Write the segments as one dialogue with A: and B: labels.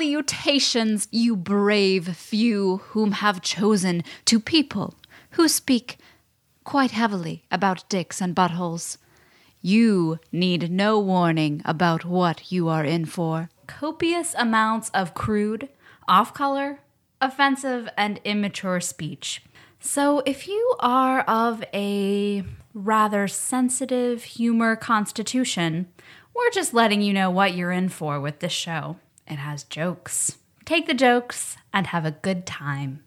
A: Salutations, you brave few whom have chosen to people who speak quite heavily about dicks and buttholes. You need no warning about what you are in for. Copious amounts of crude, off color, offensive, and immature speech. So, if you are of a rather sensitive humor constitution, we're just letting you know what you're in for with this show. It has jokes. Take the jokes and have a good time.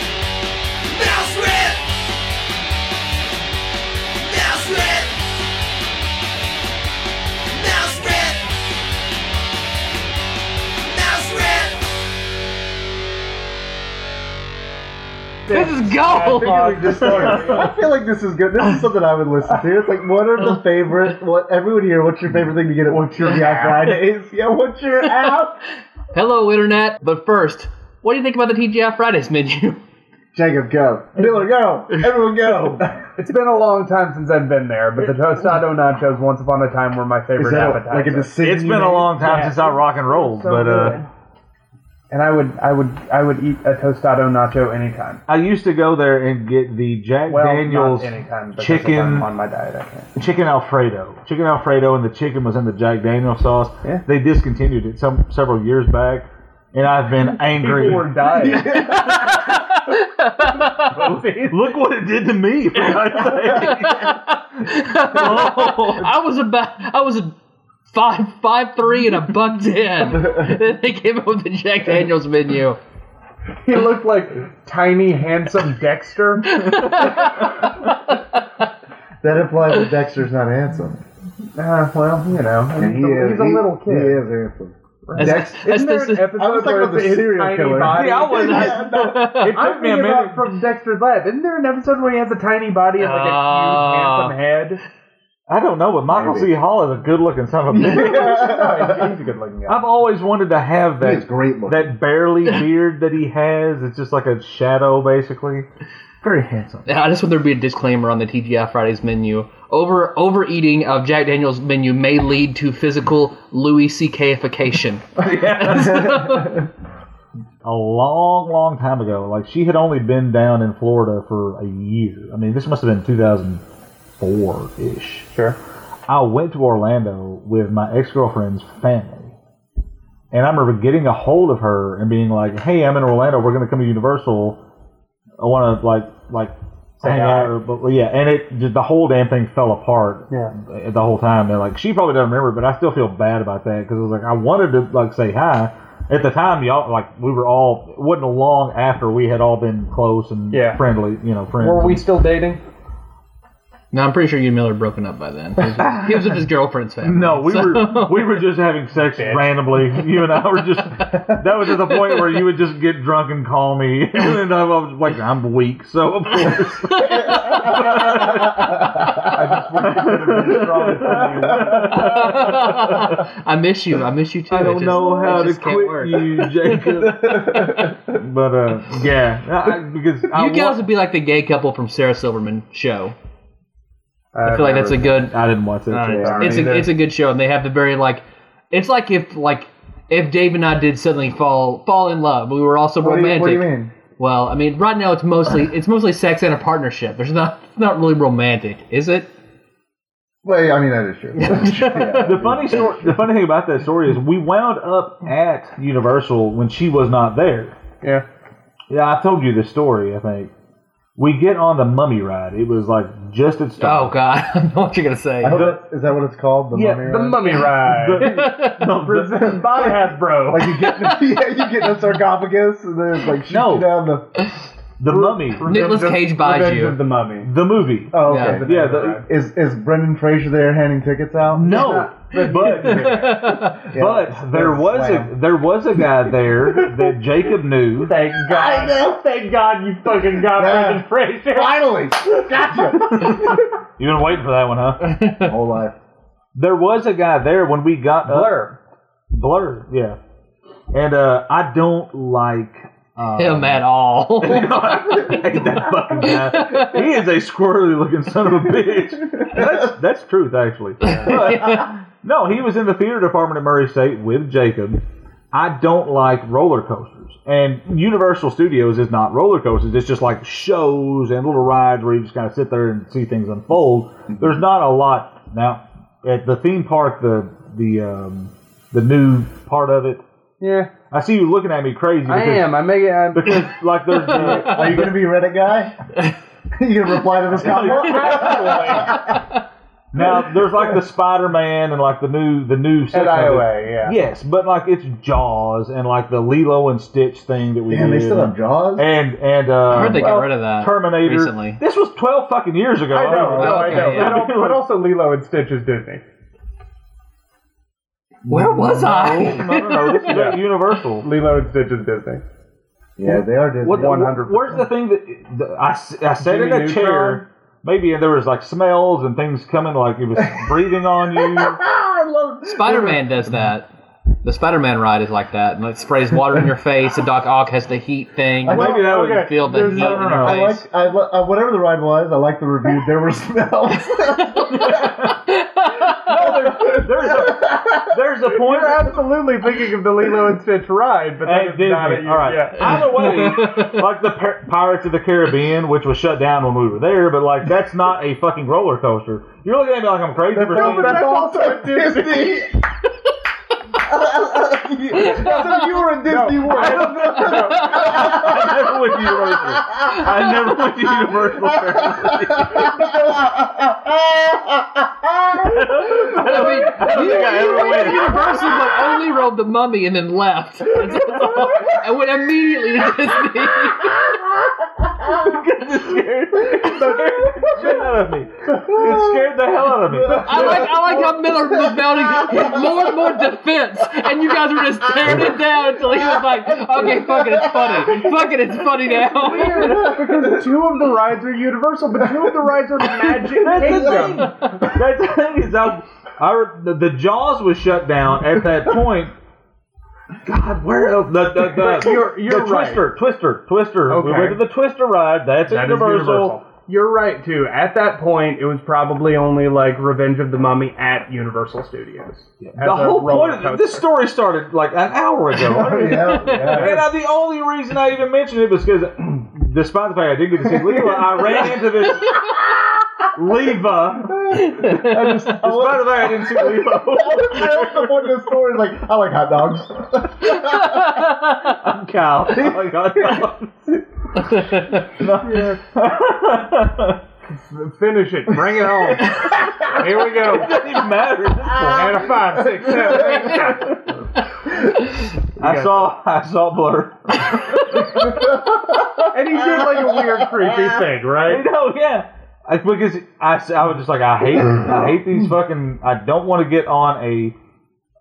B: Mouse Rip! Mouse Rip! Mouse Rip! Mouse Rip!
C: This is gold.
D: I think it's started. I feel like this is good. This is something I would listen to. It's like, what are the favorite? What everyone here? What's your favorite thing to get at? What's your yeah Fridays? Yeah, what's your app?
C: Hello, internet.
E: But first, what do you think about the TGI Fridays menu?
D: Jacob, go. Miller, go. Everyone, go.
F: It's been a long time since I've been there, but the tostado nachos once upon a time were my
D: Is
F: favorite
D: that a,
F: appetizer.
D: like a decision?
C: It's
D: you
C: been a
D: made?
C: long time
F: Yeah.
C: since I rock and rolled,
F: So
C: but uh,
F: good. and I would, I would, I would eat a tostado nacho anytime.
C: I used to go there and get the Jack
F: Well,
C: Daniels
F: not anytime, because if
C: chicken
F: I'm on my diet. I can't.
C: chicken Alfredo. Chicken Alfredo, and the chicken was in the Jack Daniels sauce.
F: Yeah.
C: They discontinued it some several years back, and I've been angry.
F: People were dying.
C: Look what it did to me. For God's sake.
E: I was about, I was a five five three and a buck ten. then they came up with the Jack Daniels menu.
F: he looked like tiny, handsome Dexter.
D: That implies that Dexter's not handsome.
F: Uh, well, you know, he's,
D: He
F: a,
D: is,
F: he's a
D: he-
F: little
D: He
F: kid.
D: is handsome.
F: Dex,
E: that's
F: isn't there
E: the-
F: an episode
D: I was talking
F: where
D: about the
F: his
D: serial
F: tiny
D: killer.
F: body-
C: See, I wasn't-
F: Yeah, no.
C: It took
F: I'm
C: me a
F: thinking
C: minute.
F: about from Dexter's Lab. Isn't there an episode where he has a tiny body and like a
E: Ah.
F: huge, handsome head?
C: I don't know, but Michael
D: Maybe.
C: C. Hall is a good-looking son of a bitch.
F: No, he's, he's a good looking guy.
C: I've always wanted to have
D: He
C: that
D: is great looking.
C: that barely beard that he has. It's just like a shadow, basically. Very handsome.
E: I just want there to be a disclaimer on the TGI Fridays menu. Over overeating of Jack Daniels menu may lead to physical Louis C.K.ification.
C: A long, long time ago, like she had only been down in Florida for a year. I mean, this must have been 2004 ish.
F: Sure.
C: I went to Orlando with my ex girlfriend's family. And I remember getting a hold of her and being like, "Hey, I'm in Orlando. We're going to come to Universal. I want to like like hang
F: hi."
C: out." Or, but yeah, and it just the whole damn thing fell apart.
F: Yeah.
C: the whole time. And like she probably doesn't remember, but I still feel bad about that because it was like I wanted to like say hi. At the time, y'all like we were all. It wasn't long after we had all been close and
F: Yeah.
C: friendly, you know, friends.
F: Were we still dating?
E: now I'm pretty sure you and Miller had broken up by then. He was- He was with his girlfriend's family.
C: No, we were we were just having sex randomly. You and I were just that was at the point where you would just get drunk and call me, and I was like, I'm weak, so of course.
E: I miss you. I miss you too.
C: I don't know how to quit you, Jacob. but uh, yeah, I, I- because I
E: You guys
C: wa-
E: would be like the gay couple from Sarah Silverman show. I feel like that's a good.
C: I didn't watch it.
E: uh,
F: don't
E: it's a
F: either.
E: it's a good show, and they have the very like. It's like if like if Dave and I did suddenly fall fall in love, we were also
F: What do, you,
E: romantic.
F: what do you mean?
E: Well, I mean, right now it's mostly it's mostly sex and a partnership. There's not it's not really romantic, is it?
D: Well, I mean, that is true.
C: the funny story, the funny thing about that story is we wound up at Universal when she was not there.
F: Yeah.
C: Yeah, I told you the story. I think we get on the mummy ride. It was like just at start.
E: Oh God, I know what you're gonna say.
D: I hope that- is that what it's called? The
C: Yeah,
D: mummy
C: the
D: ride?
F: Mummy ride.
C: The-
F: by Hasbro.
D: Like you get in the, yeah, you get in the sarcophagus and then it's like shoots
C: No.
D: you down the
C: The Mummy,
F: Revenge
E: Nicolas
F: of-
E: Cage buys
F: Revenge
E: you.
F: of the Mummy.
C: the movie.
D: Oh,
E: Yeah.
D: okay.
C: yeah,
F: the-
D: Is is Brendan Fraser there handing tickets out?
C: no, but but there was a there was a guy there that Jacob knew.
G: Thank God.
D: I know.
G: Thank God you fucking got
D: Yeah.
G: Brendan Fraser.
D: Finally, gotcha.
C: You've been waiting for that one, huh?
D: Whole life.
C: There was a guy there when we got up.
G: Blur.
C: Blur, yeah. And uh, I don't like uh,
E: him at all.
C: hate that fucking guy. He is a squirrely looking son of a bitch. That's that's truth actually. But, no, he was in the theater department at Murray State with Jacob. I don't like roller coasters. And Universal Studios is not roller coasters. It's just like shows and little rides where you just kind of sit there and see things unfold. There's not a lot now at the theme park. The the um, the new part of it.
F: Yeah,
C: I see you looking at me crazy.
F: I
C: because-
F: am. I make it. I'm,
C: because like there's the,
D: Are you gonna be Reddit guy? you gonna reply to this comment?
C: Now there's like the Spider Man and like the new the new
F: at
C: section of it.
F: IOA, yeah.
C: Yes, but like it's Jaws and like the Lilo and Stitch thing that we
D: Damn, they
C: did.
D: still have Jaws.
C: and and uh,
E: I heard they got rid of that
C: Terminator.
E: recently.
C: This was twelve fucking years ago.
F: I know,
E: Oh,
F: I
E: okay,
F: know.
E: yeah.
F: But al- But also, Lilo and Stitch is Disney.
E: Where was I?
C: Oh, No, no, no, this is at Universal.
F: Lilo and Stitch is Disney.
D: yeah, they are Disney.
C: What,
F: 100%.
C: Where's the thing that the, I, s- I sat in
F: Jimmy
C: a
F: Neutron?
C: chair? Maybe there was like smells and things coming, like it was breathing on you.
E: Spider Man does that. The Spider Man ride is like that, and it sprays water in your face. And Doc Ock has the heat thing.
D: I
C: Maybe that was
E: You feel the heat in
C: no, no,
E: your
C: no.
D: I
E: face.
D: like I lo- uh, whatever the ride was. I like the review. There were smells.
C: no, there's, there's a there's a point.
F: You're absolutely thinking of the Lilo and Stitch ride, but
C: Hey,
F: that's
C: Disney.
F: not it.
C: All right. Either way, like the Pir- Pirates of the Caribbean, which was shut down when we were there, but like that's not a fucking roller coaster. You're looking at me like I'm crazy for
F: No,
C: saying
F: but that's
C: that.
F: also a Disney.
D: Disney. so you were in Disney
F: No,
D: World.
C: I never went to Universal. I never went to Universal.
E: I mean, you,
C: think I ever
E: you went to
C: win.
E: Universal, but only rode the mummy and then left. I went immediately to Disney.
C: Shit out of me. It scared the hell out of me.
E: I like, I like how Miller was mounting his more and more defense, and you guys were just tearing it down until he was like, okay, fuck it, it's funny. Fuck it, it's funny now.
F: because two of the rides are Universal, but two of the rides are Magic Kingdom.
C: That's the thing is, I, I re- the, the Jaws was shut down at that point. God, where else? The, the, the,
F: You're- you're
C: the
F: right.
C: Twister, Twister, Twister. We
F: Okay.
C: went to the Twister ride. That's
F: That is
C: Universal.
F: Universal. You're right too. At that point, it was probably only like Revenge of the Mummy at Universal Studios. As
C: The
F: a
C: whole
F: roller
C: point of
F: coaster.
C: this story started like an hour ago.
D: Oh, yeah, yeah.
C: And I, the only reason I even mentioned it was because, despite the fact I did get to see Leva, I ran into this Leva.
D: I just, I
C: Despite
D: love,
C: the fact I didn't see Leva,
D: I love the point of the story. is Like I like hot dogs.
C: Kyle. Oh, God.
F: Finish it. Bring it home. Here we go.
C: It doesn't even matter.
F: Out of five, six, seven, eight, nine.
C: I saw, I saw Blur.
F: And he did like a weird, creepy thing, right?
C: No, yeah. I, because I, s- I was just like, I hate, I hate these fucking. I don't want to get on a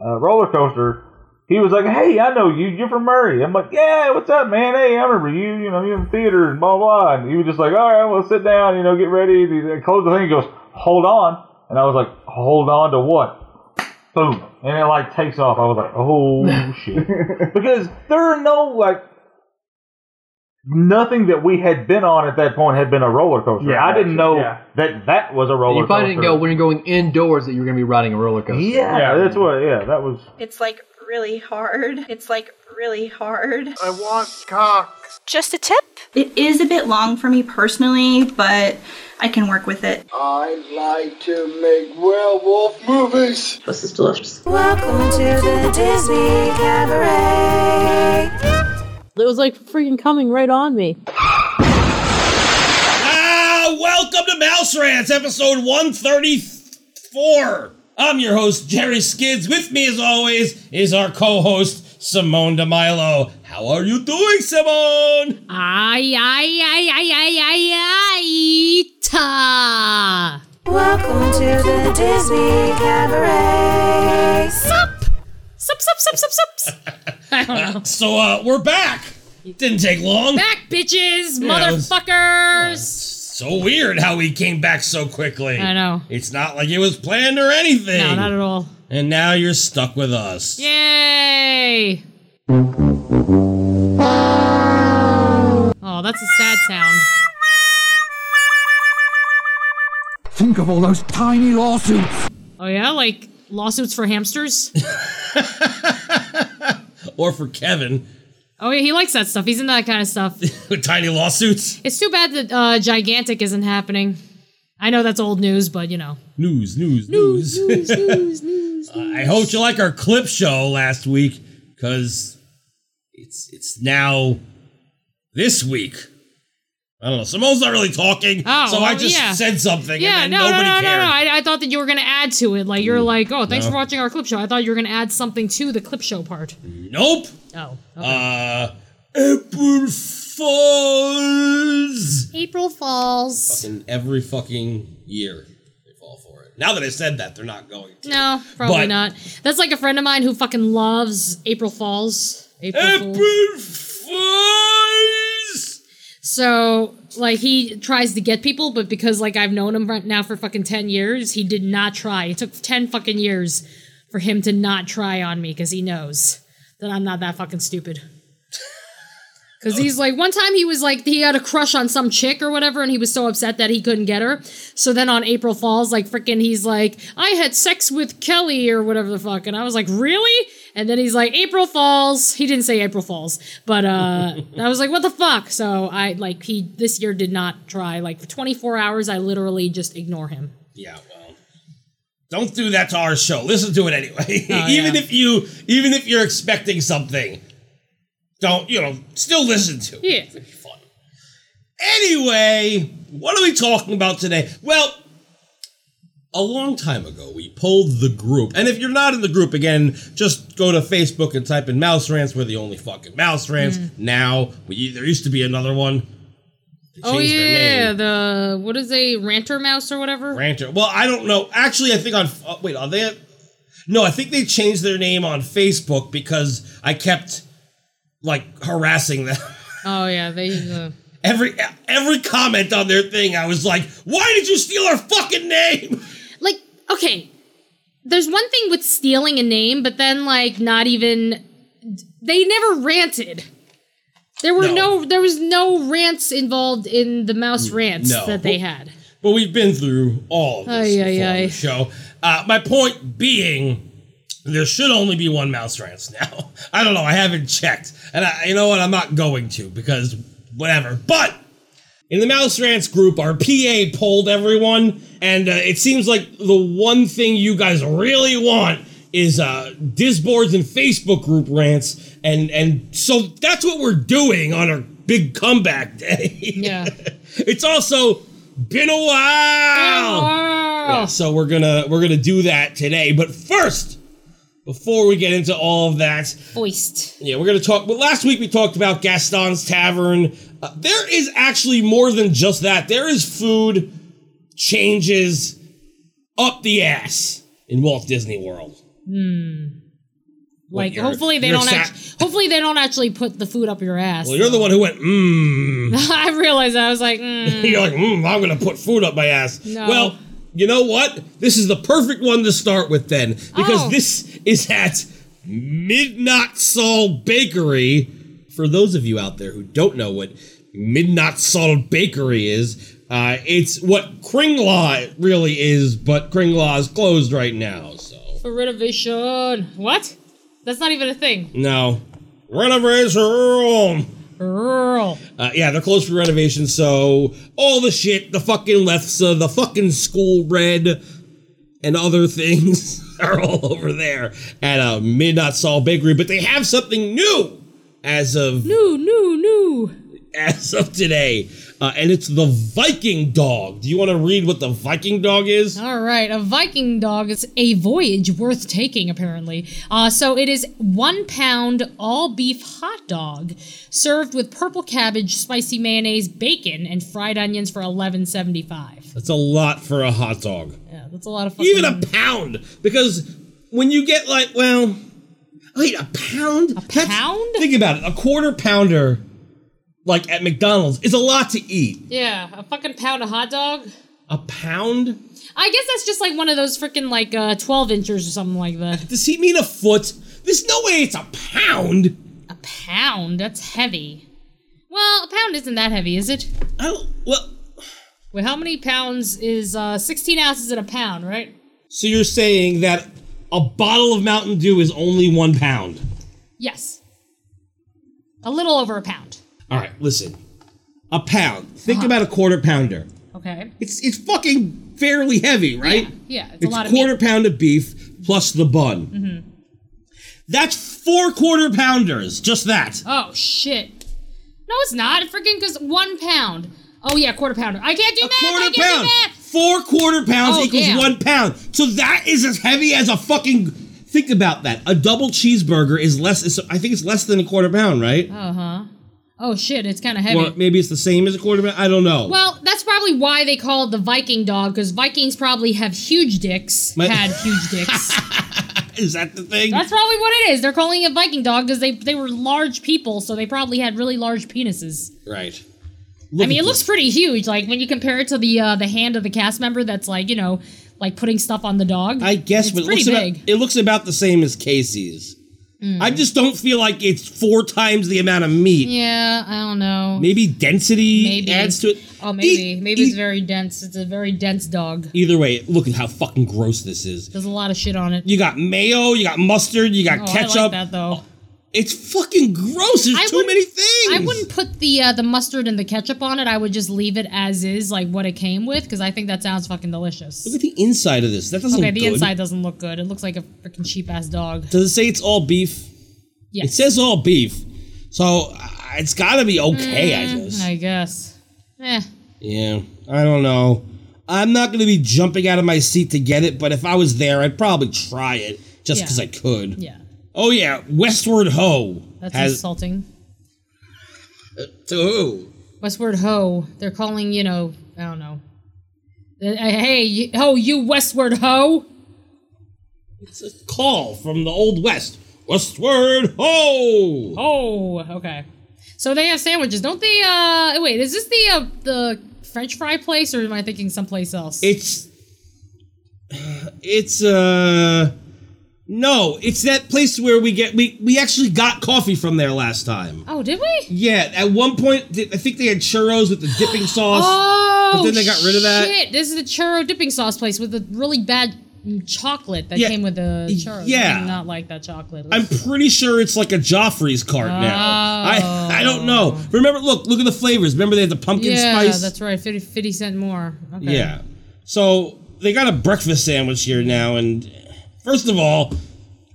C: uh, roller coaster. He was like, Hey, I know you. You're from Murray. I'm like, Yeah, what's up, man? Hey, I remember you. You know, you're in theater and blah blah. And he was just like, All right, well, sit down. You know, get ready. And he- he closed the thing. He goes, Hold on. And I was like, Hold on to what? Boom. And it like takes off. I was like, Oh shit. because there are no like nothing that we had been on at that point had been a roller coaster.
F: Yeah,
C: I didn't know
F: yeah.
C: that that was a roller
E: You
C: coaster.
E: probably didn't go when you're going indoors that you're going to be riding a roller coaster.
C: Yeah,
F: Yeah.
C: that's what. Yeah, that was.
H: It's like really hard. It's like really hard.
I: I want cock.
J: Just a tip?
H: It is a bit long for me personally, but I can work with it.
B: I like to make werewolf movies.
K: This is delicious.
J: Welcome to the Disney Cabaret.
K: It was like freaking coming right on me.
B: Ah, welcome to Mouse Rants, episode 134. I'm your host, Jerry Skids. With me, as always, is our co host,
G: Simone DeMilo. How are you doing, Simone?
I: Ay, ay, ay, ay, ay, ay, ay,
J: Welcome to the Disney Cabaret.
I: Sup? Sup, sup, sup, sup, sup. I don't know.
G: So, uh, we're back. Didn't take long.
I: Back, bitches,
G: Yeah, it was-
I: motherfuckers.
G: So weird how he came back so quickly.
I: I know.
G: It's not like it was planned or anything.
I: No, not at all.
G: And now you're stuck with us.
I: Yay! Oh, that's a sad sound.
L: Think of all those tiny lawsuits.
I: Oh yeah, like lawsuits for hamsters.
G: Or for Kevin
I: Oh yeah, he likes that stuff. He's into that kind of stuff.
G: with tiny lawsuits.
I: It's too bad that uh, gigantic isn't happening. I know that's old news, but you know.
G: News, news, news.
I: news, news, news.
G: I hope you like our clip show last week because it's it's now this week. I don't know. Simone's not really talking,
I: Oh,
G: so I
I: well,
G: just
I: yeah.
G: said something,
I: Yeah,
G: and
I: no,
G: then
I: no, no,
G: nobody
I: no, no,
G: cared. Mm.
I: I, I thought that you were gonna add to it. Like you're like, oh, thanks
G: No.
I: for watching our clip show. I thought you were gonna add something to the clip show part.
G: Nope.
I: Oh.
G: Uh, April Fools.
I: April Falls.
G: Fucking every fucking year they fall for it. Now that I said that, they're not going.
I: No, probably
G: But-
I: not. That's like a friend of mine who fucking loves April Falls. April,
G: April Fools.
I: So, like, he tries to get people, but because like I've known him right now for fucking ten years, he did not try. It took ten fucking years for him to not try on me because he knows that I'm not that fucking stupid. Because he's like, one time he was like, he had a crush on some chick or whatever, and he was so upset that he couldn't get her. So then on April Falls, like, freaking, he's like, I had sex with Kelly or whatever the fuck. And I was like, really? And then he's like, April Falls. He didn't say April Falls, but uh, I was like, what the fuck? So I, like, he this year did not try. Like, for 24 hours, I literally just ignore him.
G: Yeah, well, don't do that to our show. Listen to it anyway.
I: Oh,
G: even if you, even if you're expecting something, don't you know? Still listen to. it.
I: Yeah.
G: Anyway, what are we talking about today? Well, a long time ago, we pulled the group. And if you're not in the group again, just go to Facebook and type in Mouse Rants. We're the only fucking Mouse Rants.
I: Mm.
G: Now, we, there used to be another one. They
I: Oh,
G: changed their
I: yeah.
G: name.
I: The, what is a ranter mouse or whatever?
G: Ranter. Well, I don't know. Actually, I think on. Uh, wait, are they. No, I think they changed their name on Facebook because I kept, like, harassing them.
I: Oh, yeah. They, uh,
G: Every every comment on their thing, I was like, "Why did you steal our fucking name?"
I: like okay there's one thing with stealing a name but then like not even they never ranted there were no, there was no rants involved in the mouse rants
G: no.
I: that they
G: Well,
I: had
G: But we've been through all of this
I: Ay, ay,
G: before on
I: ay.
G: the show. Uh, my point being, there should only be one mouse rants now. I don't know. I haven't checked, and I, you know what? I'm not going to because whatever. But in the mouse rants group, our PA polled everyone, and uh, it seems like the one thing you guys really want is uh, disboards and Facebook group rants, and and so that's what we're doing on our big comeback day.
I: Yeah,
G: it's also been a while. Yeah, so we're gonna we're gonna do that today. But first, before we get into all of that,
I: voiced
G: yeah, we're gonna talk. Well, last week we talked about Gaston's Tavern. Uh, there is actually more than just that. There is food changes up the ass in Walt Disney World.
I: hmm. like
G: you're-
I: hopefully they
G: you're
I: don't
G: sat-
I: act- hopefully they don't actually put the food up your ass
G: Well, you're the one who went mmm.
I: i realized that. i was like mm.
G: You're like, mm, I'm going to put food up my ass.
I: No.
G: Well, you know what? This is the perfect one to start with then, because
I: Oh.
G: this is at Midnight Salt Bakery. For those of you out there who don't know what Midnight Salt Bakery is, uh, it's what Kringla really is, but Kringla is closed right now. So
I: for renovation what that's not even a thing
G: no, renovation.
I: Earl.
G: Uh, yeah, they're closed for renovation, so all the shit, the fucking lefse, the fucking school bread, and other things are all over there at a Midnight Salt Bakery. But they have something new as of
I: new, new, new.
G: as of today, uh, and it's the Viking dog. Do you want to read what the Viking dog is?
I: All right, a Viking dog is a voyage worth taking, apparently. Uh, so it is one pound all beef hot dog served with purple cabbage, spicy mayonnaise, bacon, and fried onions for eleven seventy five.
G: That's a lot for a hot dog.
I: Yeah, that's a lot of fucking.
G: Even a pound, because when you get like, well, wait, a pound? A
I: pound?
G: Think about it. A quarter pounder, like at McDonald's, is a lot to eat.
I: yeah, a fucking pound of hot dog.
G: A pound?
I: I guess that's just like one of those freaking like uh, twelve inchers or something like that.
G: Does he mean a foot? There's no way it's a pound.
I: Pound? That's heavy. Well, a pound isn't that heavy, is it?
G: I don't. Well.
I: Wait, how many pounds is uh, 16 ounces in a pound, right?
G: So you're saying that a bottle of Mountain Dew is only one pound?
I: Yes. A little over a pound.
G: All right, listen. A pound.
I: Uh-huh.
G: Think about a quarter pounder.
I: Okay.
G: It's it's fucking fairly heavy, right?
I: Yeah, it's,
G: It's,
I: a lot of
G: quarter
I: meat.
G: pound of beef plus the bun.
I: Mhm.
G: That's four quarter pounders. Just that.
I: Oh shit. No, it's not. Freaking because one pound. Oh yeah, quarter pounder. I can't do math. I
G: Quarter
I: can't do
G: pound.
I: math.
G: Four quarter pounds
I: Oh,
G: equals
I: damn.
G: one pound. So that is as heavy as a fucking. Think about that. A double cheeseburger is less. Is, I think it's less than a quarter pound, right?
I: Uh huh. Oh shit, it's kind of heavy.
G: Or maybe it's the same as a quarter pound. I don't know.
I: Well, that's probably why they call it the Viking dog, because Vikings probably have huge dicks.
G: My-
I: had huge dicks.
G: is that the thing?
I: That's probably what it is. They're calling it Viking dog because they they were large people, so they probably had really large penises.
G: right.
I: I mean, it looks pretty huge. Like when you compare it to the uh, the hand of the cast member, that's like you know, like putting stuff on the dog.
G: I guess,
I: it's
G: but it
I: pretty
G: looks,
I: big.
G: About, it looks about the same as Casey's. I just don't feel like it's four times the amount of meat.
I: yeah, I don't know.
G: Maybe density
I: Maybe.
G: adds to it.
I: Oh, maybe maybe it's very dense. It's a very dense dog.
G: Either way, look at how fucking gross this is.
I: There's a lot of shit on it.
G: You got mayo, you got mustard, you got
I: Oh,
G: ketchup.
I: I like that though.
G: It's fucking gross. There's
I: I
G: too
I: wouldn't-
G: many things.
I: I wouldn't put the uh, the mustard and the ketchup on it. I would just leave it as is, like what it came with, because I think that sounds fucking delicious.
G: Look at the inside of this. That doesn't
I: okay,
G: look
I: the
G: good.
I: inside doesn't look good. It looks like a freaking cheap ass dog.
G: Does it say it's all beef?
I: Yes.
G: It says all beef. So uh, it's got to be okay, I
I: Mm,
G: guess.
I: I guess. Eh.
G: Yeah, I don't know. I'm not going to be jumping out of my seat to get it, but if I was there, I'd probably try it just
I: Yeah.
G: because I could.
I: Yeah.
G: Oh, yeah. Westward Ho.
I: That's
G: has, Uh,
I: insulting.
G: To who?
I: Westward Ho. They're calling, you know, I don't know. Uh, Hey, ho, you Westward Ho!
G: It's a call from the Old West. Westward Ho!
I: Oh, okay. So they have sandwiches, don't they? Uh, wait, is this the uh, the French fry place, or am I thinking someplace else?
G: It's. It's, uh. No, it's that place where we get. We, we actually got coffee from there last time.
I: oh, did we?
G: Yeah, at one point, th- I think they had churros with the dipping sauce.
I: Oh,
G: but then they got rid of that.
I: Shit, this is the churro dipping sauce place with the really bad mm, chocolate that
G: Yeah.
I: came with the churros. I
G: Yeah.
I: did not like that chocolate.
G: I'm pretty sure it's like a Joffrey's cart now. I I don't know. Remember, look, look at the flavors. Remember they had the pumpkin
I: Oh. yeah,
G: spice.
I: that's right. 50, 50 cent more. Okay.
G: Yeah. So they got a breakfast sandwich here now, and first of all,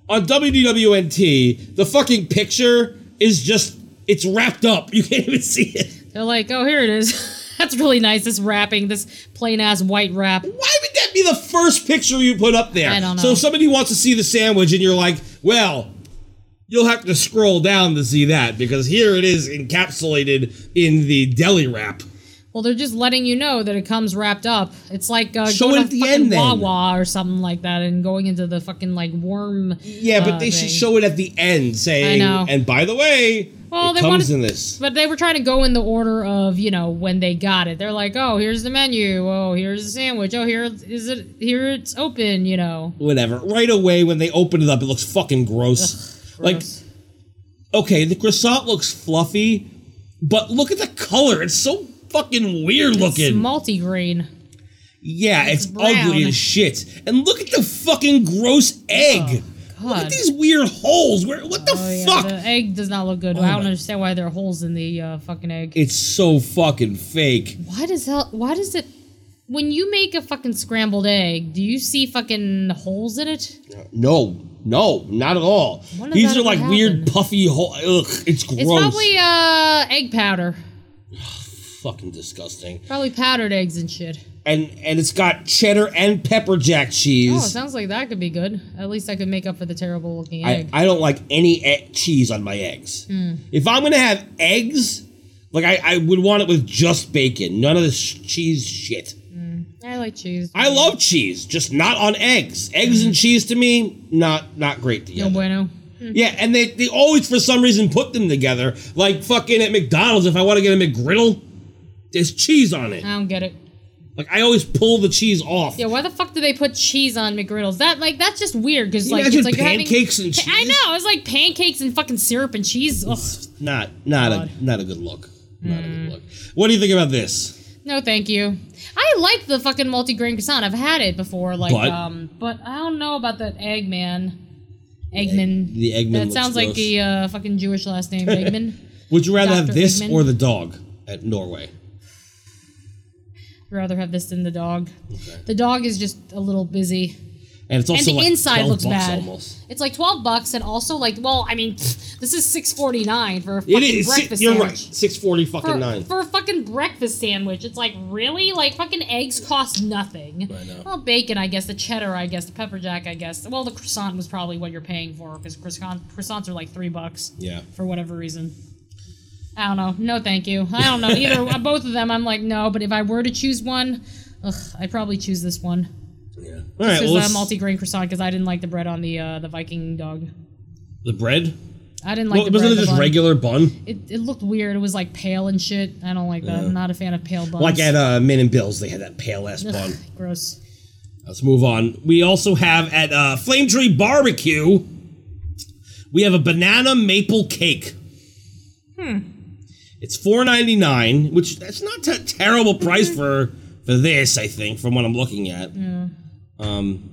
G: on WDWNT, the fucking picture is just it's wrapped up. You can't even see it.
I: They're like, oh, here it is. That's really nice. This wrapping, this plain ass white wrap.
G: Why would that be the first picture you put up there?
I: I don't know.
G: So if somebody wants to see the sandwich, and you're like, well. You'll have to scroll down to see that because here it is encapsulated in the deli wrap.
I: Well, they're just letting you know that it comes wrapped up. It's like uh,
G: Show
I: going to
G: it at the
I: fucking
G: end, then.
I: Wawa or something like that, and going into the fucking like worm.
G: Yeah, but
I: uh,
G: they should
I: thing.
G: show it at the end saying,
I: I know.
G: and by the way,
I: Well,
G: it
I: they
G: comes
I: wanted-
G: in this.
I: But they were trying to go in the order of you know when they got it. They're like, oh, here's the menu. Oh, here's the sandwich. Oh, here is it. Here it's open. You know.
G: Whatever. Right away, when they open it up, it looks fucking gross. Like, okay, the croissant looks fluffy, but look at the color. It's so fucking weird looking.
I: Multi green.
G: yeah, it's,
I: brown.
G: ugly as shit. And look at the fucking gross egg.
I: Oh,
G: look at these weird holes. Where, what the fuck? Oh
I: the egg does not look good. I don't understand why there are holes in the uh, fucking egg.
G: It's
I: Oh.
G: so fucking fake.
I: Why does hell? Why does it? When you make a fucking scrambled egg, do you see fucking holes in it?
G: No, no, not at all.
I: Wonder
G: These
I: that
G: are like
I: would
G: weird puffy holes. Ugh, it's gross.
I: It's probably uh, egg powder.
G: Fucking disgusting.
I: Probably powdered eggs and shit.
G: And and it's got cheddar and pepper jack
I: Oh, it
G: cheese.
I: sounds like that could be good. At least I could make up for the terrible looking
G: I,
I: egg.
G: I don't like any e- cheese on my eggs.
I: Mm.
G: If I'm gonna have eggs, like I, I would want it with just bacon, none of this sh- cheese shit.
I: I like cheese.
G: I love cheese, just not on eggs. Eggs
I: Mm.
G: and cheese to me, not not great together.
I: No bueno.
G: Yeah, and they, they always for some reason put them together. Like fucking at McDonald's, if I want to get a McGriddle, there's cheese on
I: I
G: it.
I: don't get it.
G: Like I always pull the cheese off.
I: Yeah, why the fuck do they put cheese on McGriddles? That like that's just weird because
G: Can
I: like
G: you
I: it's
G: imagine
I: like
G: pancakes
I: you're
G: and
I: having, I know it's like pancakes and fucking syrup and cheese. Ugh. Mm.
G: Not not a not a good look. Not a good look. What do you think about this?
I: No, thank you. I like the fucking multigrain croissant. I've had it before, like
G: But?
I: um, but I don't know about that Eggman. Eggman.
G: The Eggman.
I: that
G: looks
I: sounds like
G: gross.
I: the uh, fucking Jewish last name Eggman.
G: Would you rather have
I: Dr.
G: this
I: Eggman.
G: or the dog at Norway?
I: I'd rather have this than the dog. The dog is just a little busy.
G: And it's also
I: the
G: like
I: inside
G: 12
I: looks
G: bucks
I: bad.
G: almost.
I: It's like twelve bucks, and also like, well, I mean, this is six forty nine for a fucking
G: It is.
I: breakfast.
G: You're
I: sandwich.
G: right. Six forty fucking
I: for,
G: nine.
I: for a fucking breakfast sandwich. It's like really like fucking eggs cost nothing.
G: I know.
I: Well, bacon, I guess the cheddar, I guess the pepper jack, I guess. Well, the croissant was probably what you're paying for because croissant, croissants are like three bucks.
G: Yeah.
I: For whatever reason. I don't know. No, thank you. I don't know either. both of them, I'm like no. But if I were to choose one, ugh, I'd probably choose this one.
G: Yeah. All
I: This
G: right.
I: is
G: Well,
I: a
G: let's-
I: multi-grain croissant because I didn't like the bread on the uh, the Viking dog.
G: the bread.
I: I didn't like
G: well,
I: the bread.
G: wasn't
I: the
G: it just
I: bun.
G: regular bun?
I: It, it looked weird. It was like pale and shit. I don't like that.
G: Yeah.
I: I'm not a fan of pale buns.
G: Like at uh, Min and Bill's, they had that pale ass
I: Ugh,
G: bun.
I: Gross.
G: Let's move on. We also have at uh, Flame Tree Barbecue, we have a banana maple cake.
I: Hmm.
G: It's four ninety nine, which that's not a terrible price for for this. I think from what I'm looking at.
I: Yeah.
G: Um,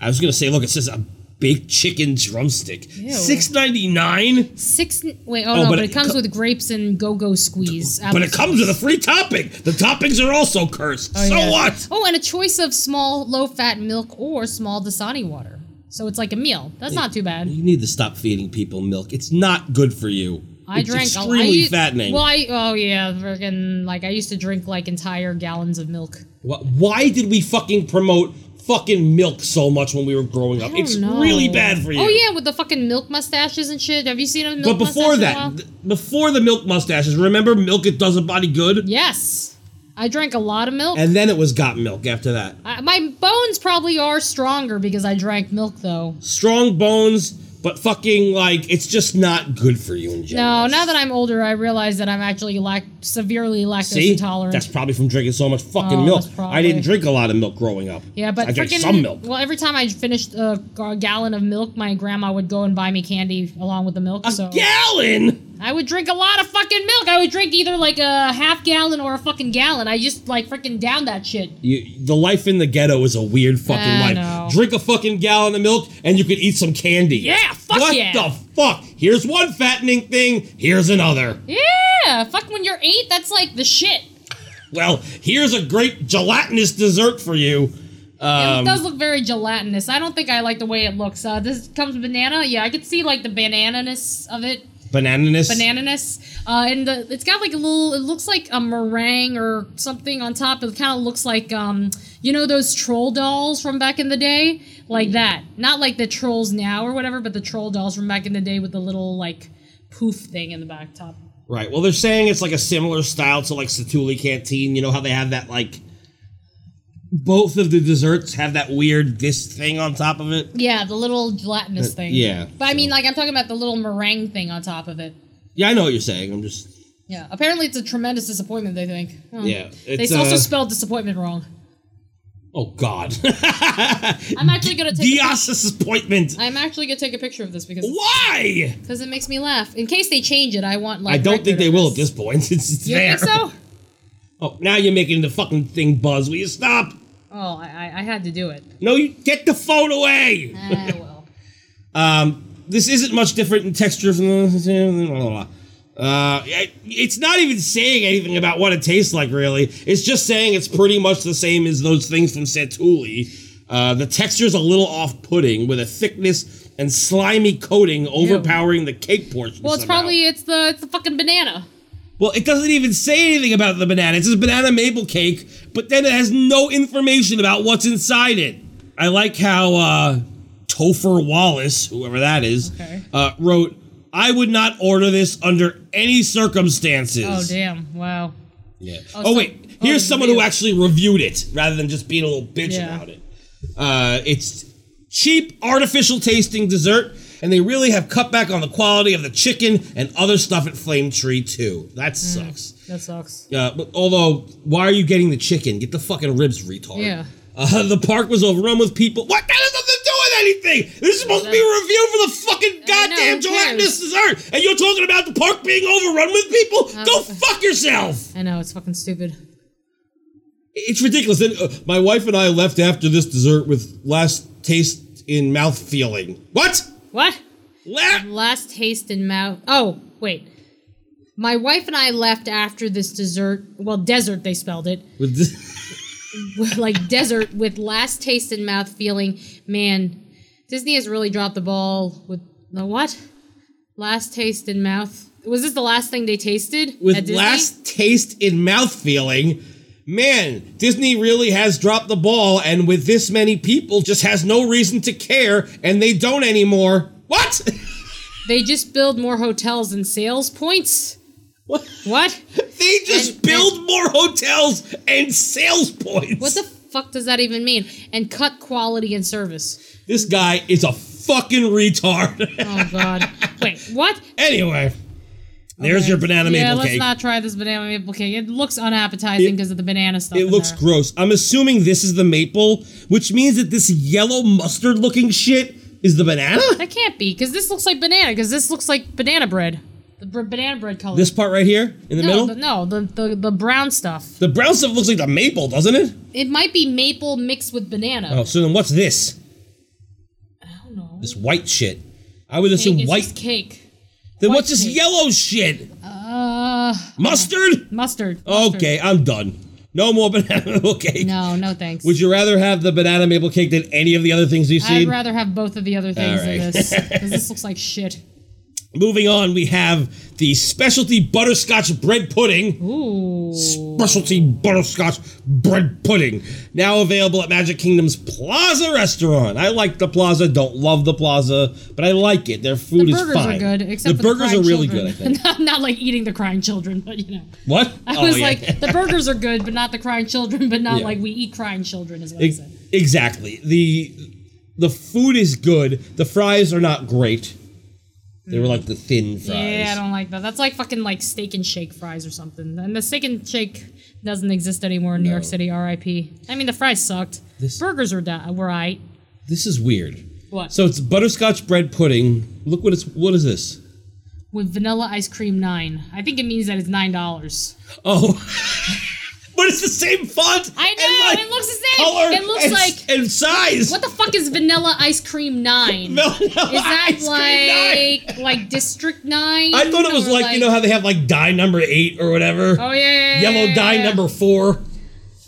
G: I was gonna say, look, it says a baked chicken drumstick,
I: Ew.
G: six ninety nine,
I: Six. n- Wait. Oh,
G: Oh,
I: no.
G: but
I: But,
G: it
I: it, comes
G: co-
I: with grapes and go-go squeeze.
G: but it
I: Apples-
G: comes with a free topping. The toppings are also cursed.
I: Oh,
G: so
I: yeah.
G: what?
I: Oh, and a choice of small low-fat milk or small Dasani water. So it's like a meal. That's not too bad.
G: You need to stop feeding people milk. It's not good for you.
I: I
G: it's
I: drank. a- I
G: extremely
I: used-
G: fattening.
I: Well, I oh yeah, freaking like I used to drink like entire gallons of milk.
G: Wh- Why did we fucking promote fucking milk so much when we were growing up?
I: I don't
G: It's
I: know.
G: really bad for you.
I: Oh yeah, with the fucking milk mustaches and shit. Have you seen a
G: But
I: milk
G: before
I: mustache in a while?
G: that, th- before the milk mustaches, remember milk it does a body good?
I: Yes. I drank a lot of milk.
G: And then it was got milk after that.
I: I, my bones probably are stronger because I drank milk, though.
G: Strong bones, but fucking like it's just not good for you in general.
I: No, now that I'm older, I realize that I'm actually lac- severely lactose
G: See,
I: intolerant.
G: that's probably from drinking so much fucking
I: Oh,
G: milk.
I: that's
G: I
I: probably-
G: didn't drink a lot of milk growing up.
I: yeah, but
G: I drank
I: frickin-
G: some milk.
I: Well, every time I finished a ga- gallon of milk, my grandma would go and buy me candy along with the milk. A so
G: gallon?
I: I would drink a lot of fucking milk. I would drink either like a half gallon or a fucking gallon. I just like freaking down that shit.
G: You, the life in the ghetto is a weird fucking
I: I
G: life.
I: know.
G: Drink a fucking gallon of milk and you could eat some candy.
I: Yeah, fuck
G: what
I: yeah.
G: the fuck? Here's one fattening thing, here's another.
I: Yeah, fuck when you're eight, that's like the shit.
G: Well, here's a great gelatinous dessert for you.
I: it
G: Um,
I: does look very gelatinous. I don't think I like the way it looks. Uh, this comes banana. Yeah, I could see like the banananess of it.
G: banananess.
I: Banananess. Uh, and the, it's got like a little. It looks like a meringue or something on top. It kind of looks like um, you know those troll dolls from back in the day, like
G: Mm-hmm.
I: that. Not like the trolls now or whatever, but the troll dolls from back in the day with the little like poof thing in the back top.
G: Right. Well, they're saying it's like a similar style to like Satuli Canteen. You know how they have that like both of the desserts have that weird this thing on top of it.
I: Yeah, the little gelatinous
G: Uh,
I: thing.
G: yeah,
I: But I mean, like I'm talking about the little meringue thing on top of it.
G: Yeah, I know what you're saying. I'm just
I: Yeah. Apparently, it's a tremendous disappointment. They think. Huh.
G: Yeah, it's,
I: they also
G: uh,
I: spelled disappointment wrong.
G: oh god,
I: I'm actually gonna take. a
G: Dios disappointment.
I: pic- I'm actually gonna take a picture of this because
G: Why?
I: Because it makes me laugh. In case they change it, I want like.
G: I don't
I: record
G: think they
I: of
G: will at
I: this.
G: this point. It's, it's
I: You
G: there.
I: think so?
G: Oh, now you're making the fucking thing buzz. Will you stop?
I: Oh, I, I, I had to do it.
G: No, you get the phone away.
I: Ah, well.
G: Um, this isn't much different in texture from the. Uh, it- it's not even saying anything about what it tastes like, really. It's just saying it's pretty much the same as those things from Santuli. Uh, the texture's a little off-putting, with a thickness and slimy coating overpowering the cake portion.
I: Well, it's
G: somehow.
I: probably it's the it's the fucking banana.
G: Well, it doesn't even say anything about the banana. It says banana maple cake, but then it has no information about what's inside it. I like how uh, Topher Wallace, whoever that is, uh, wrote, I would not order this under any circumstances.
I: Oh damn! Wow.
G: Yeah.
I: Oh,
G: Oh,
I: so-
G: wait, here's someone who actually reviewed it rather than just being a little bitch
I: Yeah.
G: about it. Uh, it's cheap, artificial tasting dessert, and they really have cut back on the quality of the chicken and other stuff at Flame Tree too. That sucks.
I: Mm, That sucks.
G: Uh, but although, why are you getting the chicken? Get the fucking ribs, retard.
I: Yeah.
G: Uh, the park was overrun with people. What? That has nothing to do with anything. This is supposed to be a review for the fucking goddamn gelatinous dessert, and you're talking about the park being overrun with people? Go fuck yourself.
I: Uh, I know it's fucking stupid.
G: It's ridiculous. Then uh, my wife and I left after this dessert with last taste in mouth feeling. What?
I: What?
G: Last,
I: last taste in mouth. Oh, wait. My wife and I left after this dessert. Well, desert they spelled it.
G: With this,
I: With, like desert with last taste in mouth feeling. Man, Disney has really dropped the ball with the what? Last taste in mouth. Was this the last thing they tasted at
G: with
I: Disney?
G: last taste in mouth feeling, man, Disney really has dropped the ball, and with this many people, just has no reason to care, and they don't anymore. What?
I: They just build more hotels and sales points.
G: What?
I: What?
G: they just build more hotels and sales points.
I: What the fuck does that even mean? And cut quality and service.
G: This guy is a fucking retard.
I: Oh god. Wait, what?
G: anyway, there's your banana
I: yeah,
G: maple
I: let's
G: cake.
I: not try this banana maple cake. It looks unappetizing because of the banana stuff.
G: It
I: in
G: looks
I: there.
G: gross. I'm assuming this is the maple, which means that this yellow mustard looking shit is the banana?
I: That can't be because this looks like banana. Because this looks like banana bread. The br- banana bread color.
G: This part right here in the
I: no,
G: middle?
I: The,
G: The,
I: no, the, the the brown stuff.
G: brown stuff looks like the maple, doesn't it?
I: It might be maple mixed with banana.
G: Oh, so then what's this?
I: I don't know.
G: This white shit. I would assume
I: Cake is
G: white.
I: just cake.
G: then
I: white
G: what's this
I: cake.
G: yellow shit?
I: Uh,
G: Mustard?
I: mustard. mustard.
G: Okay, I'm done. No more banana maple cake.
I: No, no thanks.
G: Would you rather have the banana maple cake than any of the other things you've
I: I'd
G: seen?
I: rather have both of the other things
G: All
I: than
G: right.
I: this because this looks like shit.
G: Moving on, we have the specialty butterscotch bread pudding.
I: Ooh.
G: Specialty butterscotch bread pudding. Now available at Magic Kingdom's Plaza restaurant. I like the plaza, don't love the plaza, but I like it. Their food
I: The
G: is
I: burgers
G: fine.
I: are good, except
G: the
I: for
G: burgers
I: the
G: are
I: crying
G: really
I: children.
G: good, I think.
I: not, not like eating the crying children, but you know.
G: what?
I: I
G: Oh,
I: was
G: yeah.
I: like, the burgers are good, but not the crying children, but not
G: Yeah.
I: like we eat crying children, is what I
G: Ex-
I: said.
G: Exactly. The the food is good. The fries are not great. They were like the thin fries.
I: Yeah, I don't like that. That's like fucking like steak and shake fries or something. And the steak and shake doesn't exist anymore in New York
G: No.
I: City, RIP. I mean, the fries sucked. Burgers were, di- were I.
G: This is weird.
I: What?
G: So it's butterscotch bread pudding. Look what it's what is this?
I: With vanilla ice cream, nine. I think it means that it's nine dollars.
G: Oh. but it's the same font.
I: I know. it looks the same.
G: color
I: it looks
G: and-
I: like
G: and size.
I: What the fuck is vanilla ice cream nine?
G: Vanilla
I: is that
G: ice cream nine.
I: like like district nine?
G: I thought it was
I: or
G: like, you know how they have like dye number eight or whatever.
I: Oh, yeah, yeah, yeah,
G: Yellow
I: yeah,
G: dye
I: yeah.
G: number four.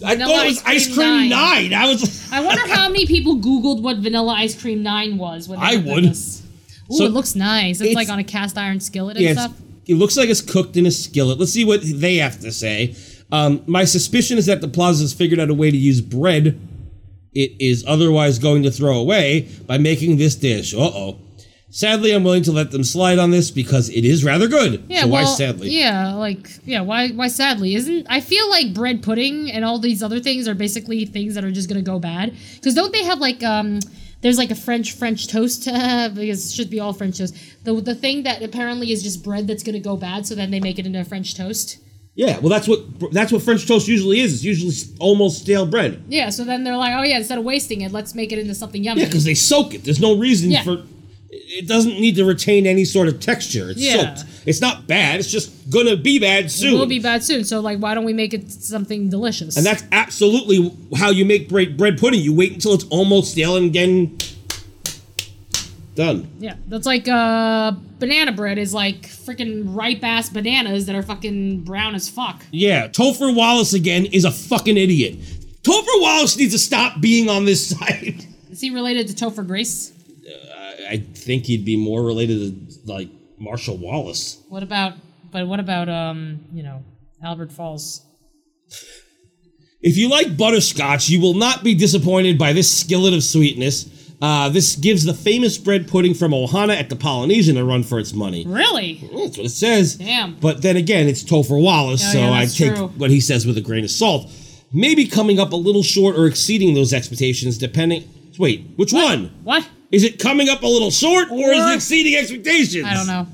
G: I
I: Vanilla
G: thought it was ice cream nine. I was.
I: I wonder how many people Googled what vanilla ice cream nine was. When they
G: I
I: looked at
G: would.
I: this. Ooh,
G: So-
I: it looks nice. It's,
G: It's-
I: like on a cast iron skillet and
G: Yeah, it's-
I: stuff.
G: it looks like it's cooked in a skillet. Let's see what they have to say. Um, my suspicion is that the plaza's figured out a way to use bread it is otherwise going to throw away by making this dish. Uh oh. Sadly, I'm willing to let them slide on this because it is rather good.
I: Yeah,
G: so why
I: well,
G: sadly?
I: Yeah, like yeah, why why sadly? Isn't I feel like bread pudding and all these other things are basically things that are just gonna go bad. Because don't they have like um there's like a French French toast because it should be all French toast. The the thing that apparently is just bread that's gonna go bad, so then they make it into a French toast.
G: Yeah, well, that's what that's what French toast usually is. It's usually s- almost stale bread.
I: Yeah, so then they're like, oh yeah, instead of wasting it, let's make it into something yummy.
G: Yeah, because they soak it. There's no reason
I: Yeah.
G: for it doesn't need to retain any sort of texture. It's
I: Yeah.
G: soaked. It's not bad. It's just gonna be bad
I: it
G: soon.
I: will be bad soon. So like, why don't we make it something delicious?
G: and that's absolutely how you make bread, bread pudding. You wait until it's almost stale and then done.
I: Yeah, that's like uh, banana bread is like freaking ripe ass bananas that are fucking brown as fuck.
G: Yeah, Topher Wallace again is a fucking idiot. Topher Wallace needs to stop being on this site.
I: Is he related to Topher Grace?
G: I I think he'd be more related to like Marshall Wallace.
I: What about But what about um, you know, Albert Falls?
G: If you like butterscotch, you will not be disappointed by this skillet of sweetness. Uh, this gives the famous bread pudding from Ohana at the Polynesian a run for its money.
I: Really?
G: Mm, That's what it says.
I: Damn.
G: But then again, it's Topher Wallace,
I: Oh,
G: so
I: yeah,
G: I
I: that's
G: take
I: true.
G: what he says with a grain of salt. Maybe coming up a little short or exceeding those expectations, depending. Wait, which one?
I: What?
G: Is it coming up a little short or, is
I: Or-
G: it exceeding expectations?
I: I don't know.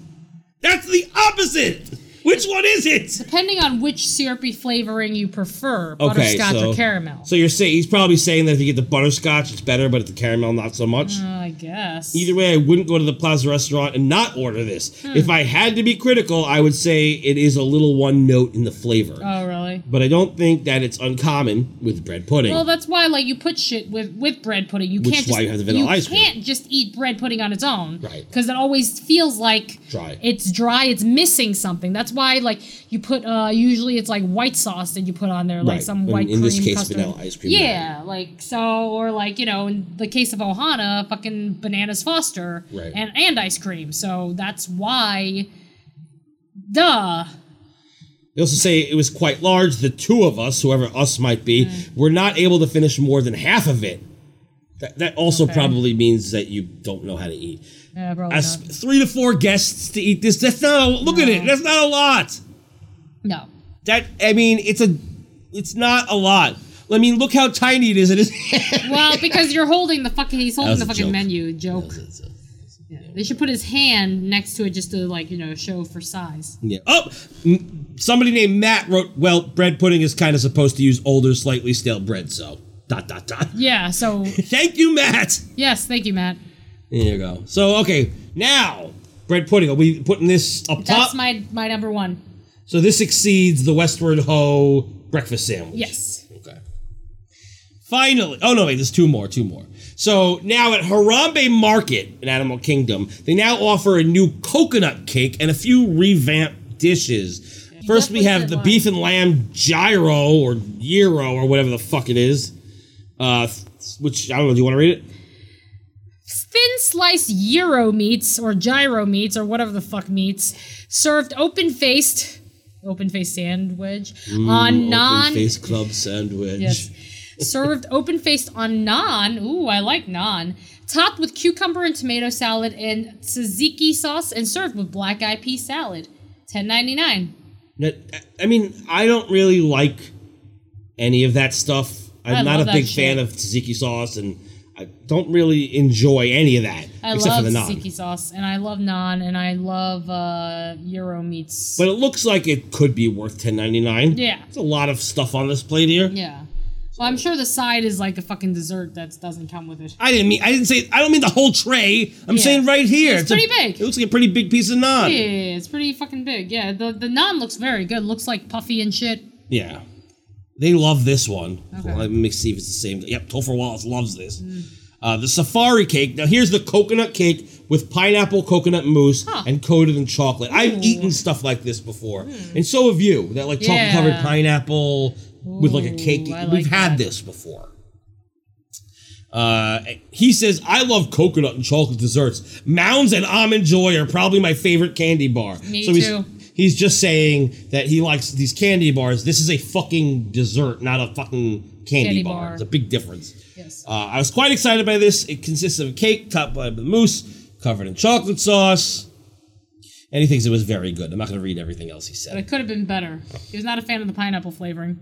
G: That's the opposite. Which one is it?
I: Depending on which syrupy flavoring you prefer, butterscotch or caramel.
G: So you're saying he's probably saying that if you get the butterscotch, it's better, but if the caramel, not so much.
I: Uh, I guess.
G: Either way, I wouldn't go to the Plaza restaurant and not order this.
I: Hmm.
G: If I had to be critical, I would say it is a little one note in the flavor.
I: Oh, really?
G: But I don't think that it's uncommon with bread pudding.
I: Well, that's why like you put shit with with bread pudding. You
G: Which
I: can't
G: is
I: just
G: why you have the vanilla ice cream.
I: can't just eat bread pudding on its own,
G: Right.
I: Because it always feels like
G: Dry.
I: It's dry. It's missing something. That's why like you put uh usually it's like white sauce that you put on there, like
G: Right.
I: some
G: In-
I: white
G: in
I: cream
G: this case,
I: custard.
G: vanilla ice cream
I: Yeah, like so, or like you know, in the case of Ohana, fucking bananas Foster,
G: Right.
I: and and ice cream. So that's why. Duh.
G: They also say it was quite large. The two of us, whoever us might be,
I: Mm.
G: were not able to finish more than half of it. That, that also
I: Okay.
G: probably means that you don't know how to eat.
I: Yeah, probably
G: As- three to four guests to eat this. That's not a look at it. That's not a lot.
I: No.
G: That I mean, it's a, it's not a lot. I mean, look how tiny it is. It is.
I: well, because you're holding the fucking he's holding
G: was
I: the
G: a
I: fucking
G: joke.
I: menu joke. Yeah. They should put his hand next to it just to like you know show for size.
G: Yeah. Oh, m- somebody named Matt wrote. Well, bread pudding is kind of supposed to use older, slightly stale bread. So dot dot dot.
I: Yeah. So
G: Thank you, Matt.
I: yes, thank you, Matt.
G: There you go. So okay, now bread pudding. Are we putting this up
I: That's
G: top?
I: my my number one.
G: so this exceeds the Westward Ho breakfast sandwich.
I: Yes.
G: Okay. Finally, oh no, wait, there's two more, two more. So now at Harambe Market in Animal Kingdom, they now offer a new coconut cake and a few revamped dishes. First, we have the beef and lamb gyro or gyro or whatever the fuck it is. Uh, which I don't know. Do you want to read it?
I: Thin sliced gyro meats or gyro meats or whatever the fuck meats served open faced, open faced sandwich on non
G: Oh, face club sandwich.
I: Yes. served open faced on naan. Ooh, I like naan. Topped with cucumber and tomato salad and tzatziki sauce and served with black eyed pea salad. Ten ninety nine.
G: That- I mean, I don't really like any of that stuff. I'm
I: I
G: not
I: love
G: a
I: that
G: big
I: shit.
G: fan of tzatziki sauce, and I don't really enjoy any of that
I: I
G: except
I: love
G: for the naan.
I: tzatziki sauce and I love naan and I love uh, gyro meats.
G: But it looks like it could be worth 10.99.
I: Yeah.
G: it's a lot of stuff on this plate here.
I: yeah. Well, I'm sure the side is like a fucking dessert that doesn't come with it.
G: I didn't mean. I didn't say. I don't mean the whole tray. I'm
I: Yeah.
G: saying right here.
I: It's
G: a-
I: pretty big.
G: It looks like a pretty big piece of
I: Yeah,
G: naan.
I: it's pretty fucking big. Yeah, the the naan looks very good. Looks like puffy and shit.
G: Yeah. They love this one.
I: Okay.
G: Let me see if it's the same. Yep, Topher Wallace loves this. Uh, the safari cake. Now, here's the coconut cake with pineapple coconut mousse
I: Huh.
G: and coated in chocolate. I've eaten stuff like this before, and so have you. That like chocolate covered
I: Yeah.
G: pineapple with like a cake.
I: Ooh, I
G: We've
I: like
G: had this before. Uh, he says, I love coconut and chocolate desserts. Mounds and Almond Joy are probably my favorite candy bar.
I: Me
G: he's-
I: too.
G: He's just saying that he likes these candy bars. This is a fucking dessert, not a fucking candy,
I: Candy
G: bar.
I: bar.
G: It's a big difference.
I: Yes.
G: Uh, I was quite excited by this. It consists of a cake topped by the mousse, covered in chocolate sauce. And he thinks it was very good. I'm not going to read everything else he
I: But
G: said.
I: it could have been better. He was not a fan of the pineapple flavoring.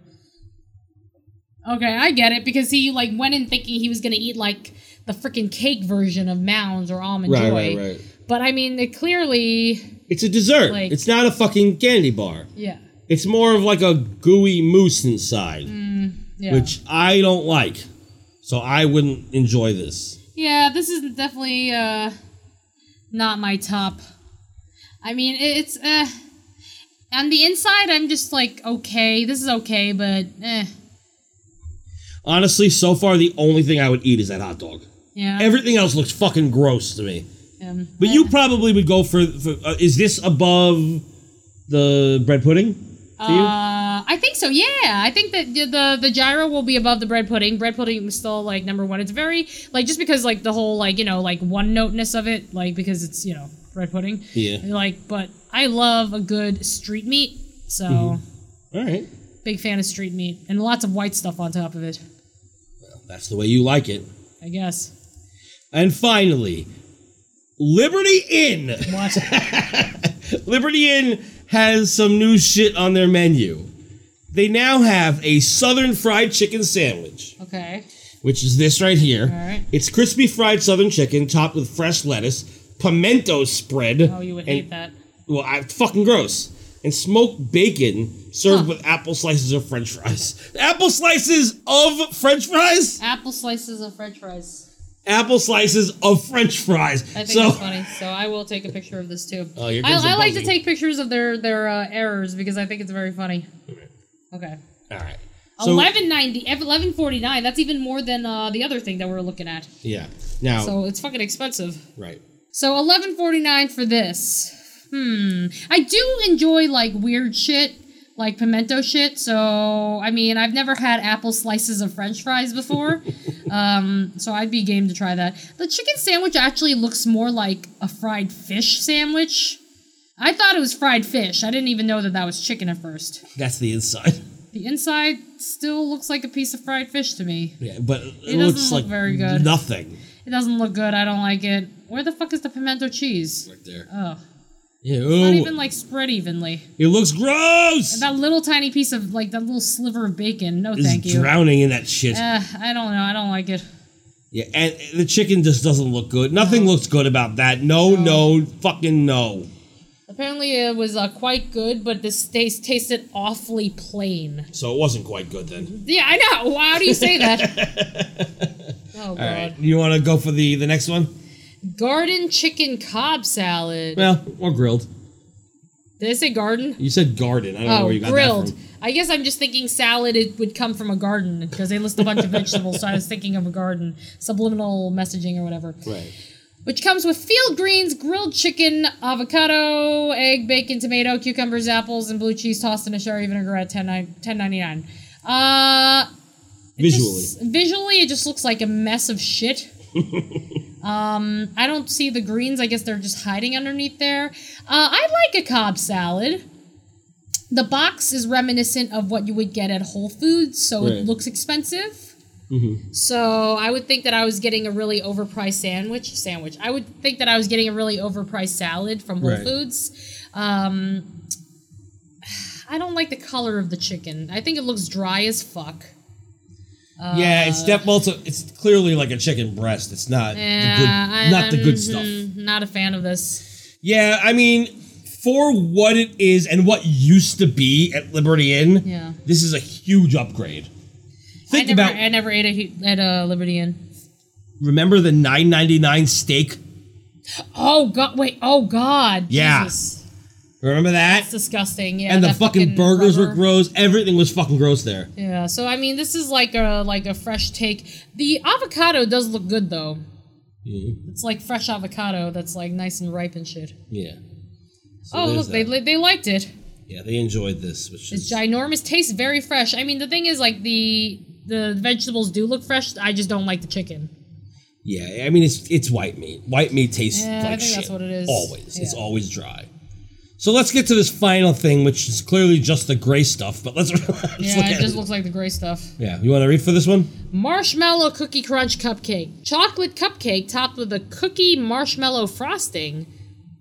I: Okay, I get it because he like went in thinking he was gonna eat like the freaking cake version of Mounds or Almond
G: Right,
I: Joy.
G: right, right.
I: But I mean, it clearly,
G: It's a dessert.
I: Like-
G: it's not a fucking candy bar.
I: yeah,
G: It's more of like a gooey mousse inside,
I: Mm, yeah,
G: which I don't like. So I wouldn't enjoy this.
I: yeah. This is definitely uh, not my top. I mean, it- it's uh, on the inside, I'm just like okay, this is okay, but eh,
G: Honestly, so far the only thing I would eat is that hot dog.
I: yeah.
G: Everything else looks fucking gross to me.
I: um,
G: But you probably would go for. for uh, is this above the bread pudding? To you?
I: Uh, I think so. Yeah, I think that the, the the gyro will be above the bread pudding. Bread pudding is still like number one. It's very like just because like the whole like you know like one noteness of it, like because it's you know bread pudding.
G: Yeah.
I: And, like, but I love a good street meat, so
G: Mhm. All right.
I: big fan of street meat and lots of white stuff on top of it.
G: That's the way you like it.
I: I guess.
G: And finally, Liberty Inn.
I: What?
G: Liberty Inn has some new shit on their menu. They now have a southern fried chicken sandwich,
I: Okay.
G: which is this right here.
I: Alright.
G: It's crispy fried southern chicken topped with fresh lettuce, pimento spread.
I: Oh, you would
G: and-
I: hate that.
G: Well, I, fucking gross. And smoked bacon served with apple slices of french fries. Apple slices of french fries?
I: Apple slices of French fries.
G: Apple slices of french fries.
I: I think
G: so,
I: that's funny. So I will take a picture of this too.
G: Oh, here
I: I,
G: comes the
I: I like to
G: buzzing.
I: take pictures of their their uh, errors because I think it's very funny. Okay.
G: All right. So-
I: Eleven ninety, eleven forty nine. That's even more than uh, the other thing that we we're looking at.
G: Yeah. Now,
I: so it's fucking expensive.
G: right.
I: So eleven forty nine for this. Hmm. I do enjoy like weird shit, like pimento shit. So I mean, I've never had apple slices of French fries before, um, so I'd be game to try that. The chicken sandwich actually looks more like a fried fish sandwich. I thought it was fried fish. I didn't even know that that was chicken at first.
G: That's the inside.
I: The inside still looks like a piece of fried fish to me.
G: Yeah, but it,
I: doesn't
G: looks
I: look
G: like
I: very good.
G: nothing.
I: It doesn't look good. I don't like it. Where the fuck is the pimento cheese? Right
G: there.
I: Oh. It's not
G: Ew.
I: even like spread evenly.
G: it looks gross.
I: And that little tiny piece of like that little sliver of bacon. No,
G: It's
I: thank you.
G: drowning in that shit.
I: Eh, I don't know. I don't like it.
G: Yeah, and the chicken just doesn't look good. Nothing looks good about that. No, no, fucking no.
I: Apparently, it was uh, quite good, but this taste tasted awfully plain.
G: So it wasn't quite good then.
I: Yeah, I know. How do you say that? oh, God.
G: All right, you want to go for the the next one?
I: Garden chicken cob salad.
G: Well, or grilled.
I: Did I say garden?
G: You said garden. I don't know where you got
I: Oh, grilled.
G: that from.
I: I guess I'm just thinking salad it would come from a garden because they list a bunch of vegetables, so I was thinking of a garden. Subliminal messaging or whatever.
G: Right.
I: Which comes with field greens, grilled chicken, avocado, egg, bacon, tomato, cucumbers, apples, and blue cheese tossed in a sherry vinaigrette at 10 $10.99. Uh,
G: Visually,
I: visually, it just looks like a mess of shit. um, I don't see the greens. I guess they're just hiding underneath there. Uh, I like a cob salad. The box is reminiscent of what you would get at Whole Foods, so
J: Right.
I: it looks expensive.
J: Mm-hmm.
I: So I would think that I was getting a really overpriced sandwich. Sandwich. I would think that I was getting a really overpriced salad from Whole
J: Right.
I: Foods. Um, I don't like the color of the chicken. I think it looks dry as fuck. Uh,
G: yeah, it's def- well, it's, a- it's clearly like a chicken breast. It's not
I: yeah,
G: the good,
I: I-
G: not the good stuff.
I: mhm, Not a fan of this.
G: Yeah, I mean, for what it is and what used to be at Liberty Inn,
I: Yeah.
G: this is a huge upgrade.
I: I
G: Think
I: never,
G: about
I: I never ate a, he- at a Liberty Inn.
G: remember the 9.99 steak?
I: Oh god! Wait! Oh god!
G: Yeah.
I: Jesus.
G: Remember that?
I: That's disgusting. Yeah,
G: and the
I: that
G: fucking, burgers were
I: rubber.
G: gross. Everything was fucking gross there.
I: Yeah, so I mean, this is like a like a fresh take. The avocado does look good though. It's like fresh avocado that's like nice and ripe and shit.
G: Yeah. So
I: oh look,
G: there's
I: they
G: that.
I: li- they liked it.
G: yeah they enjoyed this, which
I: It's
G: is
I: ginormous. Tastes very fresh. I mean, the thing is like the the vegetables do look fresh. I just don't like the chicken.
G: yeah. I mean, it's it's white meat. White meat tastes
I: Yeah, I think
G: like shit.
I: that's what it is.
G: Always, it's
I: Yeah.
G: always dry. So let's get to this final thing, which is clearly just the gray stuff. But let's, let's look
I: yeah,
G: at
I: it just
G: it.
I: looks like the gray stuff.
G: yeah. You want to read for this one?
I: Marshmallow cookie crunch cupcake. Chocolate cupcake topped with a cookie marshmallow frosting.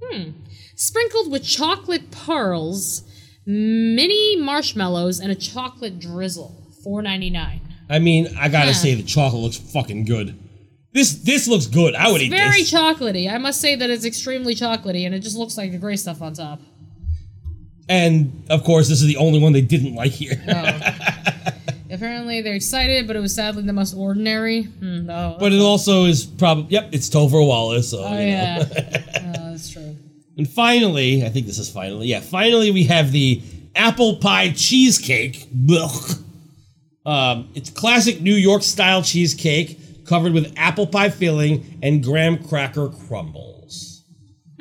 I: Hmm. Sprinkled with chocolate pearls, mini marshmallows, and a chocolate drizzle. Four ninety nine.
G: I mean, I gotta
I: Yeah.
G: say the chocolate looks fucking good. This this looks good. I would
I: It's
G: eat
I: very
G: this.
I: chocolatey. I must say that it's extremely chocolatey, and it just looks like the gray stuff on top.
G: and of course, this is the only one they didn't like here.
I: Apparently, they're excited, but it was sadly the most ordinary. Hmm, no.
G: but it also is probably yep, it's Topher Wallace. So
I: oh
G: you know.
I: yeah, no, that's true.
G: And finally, I think this is finally yeah. Finally, we have the apple pie cheesecake. Blech. Um, it's classic New York style cheesecake covered with apple pie filling and graham cracker crumbles.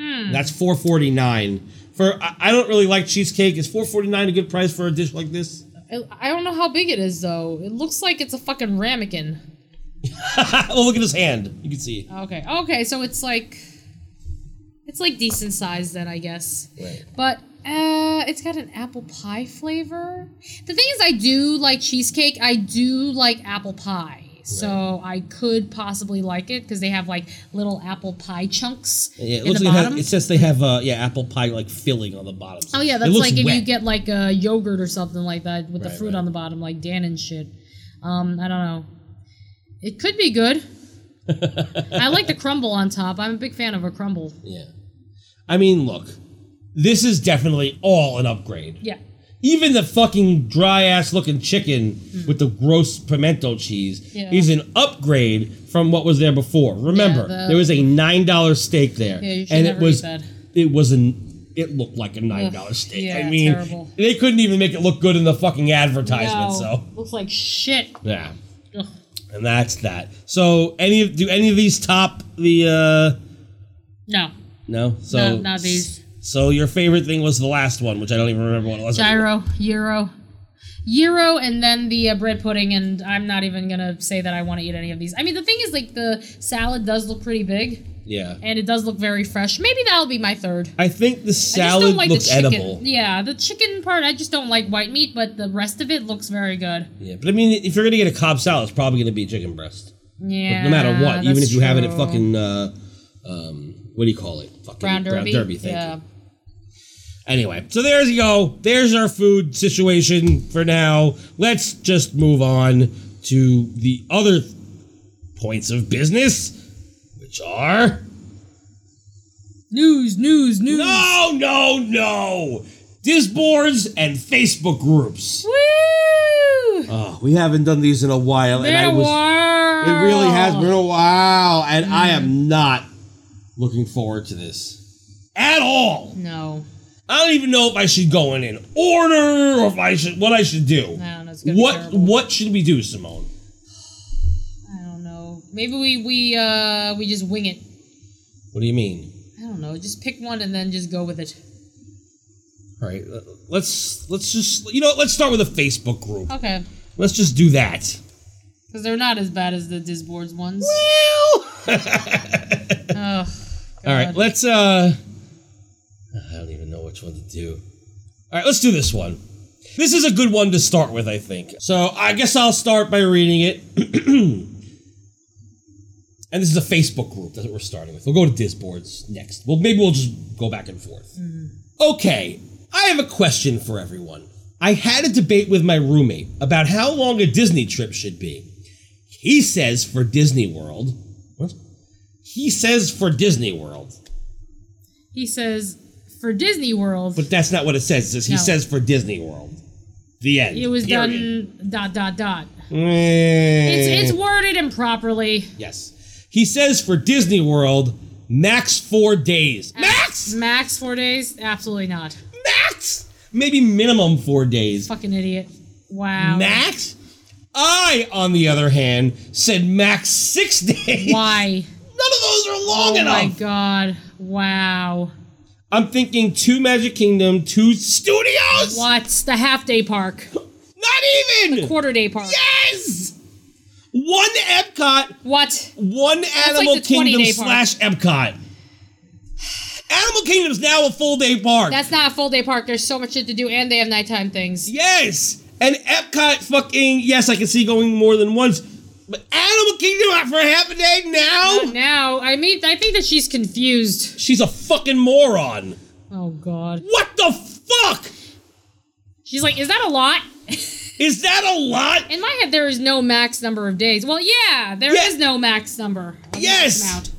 I: Hmm.
G: That's four forty nine. For I, I don't really like cheesecake. Is four forty nine a good price for a dish like this?
I: I I don't know how big it is though. It looks like it's a fucking ramekin. Uh,
G: oh, look at his hand. You can see.
I: Okay. Okay. So it's like It's like decent size then, I guess.
G: Right.
I: But uh, it's got an apple pie flavor. The thing is, I do like cheesecake. I do like apple pie. So I could possibly like it because they have like little apple pie chunks
G: Yeah, it
I: in
G: looks
I: the
G: like it,
I: bottom.
G: has, it says they have uh, yeah apple pie like filling on the bottom.
I: Oh yeah,
G: It
I: that's
G: looks
I: like if you
G: wet.
I: get like a yogurt or something like that with the
G: Right,
I: fruit on the bottom, like Dan and shit. Um, I don't know. It could be good. I like the crumble on top. I'm a big fan of a crumble.
G: Yeah. I mean, look, this is definitely all an upgrade.
I: Yeah.
G: Even the fucking dry ass looking chicken with the gross pimento cheese
I: Mm. Yeah.
G: is an upgrade from what was there before. Remember,
I: Yeah, the-
G: there was a nine dollar steak there,
I: Yeah, you should
G: and
I: never
G: it was
I: eat that.
G: it was an it looked like a nine dollar
I: Ugh,
G: steak.
I: yeah,
G: I mean,
I: terrible.
G: they couldn't even make it look good in the fucking advertisement.
I: No,
G: So
I: looks like shit.
G: yeah,
I: Ugh.
G: and that's that. So any of do any of these top the? uh
I: No,
G: No, so
I: no, not these.
G: so your favorite thing was the last one, which I don't even remember what it was.
I: Gyro, gyro, gyro, and then the uh, bread pudding. And I'm not even gonna say that I want to eat any of these. I mean, the thing is, like the salad does look pretty big,
G: Yeah.
I: and it does look very fresh. Maybe that'll be my third.
G: I think the
I: I just
G: salad
I: don't like
G: looks
I: the chicken.
G: edible.
I: Yeah, the chicken part, I just don't like white meat, but the rest of it looks very good.
G: Yeah, but I mean, if you're gonna get a Cobb salad, it's probably gonna be chicken breast.
I: Yeah.
G: no matter what, even
I: that's
G: if you have it at
I: true.
G: fucking uh, um, what do you call it? Fucking
I: Brown Derby.
G: Thank
I: yeah.
G: you. Anyway, so there you go. There's our food situation for now. Let's just move on to the other points of business, which are.
I: News, news, news.
G: No, no, no. Disboards and Facebook groups.
I: Woo!
G: Oh, we haven't done these in a while.
I: Been a while.
G: It really has been a while, and I am not looking forward to this at all.
I: No.
G: I don't even know if I should go in an order or if I should what I should do.
I: No, no, it's gonna be
G: What
I: terrible.
G: what should we do, Simone?
I: I don't know. Maybe we we uh we just wing it.
G: What do you mean?
I: I don't know. Just pick one and then just go with it.
G: All right, uh, let's let's just you know what, let's start with a Facebook group.
I: Okay.
G: Let's just do that.
I: Because they're not as bad as the Disboards ones. Well.
G: All right, let's uh I don't even know which one to do. All right, let's do this one. This is a good one to start with, I think. So, I guess I'll start by reading it. and this is a Facebook group that we're starting with. We'll go to Disboards next. Well, maybe we'll just go back and forth. Okay, I have a question for everyone. I had a debate with my roommate about how long a Disney trip should be. He says for Disney World. What? He says for Disney World.
I: He says for Disney World.
G: But that's not what it says. It says he
I: No.
G: says for Disney World. The end.
I: It was
G: Period.
I: done dot dot dot. It's
G: It's,
I: it's worded improperly.
G: Eh, yes. He says for Disney World, max four days. Max.
I: Max four days? Absolutely not.
G: Max. Maybe minimum four days.
I: Fucking idiot. Wow.
G: Max? I, on the other hand, said max six days.
I: Why?
G: None of those are long
I: oh
G: enough.
I: my god. Wow.
G: I'm thinking two Magic Kingdom, two studios.
I: What's the half day park?
G: Not even.
I: The quarter day park.
G: Yes. One Epcot.
I: What?
G: One
I: That's
G: Animal
I: like the 20
G: Kingdom
I: day park.
G: slash Epcot. Animal Kingdom is now a full day park.
I: That's not a full day park. There's so much shit to do, and they have nighttime things.
G: yes. And Epcot fucking yes, I can see going more than once. But Animal Kingdom for half a day now?
I: Not now, Oh, I mean, I think that she's confused.
G: She's a fucking moron.
I: Oh god.
G: What the fuck?
I: She's like, is that a lot?
G: Is that a lot?
I: In my head, there is no max number of days. Well, yeah, there is
G: Yeah.
I: no max number. of
G: Yes.
I: amount.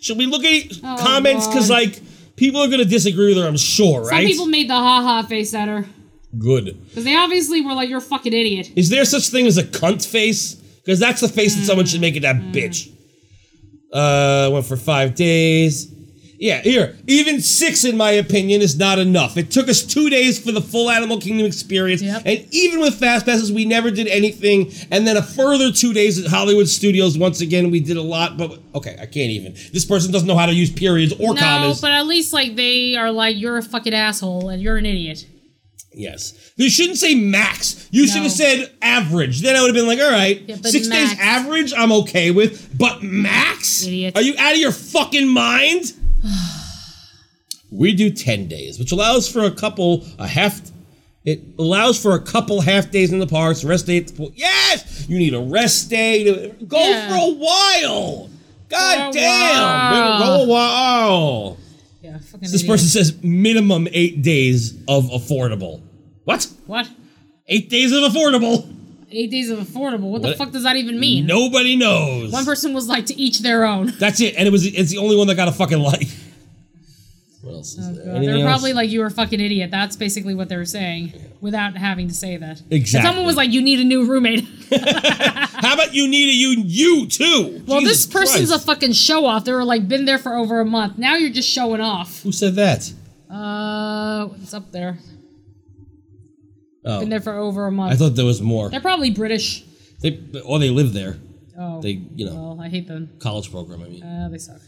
G: Should we look at
I: Oh,
G: comments? Because
I: God.
G: like people are gonna disagree with her, I'm sure,
I: Some
G: right?
I: people made the haha face at her
G: Good.
I: because they obviously were like, "You're a fucking idiot."
G: Is there such thing as a cunt face? Because that's the face that someone should make at that
I: Mm-hmm.
G: bitch. Uh, went for five days. Yeah, here. Even six, in my opinion, is not enough. It took us two days for the full Animal Kingdom experience, and even with fast passes, we never did anything. And then a further two days at Hollywood Studios. Once again, we did a lot, but okay, I can't even. This person doesn't know how to use periods or
I: no,
G: commas.
I: but at least like they are like, "You're a fucking asshole and you're an idiot."
G: Yes. You shouldn't say max. You should have said average. Then I would have been like, all right,
I: but
G: six
I: max.
G: days average, I'm okay with. But max? Idiot. Are you out of your fucking mind? We do 10 days, which allows for a couple, a half, it allows for a couple half days in the parks, rest day at the pool. Yes! You need a rest day. to- Go for a while. God damn. Go a while.
I: Yeah, fucking
G: This
I: idiot.
G: person says minimum eight days of affordable. What?
I: What?
G: Eight days of affordable.
I: Eight days of affordable. What, the
G: What-
I: fuck does that even mean?
G: Nobody knows.
I: One person was like to each their own.
G: That's it, and it was it's the only one that got a fucking like. What else is there?
I: they
G: Anything
I: were
G: else?
I: Oh, probably like, you were a fucking idiot. That's basically what they were saying without having to say that. And
G: Exactly.
I: someone was like, you need a new roommate.
G: How about you need a you you too?
I: well,
G: Jesus
I: this person's
G: Christ.
I: a fucking show off. They were like, been there for over a month. Now you're just showing off.
G: Who said that?
I: Uh, it's up there.
G: Oh,
I: Been there for over a month.
G: I thought there was more.
I: They're probably British.
G: They or they live there.
I: Oh.
G: They you know
I: Well, I hate them.
G: college program. I mean,
I: Uh, they suck.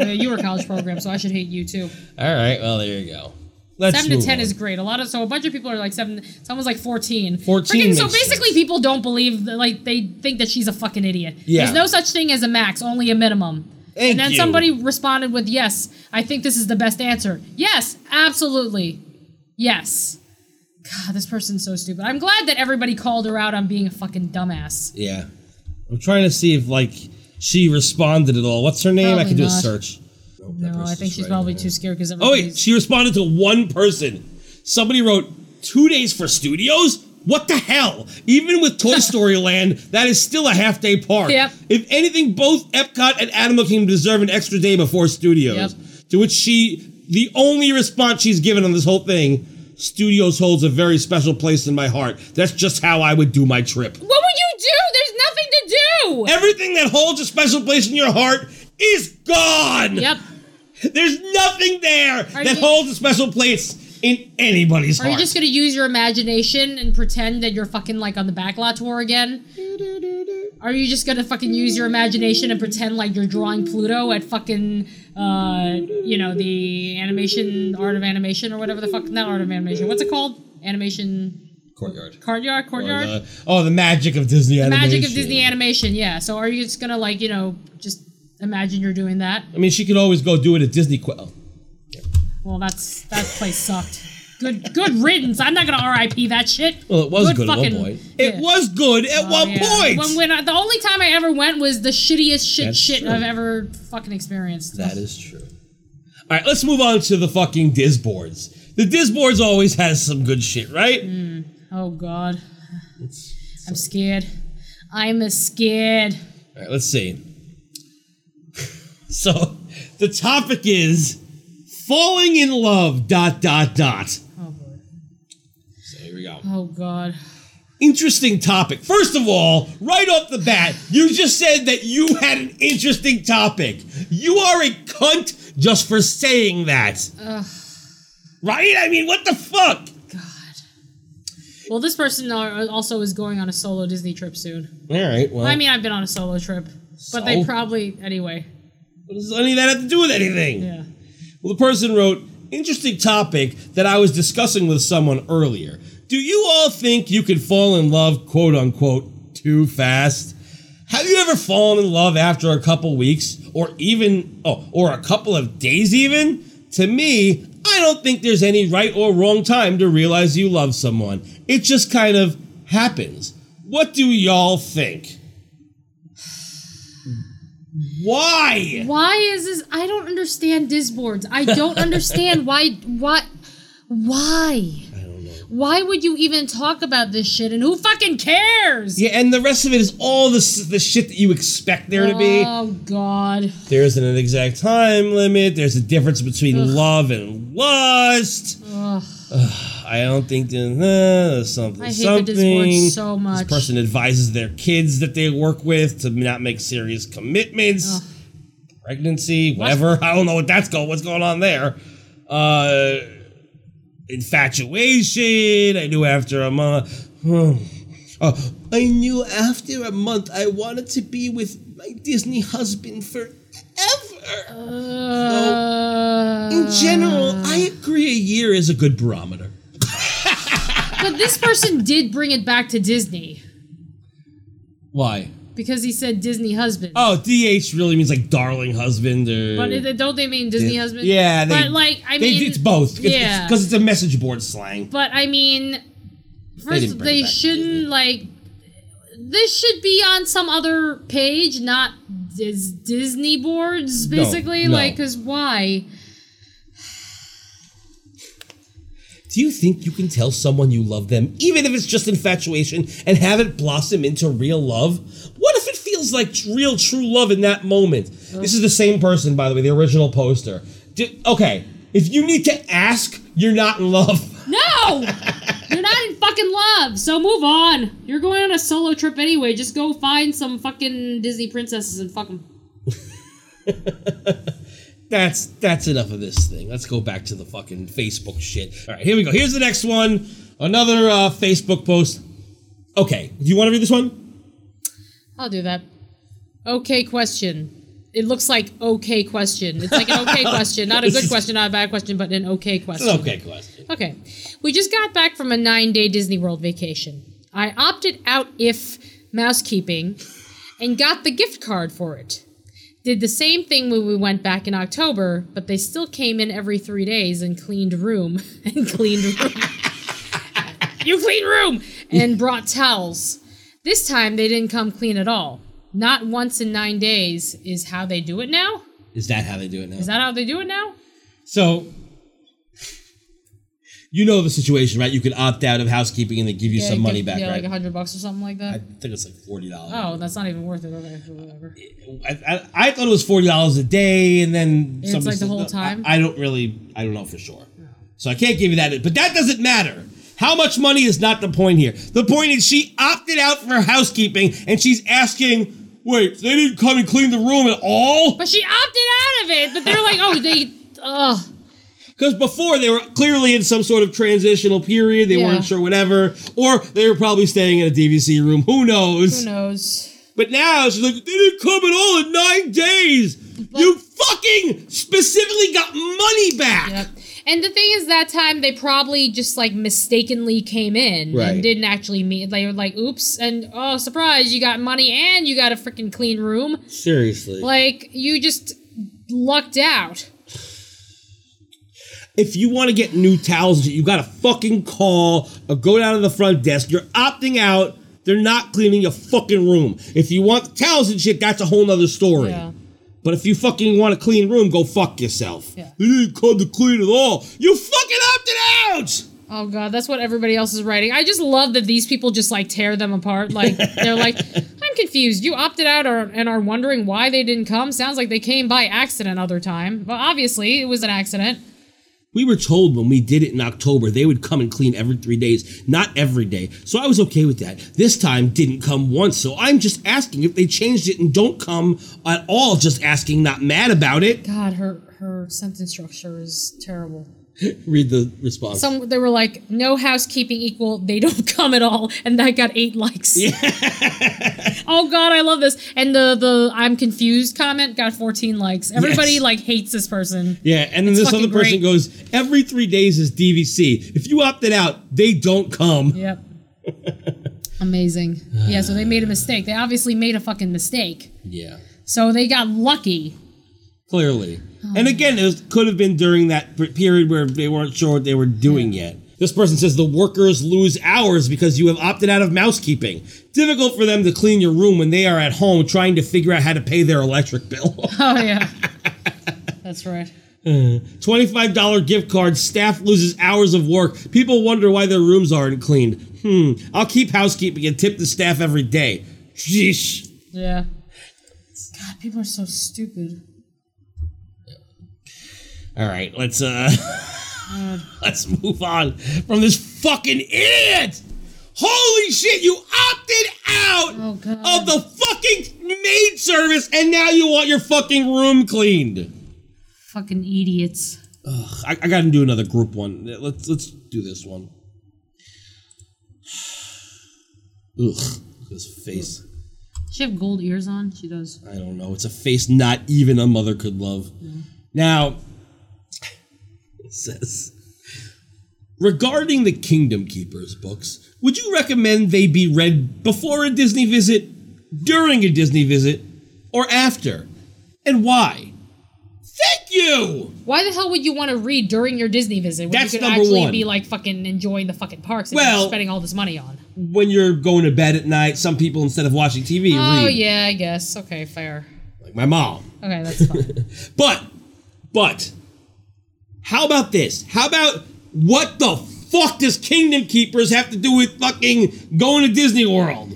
I: Uh, you were a college program, so I should hate you too.
G: all right. Well, there you go. Let's
I: seven
G: move
I: to ten
G: on.
I: is great. A lot of so a bunch of people are like seven. Someone's like fourteen.
G: 14
I: so
G: makes
I: basically, people don't believe that, like they think that she's a fucking idiot.
G: Yeah.
I: There's no such thing as a max, only a minimum. and then
G: you.
I: somebody responded with, "Yes, I think this is the best answer. Yes, absolutely, yes." God, this person's so stupid. I'm glad that everybody called her out on being a fucking dumbass.
G: Yeah, I'm trying to see if like she responded at all. What's her name? I
I: Probably
G: can do a
I: not.
G: search.
I: No, I think she's probably too scared because
G: Oh wait, she responded to one person. Somebody wrote two days for studios. What the hell? Even with Toy Story Land, that is still a half day park.
I: Yep.
G: If anything, both Epcot and Animal Kingdom deserve an extra day before studios. To which she, the only response she's given on this whole thing, studios holds a very special place in my heart. That's just how I would do my trip.
I: What would you do? There's nothing to do.
G: Everything that holds a special place in your heart is gone.
I: Yep.
G: There's nothing there
I: Are
G: that
I: you-
G: holds a special place in anybody's
I: Are
G: heart.
I: you just gonna use your imagination and pretend that you're fucking like on the backlot tour again? Are you just gonna fucking use your imagination and pretend like you're drawing Pluto at fucking uh you know the animation art of animation or whatever the fuck not art of animation what's it called animation
G: courtyard.
I: courtyard courtyard
G: Or the- oh, the magic of Disney
I: The
G: animation.
I: magic of Disney animation yeah so are you just gonna like you know just imagine you're doing that
G: I mean, she could always go do it at Disney. Qu- oh,
I: well that's that place sucked good good riddance I'm not gonna R.I.P that shit
G: well, it was good, at one
I: fucking- Oh,
G: point. It was good at one
I: Yeah.
G: point.
I: When, when I, the only time I ever went was the shittiest shit
G: That's
I: shit
G: true.
I: I've ever fucking experienced.
G: That is true. All right, let's move on to the fucking Diz boards. The Diz boards always has some good shit, right?
I: Oh god, I'm scared. I'm a scared.
G: All right, let's see. So the topic is falling in love. Dot dot dot.
I: Oh boy.
G: So here we go.
I: Oh god.
G: Interesting topic. First of all, right off the bat, you just said that you had an interesting topic. You are a cunt just for saying that,
I: Ugh.
G: right? I mean, what the fuck?
I: Well, this person al- also is going on a solo Disney trip soon.
G: All right. Well,
I: I mean, I've been on a solo trip, but they
G: Oh. So?
I: probably anyway.
G: What does any of that have to do with anything?
I: Yeah.
G: Well, the person wrote, interesting topic that I was discussing with someone earlier. Do you all think you can fall in love, quote unquote, too fast? Have you ever fallen in love after a couple weeks or even, oh, or a couple of days even? To me, I don't think there's any right or wrong time to realize you love someone. It just kind of happens. What do y'all think? Why?
I: Why is this? I don't understand Disboards. I don't understand why. Why? Why? I don't know. Why would you even talk about this shit? And who fucking cares?
G: Yeah, and the rest of it is all the s- the shit that you expect there to be.
I: Oh God.
G: There isn't an exact time limit. There's a difference between
I: Ugh.
G: love and lust.
I: Ugh.
G: I don't think there's uh, there's something.
I: I hate the
G: something.
I: Discord so much.
G: This person advises their kids that they work with to not make serious commitments. Pregnancy, whatever. I don't know what that's going. What's going on there? Uh, infatuation. I knew after a month. Oh, I knew after a month I wanted to be with my Disney husband for
I: Uh,
G: In general, I agree a year is a good barometer.
I: but this person did bring it back to Disney.
G: Why?
I: because he said Disney husband.
G: Oh, DH really means like darling husband or.
I: But it- don't they mean Disney
G: Yeah.
I: husband?
G: Yeah, they,
I: but like I
G: they-
I: mean,
G: it's both.
I: yeah,
G: because it's, a message board slang.
I: but I mean,
G: didn't
I: first
G: bring it
I: they,
G: back to
I: shouldn't like. This should be on some other page, not dis- Disney boards,
G: No,
I: basically.
G: no.
I: Like, cause why?
G: Do you think you can tell someone you love them, even if it's just infatuation, and have it blossom into real love? What if it feels like tr- real true love in that moment? This is the same person, by the way, the original poster. Di- okay, if you need to ask, you're not in love.
I: No, you're not in fucking love. So move on. You're going on a solo trip anyway. Just go find some fucking Disney princesses and fuck them.
G: That's that's enough of this thing. Let's go back to the fucking Facebook shit. All right, here we go. Here's the next one. Another uh, Facebook post. Okay, do you want to read this one?
I: I'll do that. Okay, question. It looks like okay question. It's like an okay question, not a good question, not a bad question, but an okay
G: It's
I: question.
G: an okay question.
I: Okay. We just got back from a nine day Disney World vacation. I opted out if mousekeeping and got the gift card for it. Did the same thing when we went back in October, but they still came in every three days and cleaned room and cleaned room. you clean room and brought towels. This time they didn't come clean at all. Not once in nine days is how they do it now.
G: Is that how they do it now?
I: Is that how they do it now?
G: So, you know the situation, right? You could opt out of housekeeping and they give you some money
I: give-
G: back,
I: yeah,
G: right?
I: like a hundred bucks or something like
G: I
I: that.
G: think it's like forty dollars.
I: Oh, that's not even worth it. Okay, whatever.
G: I, I, I thought it was forty dollars a day, and then
I: It's
G: somebody
I: like the
G: said,
I: whole
G: "No, I-
I: time?"
G: I, don't really, I don't know for sure, so I can't give you that. But that doesn't matter. How much money is not the point here. The point is she opted out for housekeeping, and she's asking. Wait, they didn't come and clean the room at all?
I: But she opted out of it. But they're like, oh, they, ugh.
G: Because before they were clearly in some sort of transitional period, they
I: Yeah.
G: weren't sure whatever, or they were probably staying in a DVC room. Who knows?
I: Who knows?
G: But now she's like, they didn't come at all in nine days. you fucking specifically got money back.
I: And the thing is, that time they probably just like mistakenly came in
G: Right.
I: and didn't actually meet. They were like, oops, and oh, surprise, you got money and you got a freaking clean room.
G: Seriously,
I: Like you just lucked out.
G: if you want to get new towels, and shit, you got to fucking call or go down to the front desk. You're opting out. They're not cleaning your fucking room. If you want towels and shit, that's a whole nother story. But if you fucking want a clean room, go fuck yourself. They didn't come to clean at all. You fucking opted out.
I: Oh god, that's what everybody else is writing. I just love that these people just like tear them apart. Like they're like, I'm confused. You opted out or, and are wondering why they didn't come. Sounds like they came by accident other time. Well, obviously it was an accident.
G: We were told when we did it in October, they would come and clean every three days, not every day. So I was okay with that. This time didn't come once. So I'm just asking if they changed it and don't come at all, just asking, not mad about it.
I: God, her her sentence structure is terrible.
G: Read the response.
I: Some they were like, no housekeeping equal. They don't come at all, and that got eight likes. oh god, I love this. And the the I'm confused comment got 14 likes. Everybody
G: Yes.
I: like hates this person.
G: yeah, and then
I: It's
G: this
I: fucking
G: other person
I: great.
G: goes, every three days is DVC. If you opted out, they don't come.
I: Yep. Amazing. Yeah, so they made a mistake. They obviously made a fucking mistake.
G: Yeah.
I: So they got lucky.
G: clearly. And again, it was, could have been during that per- period where they weren't sure what they were doing yet. This person says the workers lose hours because you have opted out of mousekeeping. Difficult for them to clean your room when they are at home trying to figure out how to pay their electric bill.
I: Oh yeah. That's right.
G: $25 gift card, staff loses hours of work. People wonder why their rooms aren't cleaned. Hmm, I'll keep housekeeping and tip the staff every day. Sheesh.
I: Yeah. God, people are so stupid.
G: All right, let's uh let's move on from this fucking idiot. Holy shit, you opted out of the fucking maid service and now you want your fucking room cleaned.
I: Fucking idiots.
G: Ugh, I, I gotta do another group one. Let's let's do this one. Ugh, this face.
I: Does she have gold ears on? She does.
G: I don't know. It's a face not even a mother could love. Now, it says regarding the Kingdom Keepers books, would you recommend they be read before a Disney visit? during a Disney visit, or after? And why? Thank you!
I: Why the hell would you want to read during your Disney visit when
G: That's
I: you could
G: number
I: actually
G: one.
I: be like fucking enjoying the fucking parks and
G: Well-
I: spending all this money on?
G: When you're going to bed at night, some people, instead of watching TV,
I: Oh
G: read.
I: yeah, I guess. Okay, fair.
G: Like my mom.
I: Okay, that's fine.
G: But, but, how about this? How about what the fuck does Kingdom Keepers have to do with fucking going to Disney World?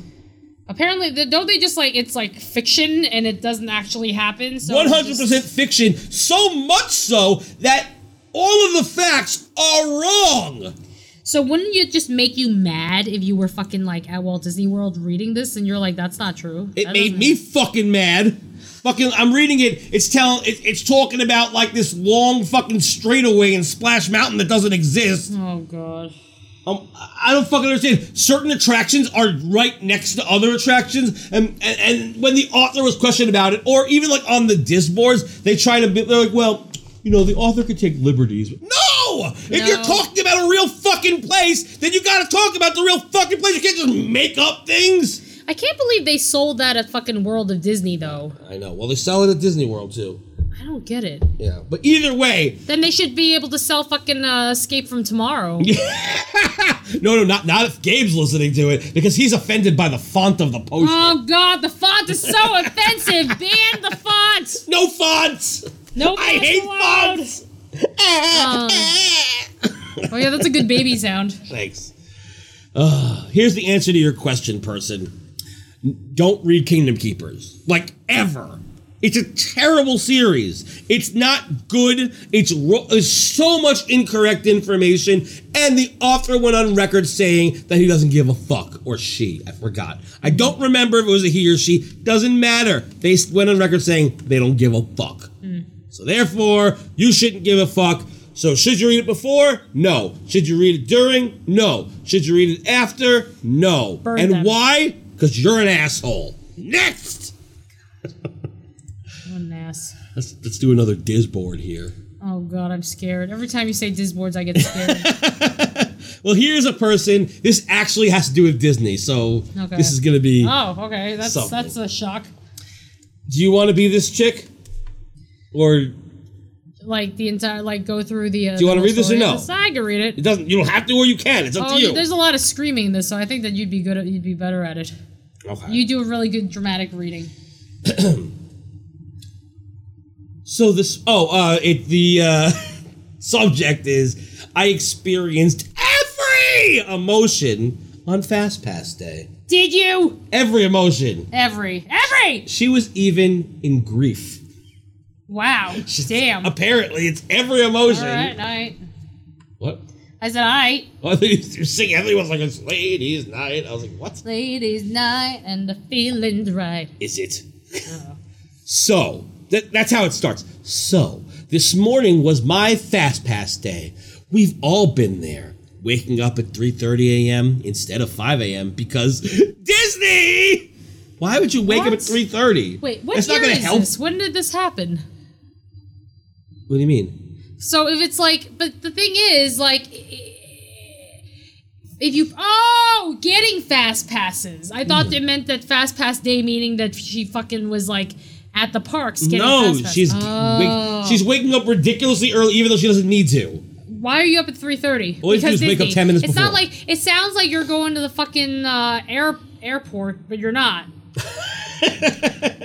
I: Apparently, the, don't they just like it's like fiction and it doesn't actually happen? So
G: One hundred percent fiction. So much so that all of the facts are wrong.
I: So wouldn't it just make you mad if you were fucking like at Walt Disney World reading this and you're like, that's not true?
G: It
I: That
G: made me fucking mad. Fucking, I'm reading it. It's telling. It, it's talking about like this long fucking straightaway in Splash Mountain that doesn't exist.
I: Oh god.
G: Um, I don't fucking understand. Certain attractions are right next to other attractions, and, and and when the author was questioned about it, or even like on the disc boards, they try to be they're like, well, you know, the author could take liberties. No! If you're talking about a real fucking place, then you gotta talk about the real fucking place. You can't just make up things.
I: I can't believe they sold that at fucking World of Disney though.
G: I know. Well, they sell it at Disney World too.
I: I don't get it.
G: Yeah. But either way,
I: Then they should be able to sell fucking uh, Escape from Tomorrow.
G: no, no, not not if Gabe's listening to it because he's offended by the font of the poster.
I: Oh god, the font is so offensive. Ban the font.
G: No fonts.
I: No.
G: I hate
I: fonts. allowed. Um, oh yeah, that's a good baby sound.
G: Thanks. Ugh, here's the answer to your question, person. Don't read Kingdom Keepers. Like, ever. It's a terrible series. It's not good. It's ro- there's so much incorrect information, and the author went on record saying that he doesn't give a fuck, or she. I forgot. I don't remember if it was a he or she. Doesn't matter. They s- went on record saying they don't give a fuck.
I: Mm.
G: So therefore, you shouldn't give a fuck. So should you read it before? No. Should you read it during? No. Should you read it after? No.
I: Burn
G: and
I: them.
G: why? Because you're an asshole. Next.
I: What an ass.
G: Let's, let's do another Disboard here.
I: Oh god, I'm scared. Every time you say disboards, I get scared.
G: Well, here's a person. This actually has to do with Disney, so
I: Okay.
G: this is gonna be.
I: Oh, okay. That's
G: something.
I: that's a shock.
G: Do you want to be this chick, or
I: Like the entire like go through the. Uh,
G: Do you wanna
I: the
G: read this or
I: story.
G: no?
I: Yes, I can read it.
G: it doesn't? You don't have to, or you can. It's up
I: Oh,
G: to you.
I: there's a lot of screaming in this, so I think that you'd be good. At, you'd be better at it.
G: Okay.
I: You do a really good dramatic reading.
G: So this oh uh it the uh subject is I experienced every emotion on Fast Pass Day.
I: Did you?
G: Every emotion.
I: Every every.
G: She was even in grief.
I: Wow. Damn.
G: Apparently it's every emotion.
I: All right, I.
G: What?
I: I said, I
G: Well, you're singing everyone's like it's ladies night. I was like, what
I: ladies' night and the feeling's right.
G: is it? So that, that's how it starts. So this morning was my fast pass day. We've all been there, waking up at 3:30 a.m. instead of 5 a.m. because Disney. Why would you wake up at 3:30?
I: Wait, what
G: That's
I: year
G: not gonna
I: is
G: help.
I: this? When did this happen?
G: What do you mean?
I: So if it's like, but the thing is, like, if you oh, getting fast passes. I
G: Hmm.
I: thought it meant that fast pass day, meaning that she fucking was like at the parks. Getting
G: No,
I: fast pass.
G: she's
I: Oh.
G: wake, she's waking up ridiculously early, even though she doesn't need to.
I: Why are you up at three thirty?
G: All you have to do is wake up 10 minutes
I: It's not
G: before.
I: like it sounds like you're going to the fucking uh, air airport, but you're not.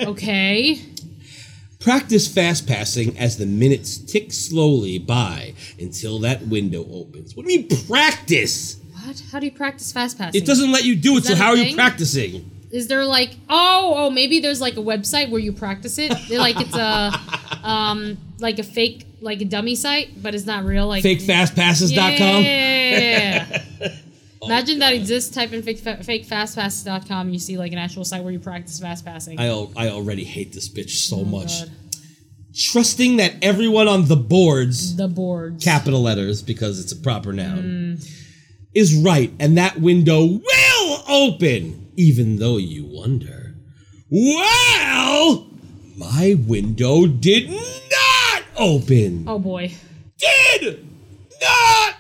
I: okay.
G: Practice fast passing as the minutes tick slowly by until that window opens. What do you mean practice?
I: What? How do you practice fast passing?
G: It doesn't let you do it,
I: Is
G: so
I: that a
G: how are you
I: thing?
G: practicing?
I: Is there like oh oh maybe there's like a website where you practice it? They're like it's a um like a fake like a dummy site, but it's not real. Like
G: FakeFastPasses.com?
I: Yeah. Imagine
G: Oh,
I: that exists. Type in fake, fake fastpasses.com. You see like an actual site where you practice fast passing.
G: I, al- I already hate this bitch so
I: Oh
G: much. Trusting that everyone on the boards,
I: the boards,
G: capital letters because it's a proper noun, is right and that window will open, even though you wonder. Well, my window did not open.
I: oh boy.
G: Did not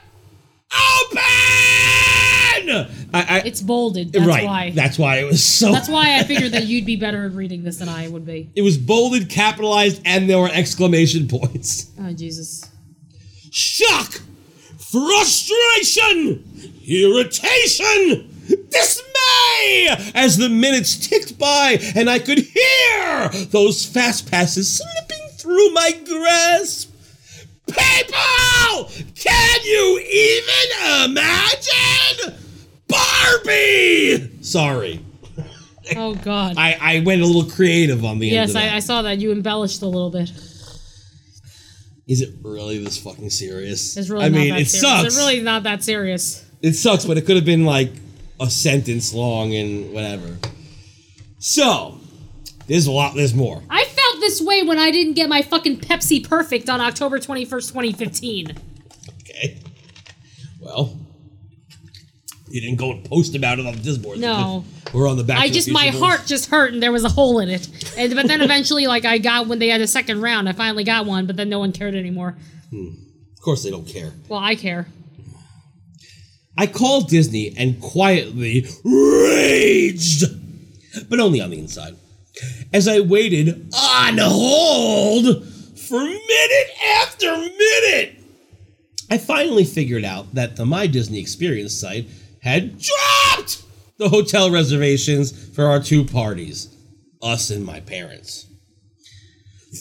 G: open! again. I, I,
I: it's bolded. That's
G: right.
I: why.
G: That's why it was so.
I: That's why I figured that you'd be better at reading this than I would be.
G: It was bolded, capitalized, and there were exclamation points.
I: Oh Jesus.
G: Shock, frustration, irritation, dismay! As the minutes ticked by, and I could hear those fast passes slipping through my grasp. People! Can you even imagine? Barbie! Sorry.
I: Oh God.
G: I, I went a little creative on the end
I: yes,
G: of that.
I: I, I saw that. You embellished a little bit.
G: Is it really this fucking serious?
I: It's really
G: I
I: not
G: mean,
I: that
G: it
I: serious.
G: sucks.
I: It's really not that serious.
G: It sucks, but it could have been like a sentence long and whatever. So, there's a lot, there's more.
I: I felt this way when I didn't get my fucking Pepsi Perfect on October 21st, 2015.
G: Well, you didn't go and post about it on the Discord.
I: No.
G: We're on the back.
I: I
G: to the
I: just my
G: Future
I: heart just hurt and there was a hole in it. And but then eventually like I got when they had a second round, I finally got one, but then no one cared anymore.
G: board. Hmm. Of course, they don't care.
I: Well, I care.
G: I called Disney and quietly raged, but only on the inside. As I waited on hold for minute after minute, I finally figured out that the My Disney Experience site had dropped the hotel reservations for our two parties, us and my parents.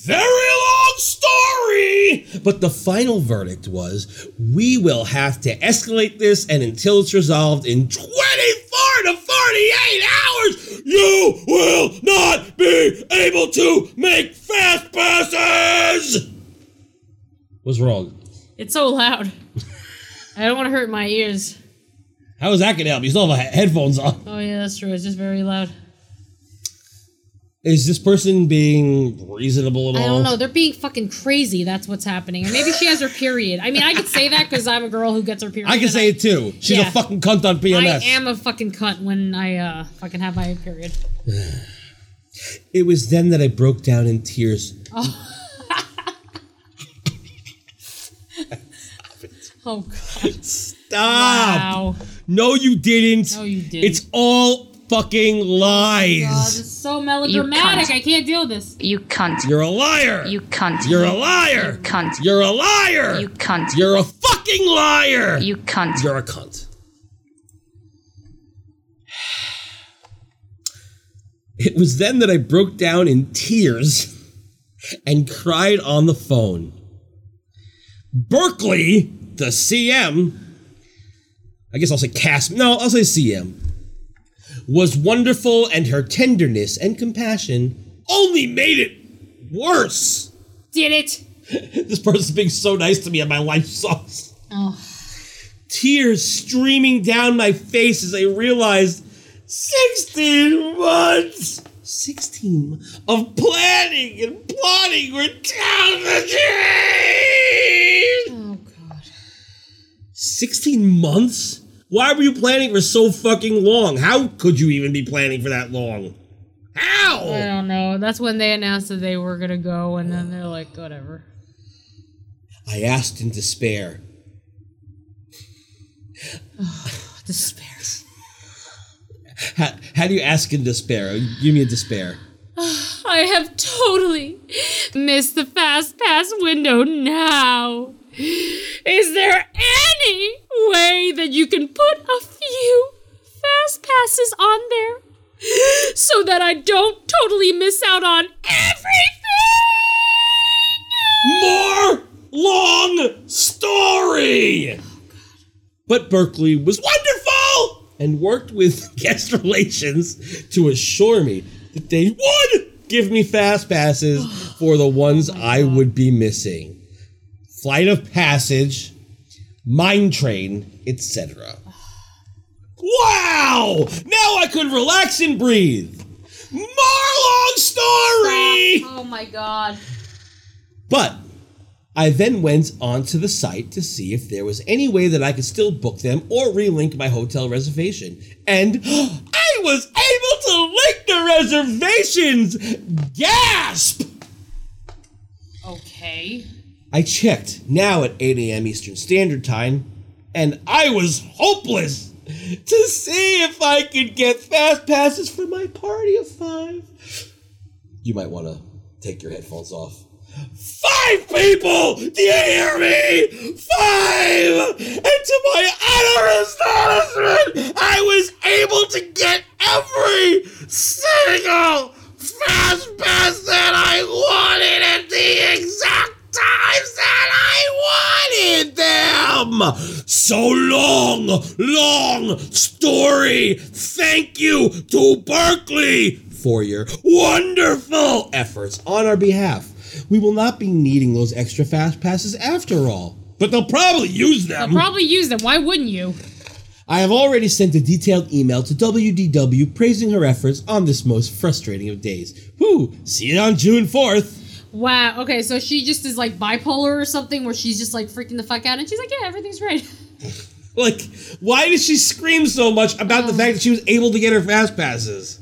G: Very long story! But the final verdict was we will have to escalate this, and until it's resolved in 24 to 48 hours, you will not be able to make fast passes! What's wrong?
I: It's so loud. I don't want to hurt my ears.
G: How is that gonna help? You still have he- headphones on.
I: Oh yeah, that's true. It's just very loud.
G: Is this person being reasonable at all?
I: I don't know. They're being fucking crazy. That's what's happening. Or maybe she has her period. I mean, I could say that because I'm a girl who gets her period.
G: I can
I: and
G: say it too. She's
I: Yeah.
G: a fucking cunt on
I: I
G: PMS.
I: am a fucking cunt when I uh, fucking have my period.
G: it was then that I broke down in tears.
I: Oh. oh god.
G: Stop!
I: Wow.
G: No, you didn't.
I: No, you didn't. Oh
G: It's all fucking lies.
I: God, this is so melodramatic.
A: cunt.
I: I can't deal with this.
A: You cunt.
G: You're a liar.
A: You cunt.
G: You're a liar.
A: You cunt.
G: You're a liar.
A: You cunt.
G: You're a fucking liar.
A: You cunt.
G: You're a cunt. It was then that I broke down in tears and cried on the phone. Berkeley, the CM, I guess I'll say cast, no, I'll say CM, was wonderful and her tenderness and compassion only made it worse.
I: Did it?
G: This person's being so nice to me and my life sucks
I: Oh.
G: tears streaming down my face as I realized 16 months 16 of planning and plotting were down the drain!
I: Oh, God.
G: 16 months? Why were you planning for so fucking long? How could you even be planning for that long? Ow!
I: I don't know. That's when they announced that they were gonna go, and then they're like, whatever.
G: I asked in despair.
I: Despair.
G: How, how do you ask in despair? Give me a despair.
I: I have totally missed the fast pass window now. Is there any way that you can put a few fast passes on there so that I don't totally miss out on
G: More long story! But Berkeley was wonderful and worked with guest relations to assure me that they would give me fast passes for the ones I would be missing Flight of Passage, Mine Train, etc. Wow! Now I could relax and breathe. More long story!
I: Oh my god.
G: But I then went onto the site to see if there was any way that I could still book them or relink my hotel reservation. And I was able to link the reservations! Gasp!
I: Okay.
G: I checked now at 8 a.m. Eastern Standard Time, and I was hopeless. to see if I could get fast passes for my party of five. You might want to take your headphones off. Five people! Do you hear me? Five! And to my utter astonishment, I was able to get every single fast pass that I wanted at the exact times that I wanted them! So long, long story! Thank you to Berkeley for your wonderful efforts on our behalf. We will not be needing those extra fast passes after all, but they'll probably use them.
I: I'll probably use them. Why wouldn't you?
G: I have already sent a detailed email to WDW praising her efforts on this most frustrating of days. Whew, see it on June 4th.
I: Wow. Okay, so she just is like bipolar or something, where she's just like freaking the fuck out, and she's like, "Yeah, everything's right."
G: Like, why did she scream so much about
I: Oh.
G: the fact that she was able to get her fast passes?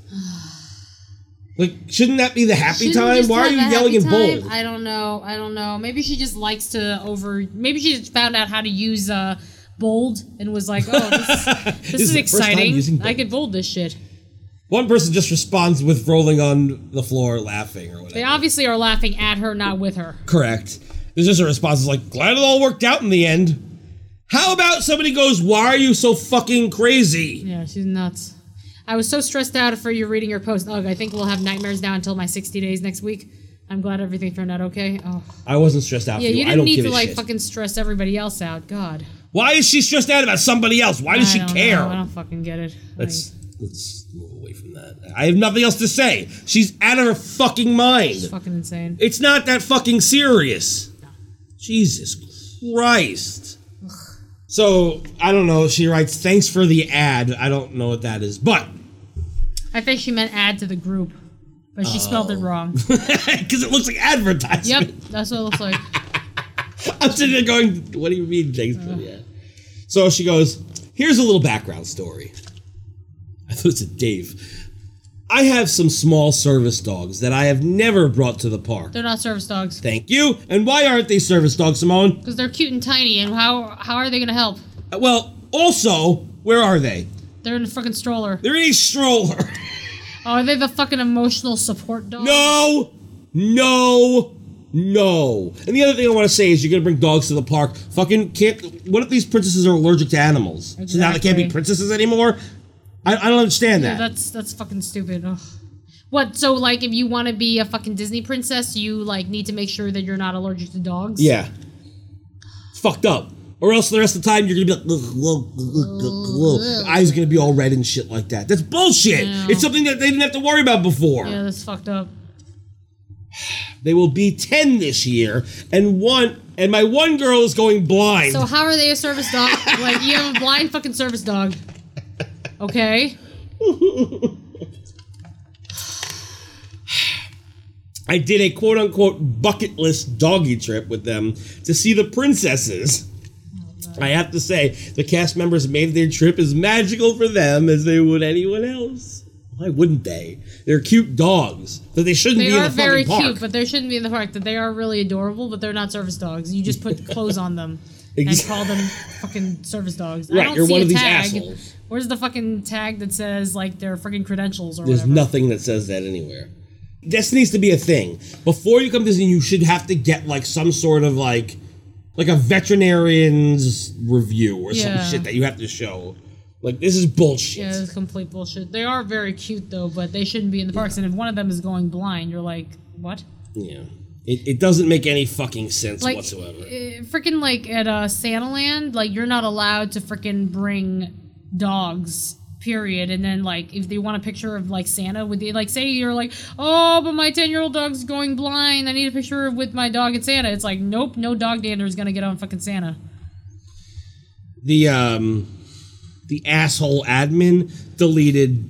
G: Like, shouldn't that be the happy
I: Shouldn't
G: time?
I: just
G: Why are
I: have
G: you
I: a happy
G: yelling in
I: time?
G: bold?
I: I don't know. I don't know. Maybe she just likes to over. Maybe she just found out how to use uh, bold and was like, "Oh, this, this
G: is
I: is
G: the first time using
I: exciting.
G: bold.
I: I could bold this shit."
G: One person just responds with rolling on the floor laughing or whatever.
I: They obviously are laughing at her, not with her.
G: Correct. There's just a response is like, glad it all worked out in the end. How about somebody goes, why are you so fucking crazy?
I: Yeah, she's nuts. I was so stressed out for you reading your post. Ugh, I think we'll have nightmares now until my 60 days next week. I'm glad everything turned out okay. Oh,
G: I wasn't stressed out
I: yeah,
G: for
I: you
G: you. I
I: didn't
G: don't
I: need
G: give
I: to
G: a
I: like
G: shit.
I: fucking stress everybody else out. God,
G: Why is she stressed out about somebody else? Why does
I: I
G: she
I: don't
G: care?
I: know. I don't fucking get it.
G: Let's let's move away from that. I have nothing else to say. She's out of her fucking mind.
I: It's fucking insane.
G: It's not that fucking serious. Jesus Christ. So I don't know. She writes, "Thanks for the ad." I don't know what that is, but
I: I think she meant add to the group, but she spelled it
G: Oh.
I: wrong.
G: because it looks like advertisement.
I: yep, that's what it looks like.
G: I'm sitting there going, "What do you mean?" Thanks for the ad?" So she goes, "Here's a little background story." I thought it said Dave. I have some small service dogs that I have never brought to the park.
I: They're not service dogs
G: Thank you. And why aren't they service dogs, Simone?
I: because they're cute and tiny, and how how are they gonna help?
G: Uh, Well, also, where are they?
I: They're in a fucking stroller.
G: They're in a stroller.
I: Oh, are they the fucking emotional support dog?
G: No, no, no. And the other thing I want to say is you're going to bring dogs to the park. Fucking can't. What if these princesses are allergic to animals? So now they can't be
I: Exactly.
G: princesses anymore? I, I don't understand
I: Yeah,
G: that.
I: that's that's fucking stupid. Ugh. What? So like, if you want to be a fucking Disney princess, you like need to make sure that you're not allergic to dogs.
G: Yeah. It's fucked up. Or else the rest of the time you're gonna be like, look, look, look, look, look. eyes gonna be all red and shit like that. That's bullshit.
I: Yeah.
G: It's something that they didn't have to worry about before.
I: Yeah, that's fucked up.
G: They will be ten this year, and one and my one girl is going blind.
I: So how are they a service dog? like you have a blind fucking service dog. Okay.
G: I did a quote unquote bucket list doggy trip with them to see the princesses. I have to say, the cast members made their trip as magical for them as they would anyone else. Why wouldn't they? They're cute dogs, but they shouldn't
I: They
G: be in
I: are
G: the
I: very
G: fucking park.
I: cute, but they shouldn't be in the park. That they are really adorable, but they're not service dogs. You just put clothes on them and
G: Ex-
I: call them fucking service dogs. I
G: Right,
I: don't
G: you're
I: see
G: one
I: a
G: of these
I: tag.
G: assholes.
I: Where's the fucking tag that says like their freaking credentials or
G: There's
I: whatever?
G: nothing that says that anywhere. This needs to be a thing. Before you come to Disney, you should have to get like some sort of like like a veterinarian's review or
I: Yeah.
G: some shit that you have to show. Like this is bullshit.
I: Yeah, it's complete bullshit. They are very cute though, but they shouldn't be in the parks. And if one of them is going blind, you're like, what?
G: Yeah. It, it doesn't make any fucking sense
I: like,
G: whatsoever.
I: eh, freaking like at uh, Santa Land, like you're not allowed to freaking bring dogs. Period. And then like if they want a picture of like Santa with the like say you're like, oh, but my ten year old dog's going blind. I need a picture of with my dog and Santa. It's like, nope, no dog dander is gonna get on fucking Santa.
G: The um the asshole admin deleted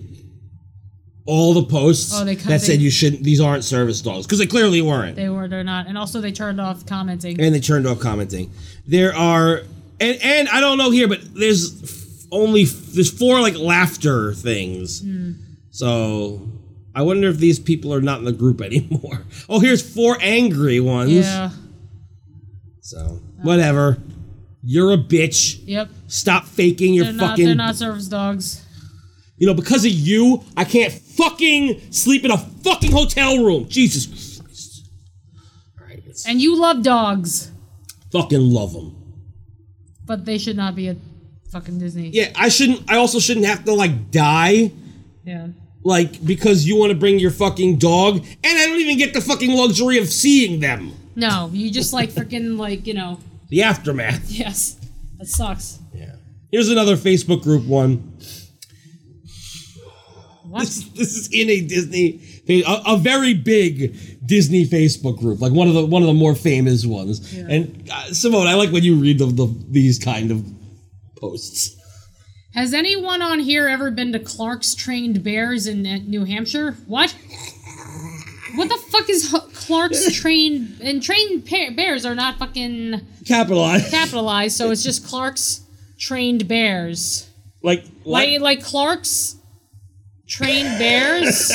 G: all the posts
I: Oh, they cut-
G: that
I: they-
G: said you shouldn't these aren't service dogs because they clearly weren't.
I: They were they're not. And also they turned off commenting.
G: and they turned off commenting. There are and and I don't know here, but there's f- only f- there's four like laughter things.
I: Hmm.
G: So I wonder if these people are not in the group anymore. Oh, here's four angry ones.
I: Yeah.
G: So whatever. You're a bitch.
I: Yep.
G: Stop faking your
I: they're not,
G: fucking.
I: they're not service dogs.
G: You know, because of you, I can't fucking sleep in a fucking hotel room. Jesus Christ.
I: And you love dogs,
G: Fucking love them.
I: but they should not be at fucking Disney.
G: Yeah, I shouldn't. I also shouldn't have to like die,
I: Yeah.
G: like because you want to bring your fucking dog, and I don't even get the fucking luxury of seeing them.
I: No, you just like freaking like you know.
G: The aftermath.
I: Yes, that sucks.
G: Here's another Facebook group one.
I: What?
G: This, this is in a Disney, a, a very big Disney Facebook group, like one of the one of the more famous ones. And uh, Simone, I like when you read the, the these kind of posts.
I: Has anyone on here ever been to Clark's Trained Bears in uh, New Hampshire? What? What the fuck is Ho- Clark's Trained and Trained pa- Bears are not fucking
G: Capitalized.
I: capitalized, so it's just Clark's Trained Bears.
G: Like what?
I: Like like Clark's trained bears.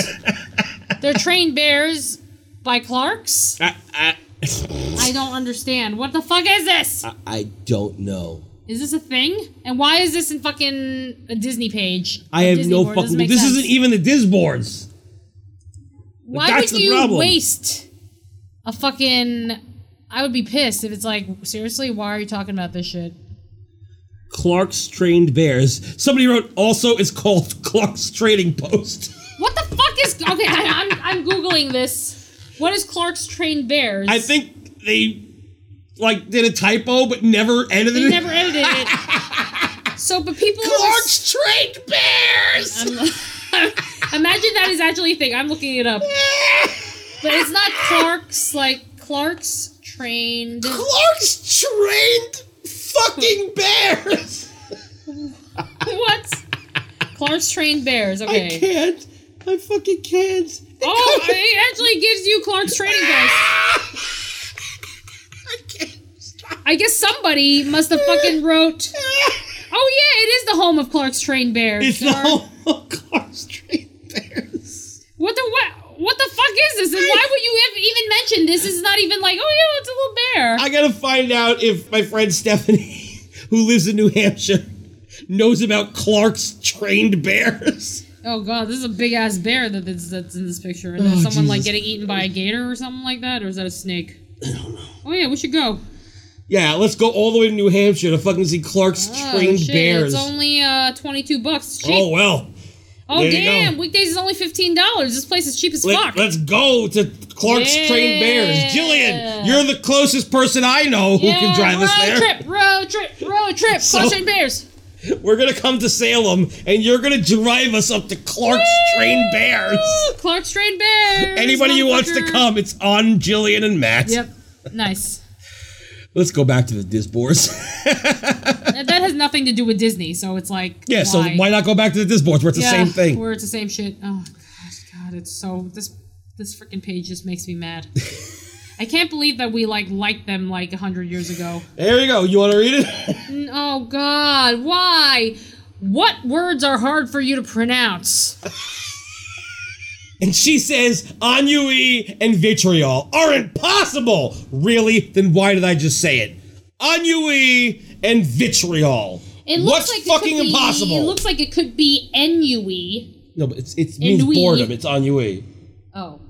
I: They're trained bears by Clark's.
G: I, I,
I: I don't understand. What the fuck is this?
G: I don't know.
I: Is this a thing? And why is this in fucking a Disney page?
G: I
I: A
G: have
I: Disney
G: no
I: board?
G: fucking.
I: Doesn't make
G: This
I: sense.
G: isn't even the Disboards.
I: Why
G: that's
I: would
G: the
I: you
G: problem.
I: waste a fucking? I would be pissed if it's like seriously. Why are you talking about this shit?
G: Clark's trained bears. Somebody wrote. Also, it's called Clark's trading post.
I: What the fuck is? Okay, I, I'm I'm googling this. What is Clark's trained bears?
G: I think they like did a typo, but never edited
I: They
G: it.
I: never edited it. So, but people.
G: Clark's trained bears.
I: imagine that is actually a thing. I'm looking it up. but it's not Clark's like Clark's trained.
G: Clark's trained fucking bears.
I: what? Clark's trained bears. Okay.
G: I can't. I fucking can't.
I: Oh, it actually gives you Clark's training bears. I guess somebody must have fucking wrote. Oh yeah, it is the home of Clark's trained bears.
G: It's the
I: Or-
G: home of Clark's trained bears.
I: What the what? What the fuck is this? And why would you have even mention this? Is not even like, oh yeah, it's a little bear.
G: I gotta find out if my friend Stephanie, who lives in New Hampshire, knows about Clark's trained bears.
I: Oh god, this is a big ass bear that that's, that's in this picture. And
G: Oh,
I: there's someone like
G: Jesus.
I: getting eaten by a gator or something like that, or is that a snake? Oh yeah, we should go.
G: Yeah, let's go all the way to New Hampshire to fucking see Clark's
I: Oh,
G: trained
I: shit,
G: bears.
I: It's only uh twenty two bucks. Cheap.
G: oh well.
I: Oh
G: there you
I: damn,
G: go.
I: weekdays is only fifteen dollars. This place is cheap as
G: Let,
I: fuck.
G: us go to Clark's trained bears. Jillian, you're the closest person I know who can
I: Yeah,
G: drive
I: road
G: us there.
I: trip, road trip, road trip,
G: So-
I: Clark's trained bears.
G: We're gonna come to Salem, and you're gonna drive us up to Clark's trained bears.
I: Woo, Clark's trained bears.
G: Anybody who wants to
I: motherfucker.
G: come, it's on Jillian and Matt.
I: Yep. Nice.
G: Let's go back to the Disboards.
I: that that has nothing to do with Disney, so it's like
G: yeah, so why not go back to the Disboards where it's
I: Yeah,
G: the same thing?
I: Where it's the same shit. Oh god, god, it's so this this freaking page just makes me mad. I can't believe that we like liked them like a hundred years ago.
G: There you go. You want to read it?
I: N- Oh god, why? What words are hard for you to pronounce?
G: And she says, ennui and vitriol are impossible. Really? Then why did I just say it? Ennui and vitriol.
I: It
G: What's
I: looks like
G: fucking
I: it could Be,
G: impossible?
I: it looks like it could be E. ennui.
G: no, but it's, it means
I: Ennui.
G: boredom. It's ennui.
I: Oh.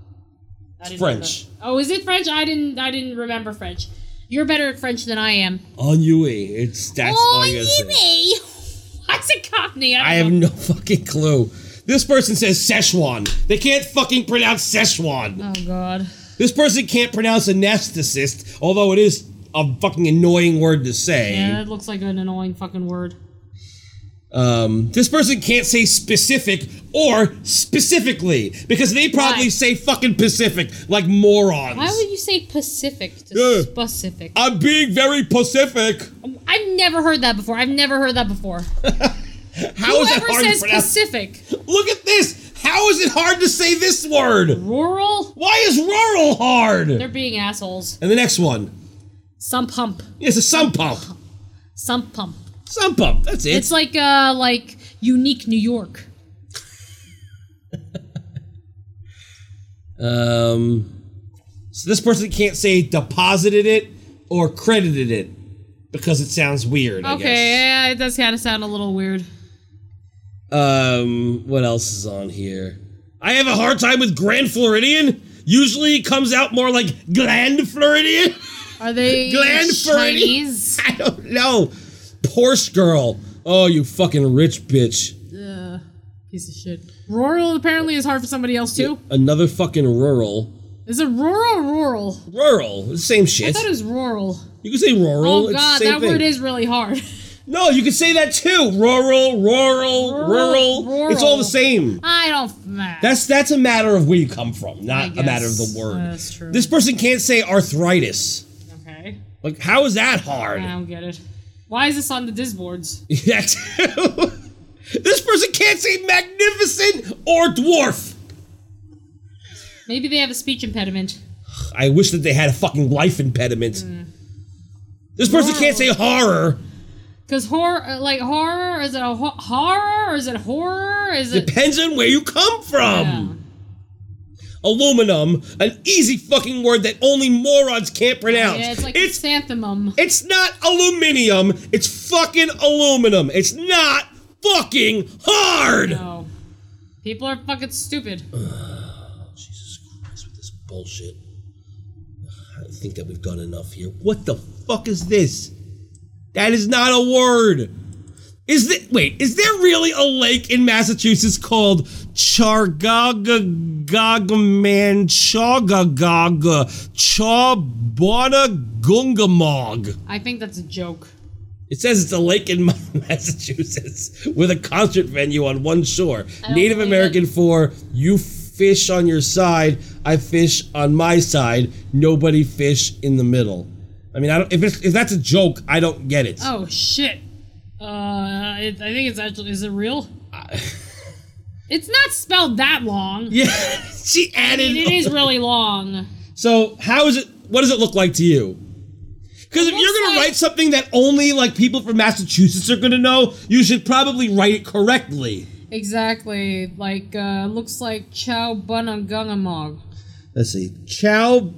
I: I didn't
G: French.
I: remember. Oh, is it French? I didn't I didn't remember French. You're better at French than I am. Oh,
G: Ennui. It's that's all I gotta say.
I: Ennui. Why's it Cockney?
G: I have no fucking clue. This person says Szechuan. They can't fucking pronounce Szechuan.
I: Oh god.
G: This person can't pronounce anesthetist, although it is a fucking annoying word to say.
I: Yeah, that looks like an annoying fucking word.
G: Um, this person can't say specific or specifically because they probably say fucking Pacific like morons.
I: Why would you say Pacific to
G: Yeah. Uh,
I: Pacific?
G: I'm being very Pacific.
I: I've never heard that before. I've never heard that before.
G: How is it
I: Whoever
G: hard to
I: says
G: pronounce?
I: Pacific?
G: Look at this. How is it hard to say this word?
I: Rural?
G: Why is rural hard?
I: They're being assholes.
G: and the next one.
I: Sump pump.
G: It's a sump pump.
I: Sump pump.
G: Sump pump. That's it.
I: It's like uh like unique New York.
G: Um, so this person can't say deposited it or credited it. because it sounds weird. I guess.
I: Okay, yeah, it does kind of sound a little weird.
G: Um, what else is on here? I have a hard time with Grand Floridian. Usually, it comes out more like Gland Floridian.
I: Are they
G: Gland
I: Chinese?
G: Floridian? I don't know. Porsche girl. Oh, you fucking rich bitch.
I: Uh, piece of shit. Rural apparently is hard for somebody else too.
G: Another fucking rural.
I: Is it rural or rural?
G: Rural. It's the Same
I: I
G: shit.
I: thought it was rural.
G: you can say rural.
I: oh
G: it's the
I: god,
G: same
I: that
G: thing.
I: word is really hard.
G: No, you can say that too. Rural, rural, rural. It's all the same.
I: I don't. Nah.
G: That's that's a matter of where you come from, not a matter of the word.
I: That's true.
G: This person can't say arthritis.
I: Okay.
G: Like, how is that hard?
I: I don't get it. Why is this on the disboards?
G: Yeah, too. this person can't say magnificent or dwarf.
I: Maybe they have a speech impediment.
G: I wish that they had a fucking life impediment. This person can't say horror.
I: Cause horror, like horror, is it a ho- horror or is it horror? Is it
G: Depends on where you come from. Aluminum, an easy fucking word that only morons can't pronounce.
I: Yeah, it's like
G: it's
I: chrysanthemum.
G: It's not aluminium. It's fucking aluminum. It's not fucking hard.
I: No. People are fucking stupid.
G: Bullshit. I think that we've done enough here. What the fuck is this? That is not a word. Is that wait? Is there really a lake in Massachusetts called Chargagagaman Chagagaga Chawbonnagungamog?
I: I think that's a joke.
G: It says it's a lake in Massachusetts with a concert venue on one shore. Native American for you fish on your side, I fish on my side, nobody fish in the middle. I mean, I don't, if, it's, if that's a joke, I don't get it.
I: Oh shit. Uh, it, I think it's actually. Is it real? it's not spelled that long.
G: Yeah, she
I: I
G: added-
I: mean, it is really long.
G: So, how is it? What does it look like to you? Because if you're gonna write something that only like people from Massachusetts are gonna know, you should probably write it correctly.
I: Exactly. Like, uh, looks like Chow Bunnagungamog.
G: Let's see. Chow.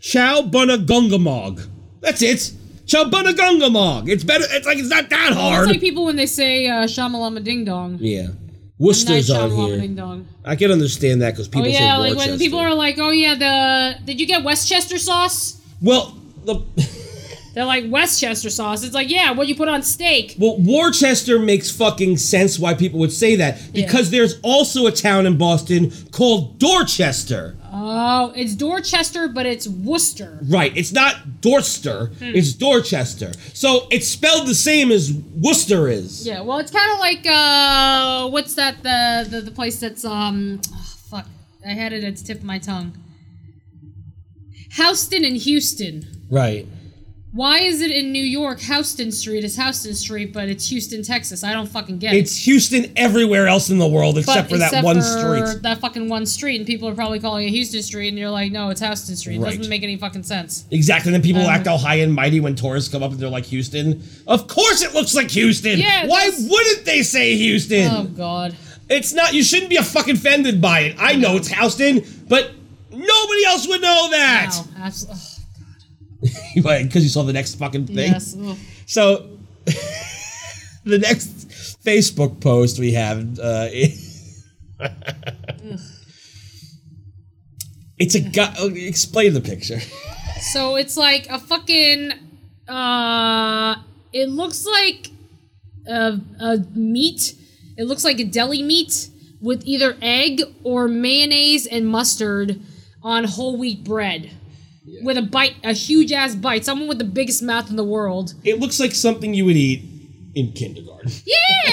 G: Chow Bunna Gungamog. That's it. Chow Bunna Gungamog. It's better. It's like it's not that hard.
I: It's like people when they say uh, Shamalama Ding Dong.
G: yeah. Worcester's on
I: Shamalama Ding
G: here.
I: Dong.
G: I can understand that because people
I: oh yeah,
G: say
I: like
G: Worcester.
I: when people are like, "Oh yeah, the did you get Westchester sauce?"
G: well, the
I: They're like Westchester sauce. It's like, yeah, what you put on steak.
G: well, Worcester makes fucking sense why people would say that because there's also a town in Boston called Dorchester.
I: Oh, it's Dorchester, but it's Worcester.
G: Right. It's not Dorchester.
I: Hmm.
G: It's Dorchester. So it's spelled the same as Worcester is.
I: Yeah, well, it's kind of like uh, what's that the, the the place that's um, oh, fuck, I had it at the tip of my tongue. Houston and Houston.
G: Right.
I: Why is it in New York? Houston Street is Houston Street, but it's Houston, Texas. I don't fucking get it.
G: It's Houston everywhere else in the world
I: But
G: except for that
I: except
G: one
I: for
G: street.
I: That fucking one street, and people are probably calling it Houston Street, and you're like, no, it's Houston Street. It
G: Right.
I: doesn't make any fucking sense.
G: Exactly. And then people
I: Um,
G: act all high and mighty when tourists come up and they're like Houston. Of course it looks like Houston.
I: Yeah,
G: Why wouldn't they say Houston?
I: Oh God.
G: It's not you shouldn't be a fucking offended by it. I know it's Houston, but nobody else would know that.
I: No, absolutely.
G: Because you saw the next fucking thing.
I: Yes. ugh.
G: So the next Facebook post we have uh, it's a guy explain the picture.
I: So it's like a fucking. Uh, it looks like a, a meat. It looks like a deli meat with either egg or mayonnaise and mustard on whole wheat bread. With a bite, a huge ass bite. Someone with the biggest mouth in the world.
G: It looks like something you would eat in kindergarten.
I: Yeah!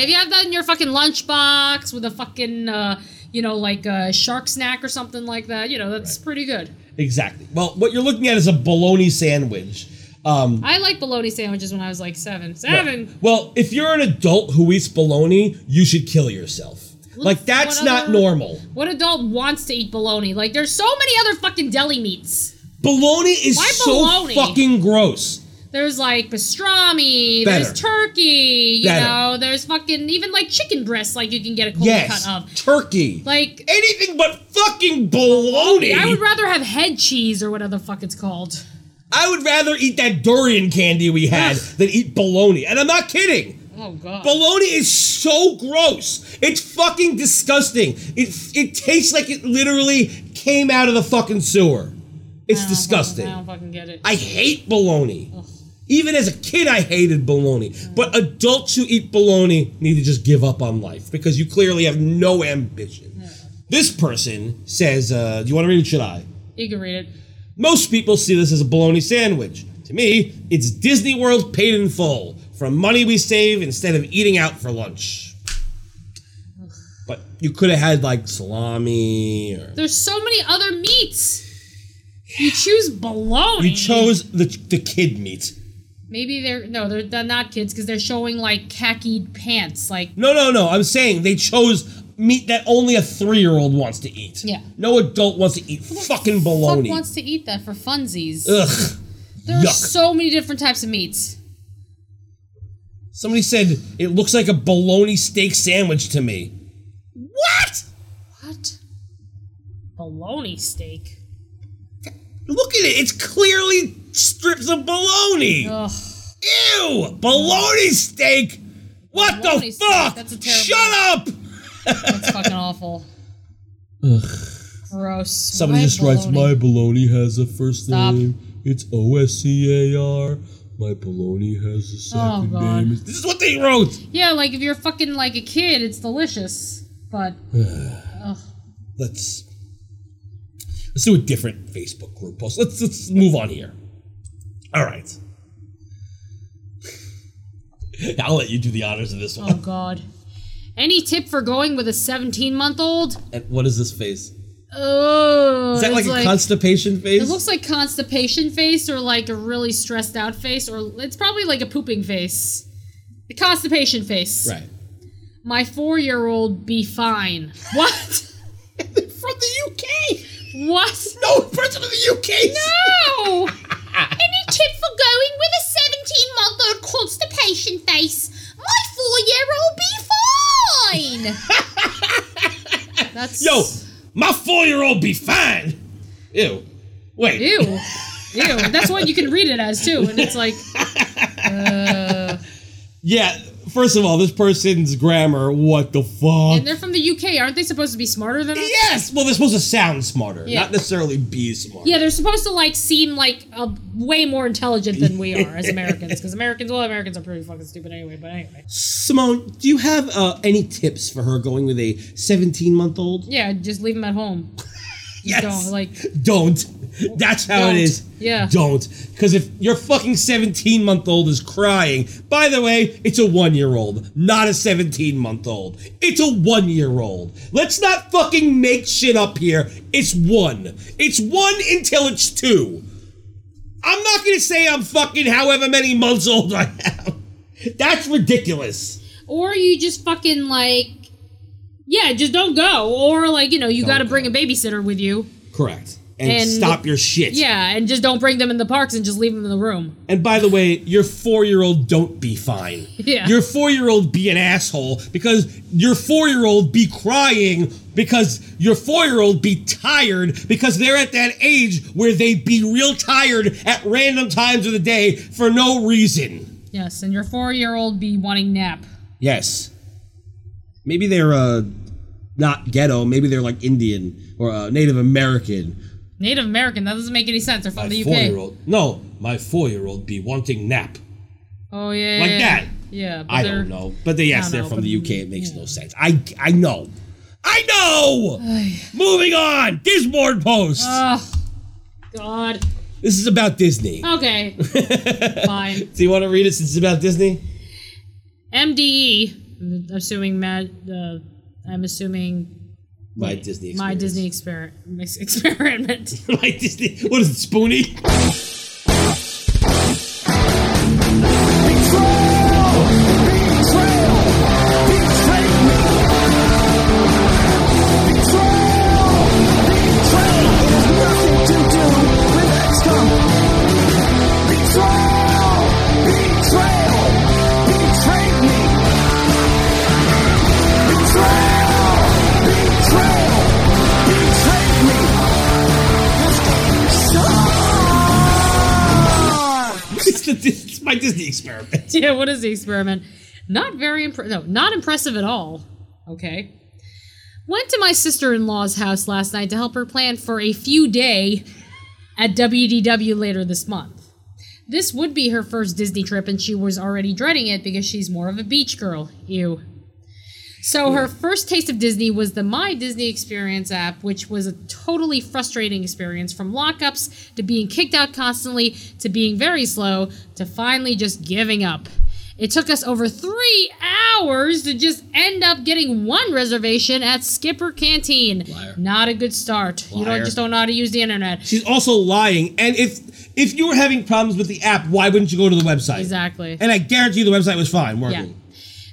I: if you have that in your fucking lunchbox with a fucking, uh, you know, like a shark snack or something like that, you know, that's pretty good.
G: Exactly. Well, what you're looking at is a bologna sandwich. Um,
I: I like bologna sandwiches when I was like seven. Seven!
G: right. Well, if you're an adult who eats bologna, you should kill yourself.
I: Well,
G: like that's
I: what
G: not
I: other-
G: normal.
I: What adult wants to eat bologna? Like, there's so many other fucking deli meats.
G: Bologna is
I: Why
G: so
I: bologna?
G: fucking gross.
I: There's like pastrami,
G: Better.
I: there's turkey, you
G: Better.
I: know, there's fucking even like chicken breasts, like you can get a cold
G: yes,
I: cut of.
G: turkey.
I: Like
G: anything but fucking bologna.
I: I would rather have head cheese or whatever the fuck it's called.
G: I would rather eat that durian candy we had than eat bologna. And I'm not kidding.
I: Oh god.
G: Bologna is so gross. It's fucking disgusting. It it tastes like it literally came out of the fucking sewer. It's disgusting.
I: I don't fucking get it.
G: I hate bologna. Even as a kid, I hated bologna. But adults who eat bologna need to just give up on life because you clearly have no ambition. This person says, uh, "Do you want to read it? Should I?"
I: You can read it.
G: Most people see this as a bologna sandwich. To me, it's Disney World paid in full from money we save instead of eating out for lunch. But you could have had like salami or.
I: There's so many other meats. You choose bologna.
G: You chose the, the kid meat.
I: Maybe they're no, they're, they're not kids because they're showing like khaki pants. Like
G: No, no, no. I'm saying they chose meat that only a three year old wants to eat.
I: Yeah.
G: No adult wants to eat fucking bologna.
I: fuck wants to eat that for funsies?
G: Ugh.
I: there are
G: yuck.
I: so many different types of meats.
G: Somebody said it looks like a bologna steak sandwich to me. What?
I: What? Bologna steak.
G: Look at it. It's clearly strips of bologna.
I: Ugh.
G: Ew! Bologna steak. What
I: Bologna
G: the
I: steak,
G: fuck?
I: that's a terrible-
G: Shut up.
I: That's fucking awful. Gross.
G: Somebody
I: Why
G: just writes,
I: bologna?
G: "My baloney has a first
I: Stop.
G: name. It's O S C A R. My baloney has a
I: Oh,
G: second
I: God.
G: name." This is what they wrote.
I: Yeah, like if you're fucking like a kid, it's delicious. But ugh.
G: Let's let's do a different Facebook group post. Let's let's move on here. All right. I'll let you do the honors of this one.
I: oh god. Any tip for going with a 17 month old?
G: And what is this face?
I: Oh,
G: Is that like
I: it's
G: a constipation face?
I: It looks like constipation face or like a really stressed out face or it's probably like a pooping face. The constipation face.
G: right.
I: My 4-year-old be fine. What?
G: From the UK.
I: What?
G: No, person Oh, in the UK.
I: No. Any tip for going with a 17-month-old constipation face? My 4-year-old be fine. That's
G: Yo, my four-year-old be fine. Ew. Wait.
I: Ew. Ew. That's what you can read it as too and it's like uh,
G: Yeah, first of all, this person's grammar, what the
I: And
G: fuck?
I: they're from the UK. Aren't they supposed to be smarter than us?
G: Yes! Well, they're supposed to sound smarter,
I: Yeah.
G: not necessarily be smart.
I: Yeah, they're supposed to like seem like uh, way more intelligent than we are as Americans. Because Americans, well, Americans are pretty fucking stupid anyway. But anyway,
G: Simone, do you have uh, any tips for her going with a 17 month old?
I: yeah, just leave them at home.
G: Yes.
I: Don't like
G: Don't. That's how
I: Don't.
G: it is.
I: Yeah.
G: Don't. Because if your fucking 17 month old is crying, by the way, it's a one year old, not a 17 month old. It's a one year old. Let's not fucking make shit up here. It's one. It's one until it's two. I'm not going to say I'm fucking however many months old I am. That's ridiculous.
I: or you just fucking like yeah, just don't go. Or like you know, you got to bring a babysitter with you.
G: Correct. And,
I: And-
G: stop your shit.
I: Yeah, and just don't bring them in the parks and just leave them in the room.
G: And by the way, your four year old don't be fine.
I: Yeah.
G: Your four year old be an asshole because your four year old be crying because your four year old be tired because they're at that age where they be real tired at random times of the day for no reason.
I: Yes, and your four-year-old be wanting nap.
G: Yes. Maybe they're uh not ghetto, maybe they're like Indian or uh, Native American.
I: Native American. That doesn't make any sense. They're from
G: My
I: the UK.
G: four year old No, my four year old be wanting nap.
I: Oh yeah.
G: Like
I: yeah,
G: that.
I: Yeah. But
G: I
I: they're-
G: don't know. But they,
I: I
G: yes,
I: don't
G: they're
I: know,
G: from
I: but-
G: the UK. It makes no sense. I I know. I know. Moving on. Disboard post.
I: Oh, God.
G: this is about Disney.
I: Okay. Fine.
G: Do you want to read it since it's about Disney?
I: MDE. E, I'm assuming Matt. Uh, I'm assuming
G: My Disney.
I: my Disney exper- ex- experiment.
G: my Disney. What is it, Spoony?
J: Betrayed me. So
G: my Disney experiment.
I: yeah, what is the experiment? Not very impressive. No, not impressive at all. Okay. Went to my sister in law's house last night to help her plan for a few day at WDW later this month. This would be her first Disney trip, and she was already dreading it because she's more of a beach girl. Ew. So her first taste of Disney was the My Disney Experience app, which was a totally frustrating experience from lockups to being kicked out constantly to being very slow to finally just giving up. It took us over three hours to just end up getting one reservation at Skipper Canteen. Not a good start. You
G: Liar.
I: don't just don't know how to use the internet.
G: She's also lying. And if if you were having problems with the app, why wouldn't you go to the website?
I: Exactly.
G: And I guarantee you the website was fine working.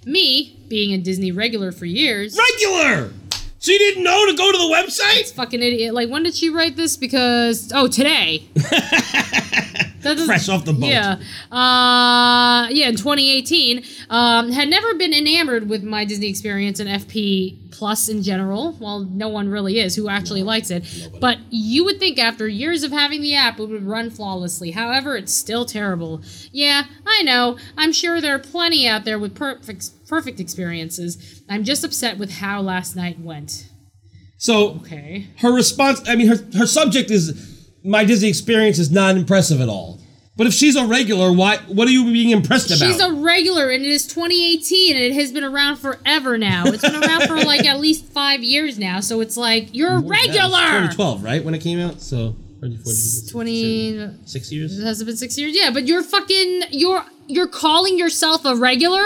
I: Me, being a Disney regular for years.
G: Regular! So you didn't know to go to the website?
I: It's fucking idiot. Like, when did she write this? Because, oh, today. That doesn't-
G: Fresh off the boat.
I: Yeah. Uh, yeah, in 2018. Um, had never been enamored with my Disney experience and FP Plus in general. Well, no one really is who actually likes it. But you would think after years of having the app, it would run flawlessly. However, it's still terrible. Yeah, I know. I'm sure there are plenty out there with perfect, perfect experiences. I'm just upset with how last night went.
G: So
I: Okay.
G: her response I mean her her subject is my Disney experience is not impressive at all. But if she's a regular, why what are you being impressed about?
I: She's a regular, and it is 2018, and it has been around forever now. It's been around for like at least five years now, so it's like you're a regular.
G: 2012, right? When it came out? So 40, 40,
I: 20
G: six years?
I: has it been six years? Yeah, but you're fucking you're you're calling yourself a regular.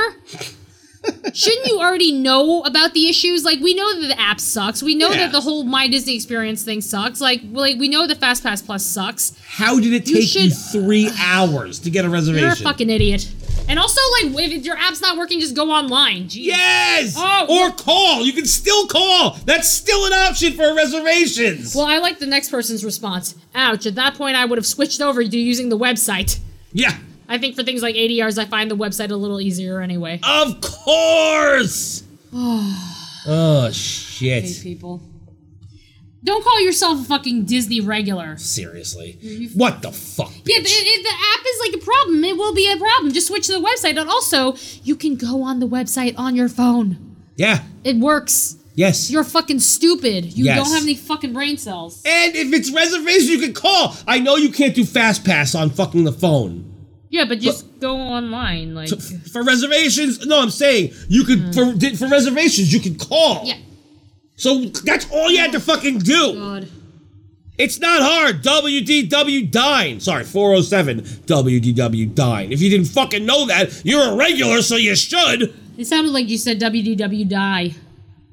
I: Shouldn't you already know about the issues? Like we know that the app sucks. We know
G: Yeah.
I: that the whole My Disney Experience thing sucks. Like, like we know the Fast Pass Plus sucks.
G: How did it
I: You
G: take you,
I: should-
G: three hours to get a reservation?
I: You're a fucking idiot. And also, like, if your app's not working, just go online. Jeez.
G: Yes!
I: Oh,
G: or call. You can still call. That's still an option for reservations.
I: Well, I like the next person's response. Ouch, at that point I would have switched over to using the website.
G: Yeah.
I: I think for things like ADRs, I find the website a little easier anyway.
G: Of course! Oh, shit.
I: Hey, people. Don't call yourself a fucking Disney regular.
G: Seriously. What the fuck?
I: Yeah, the, it- the app is like a problem. It will be a problem. Just switch to the website. And also, you can go on the website on your phone.
G: Yeah.
I: It works.
G: Yes.
I: You're fucking stupid. You
G: Yes.
I: don't have any fucking brain cells.
G: and if it's reservation, you can call. I know you can't do fast pass on fucking the phone.
I: Yeah, but just go online. Like,
G: For reservations, no, I'm saying you could for di- for reservations, you could call.
I: Mm. Yeah. Oh
G: So that's all you had to fucking do.
I: God.
G: It's not hard. WDW Dine. Sorry, 407 WDW Dine. If you didn't fucking know that, you're a regular, so you should.
I: it sounded like you said WDW die.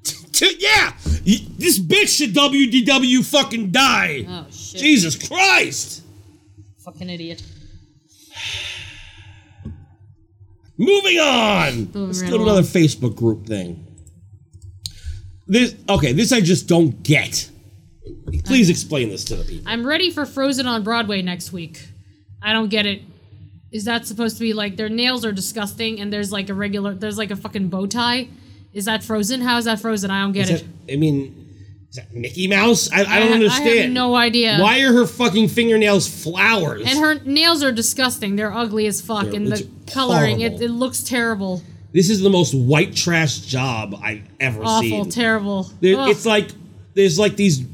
G: T- yeah, Y- this bitch should WDW fucking die.
I: Oh, shit.
G: Jesus Christ.
I: Fucking idiot.
G: Moving on.
I: Moving
G: Let's
I: right
G: go to
I: along.
G: another Facebook group thing. This okay. This I just don't get. Please explain this to the people.
I: I'm ready for Frozen on Broadway next week. I don't get it. Is that supposed to be like their nails are disgusting and there's like a regular there's like a fucking bow tie? Is that Frozen? How is that Frozen? I don't get
G: Is
I: it.
G: that- I mean, is that Mickey Mouse? I, I don't
I: ha-
G: understand.
I: I have no idea.
G: Why are her fucking fingernails flowers?
I: And her nails are disgusting. They're ugly as fuck,
G: They're-
I: and
G: it's
I: the coloring it,
G: horrible.
I: it looks terrible,
G: This is the most white trash job I've ever
I: awful,
G: seen.
I: terrible.
G: There-
I: Ugh.
G: it's like there's like these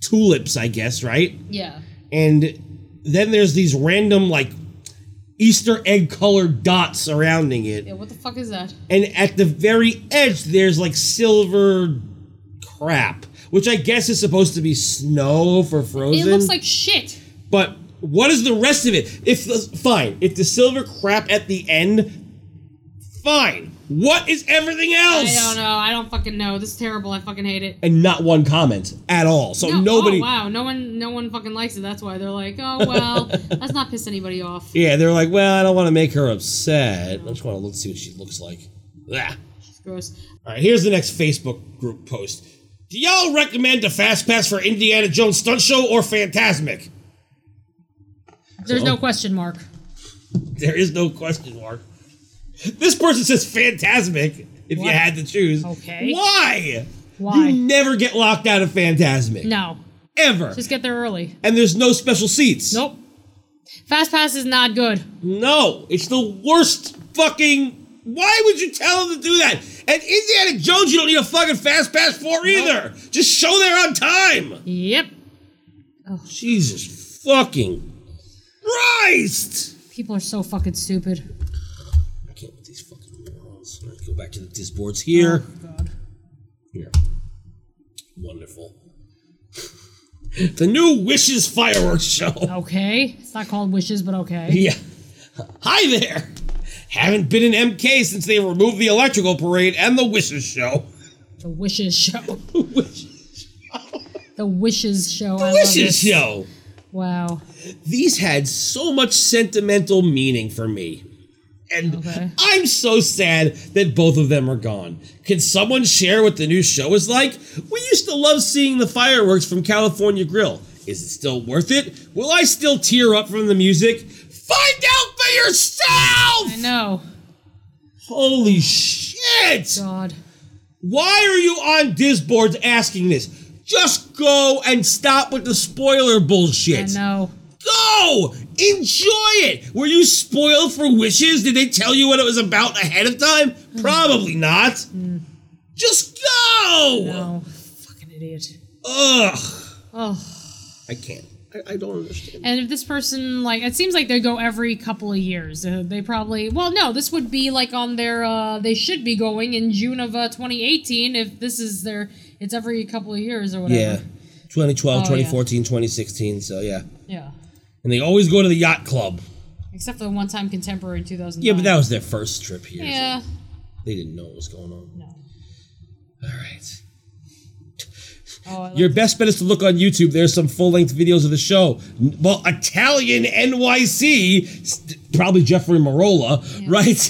G: tulips, I guess, right?
I: yeah,
G: And then there's these random like Easter egg colored dots surrounding it.
I: yeah. What the fuck is that?
G: And at the very edge, there's like silver crap, which I guess is supposed to be snow for Frozen.
I: It looks like shit.
G: But what is the rest of it? If the, fine, if the silver crap at the end, fine. What is everything
I: I
G: else?
I: don't know. I don't fucking know. This is terrible. I fucking hate it.
G: And not one comment at all. So
I: No-
G: nobody.
I: Oh, wow, no one, no one fucking likes it. That's why they're like, oh well, let's not piss anybody off.
G: Yeah, they're like, well, I don't want to make her upset. I just want to look see what she looks like. Blah.
I: It's gross.
G: All right, here's the next Facebook group post. Do y'all recommend a fast pass for Indiana Jones stunt show or Fantasmic?
I: There's no question mark.
G: There is no question mark. This person says Fantasmic if you
I: What?
G: had to choose.
I: Okay.
G: Why?
I: Why?
G: You never get locked out of Fantasmic.
I: No,
G: Ever.
I: just get there early.
G: and there's no special seats.
I: Nope. Fast Pass is not good.
G: No, it's the worst fucking. Why would you tell them to do that? And Indiana Jones, you don't need a fucking fast pass for either. Just show there on time.
I: Yep.
G: Jesus fucking Christ!
I: People are so fucking stupid.
G: I can't with these fucking morons. All right, go back to the disboards here.
I: Oh,
G: Here. Wonderful. the new Wishes fireworks show.
I: Oh, Okay. It's not called wishes, but okay.
G: Yeah. Hi there. Haven't been in MK since they removed the electrical parade and the Wishes show.
I: The wishes show. the wishes. the wishes show. I Oh, love
G: Wishes
I: this.
G: show.
I: Wow.
G: These had so much sentimental meaning for me. And I'm so sad that both of them are gone. Can someone share what the new show is like? We used to love seeing the fireworks from California Grill. Is it still worth it? Will I still tear up from the music? Find out for yourself! I
I: know.
G: Holy shit!
I: God.
G: Why are you on Disboards asking this? Just go and stop with the spoiler bullshit. I
I: know.
G: Go! Enjoy it! Were you spoiled for wishes? Did they tell you what it was about ahead of time? Probably not. Just go!
I: No. Fucking idiot.
G: Ugh.
I: Oh.
G: I can't. I, I don't understand.
I: And if this person, like, it seems like they go every couple of years. Uh, they probably, well, no, this would be like on their, uh, they should be going in June of uh, 2018 if this is their, it's every couple of years or whatever.
G: Yeah. 2012,
I: Oh, yeah.
G: 2014, 2016, so yeah.
I: Yeah.
G: And they always go to the yacht club.
I: Except for the one time contemporary in 2009.
G: Yeah, but that was their first trip here. so
I: Yeah.
G: They didn't know what was going on. No. All right.
I: Oh, I like
G: Your best bet is to look on YouTube. There's some full length videos of the show. N- Well, Italian NYC, st- probably Jeffrey Marola, right?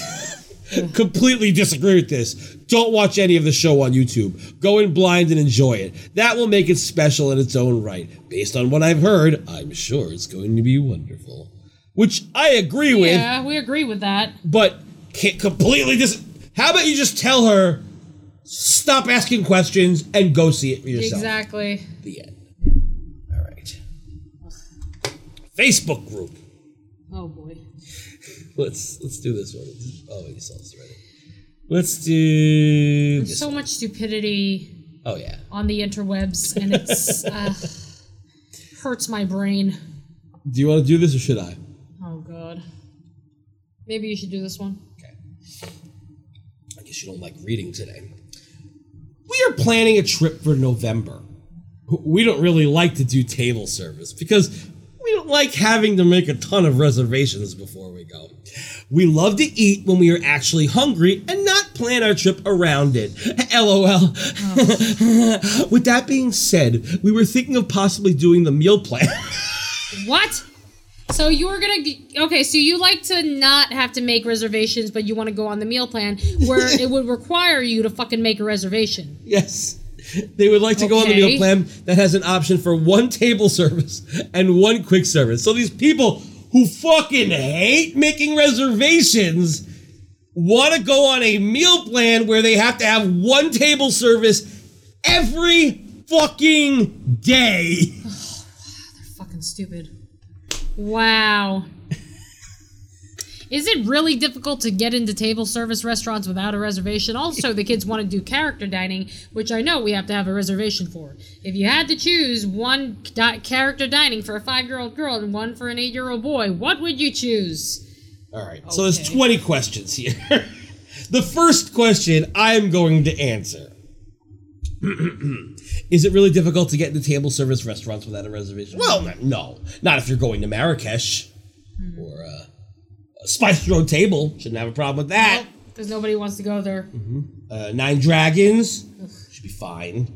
G: Completely disagree with this. Don't watch any of the show on YouTube. Go in blind and enjoy it. That will make it special in its own right. Based on what I've heard, I'm sure it's going to be wonderful. Which I agree with.
I: Yeah, we agree with that.
G: but can't completely dis. How about you just tell her, stop asking questions and go see it for yourself.
I: Exactly.
G: The end. All right. Facebook group.
I: Oh, boy.
G: Let's let's do this one. Oh, you saw this already. Let's do
I: There's
G: this.
I: so much stupidity
G: Oh yeah.
I: on the interwebs, and it's, uh, hurts my brain.
G: Do you want to do this or should I?
I: Oh, God. Maybe you should do this one.
G: I guess you don't like reading today. We are planning a trip for November. We don't really like to do table service because we don't like having to make a ton of reservations before we go. We love to eat when we are actually hungry and not plan our trip around it. LOL. With that being said, we were thinking of possibly doing the meal plan.
I: What? So you're gonna g- okay? So you like to not have to make reservations, but you want to go on the meal plan where it would require you to fucking make a reservation.
G: Yes. They would like to go on the
I: Okay.
G: meal plan that has an option for one table service and one quick service. So these people who fucking hate making reservations want to go on a meal plan where they have to have one table service every fucking day.
I: Fucking stupid. Wow. Is it really difficult to get into table service restaurants without a reservation? Also, the kids want to do character dining, which I know we have to have a reservation for. If you had to choose one di- character dining for a five-year-old girl and one for an eight-year-old boy, what would you choose?
G: All right. So there's 20 questions here. the first question I'm going to answer. Is it really difficult to get into table service restaurants without a reservation? Well, no- no. Not if you're going to Marrakesh
I: Hmm.
G: or uh, a Spice Road Table. Shouldn't have a problem with that.
I: Because nobody wants to go there.
G: Uh, Nine Dragons. Should be fine.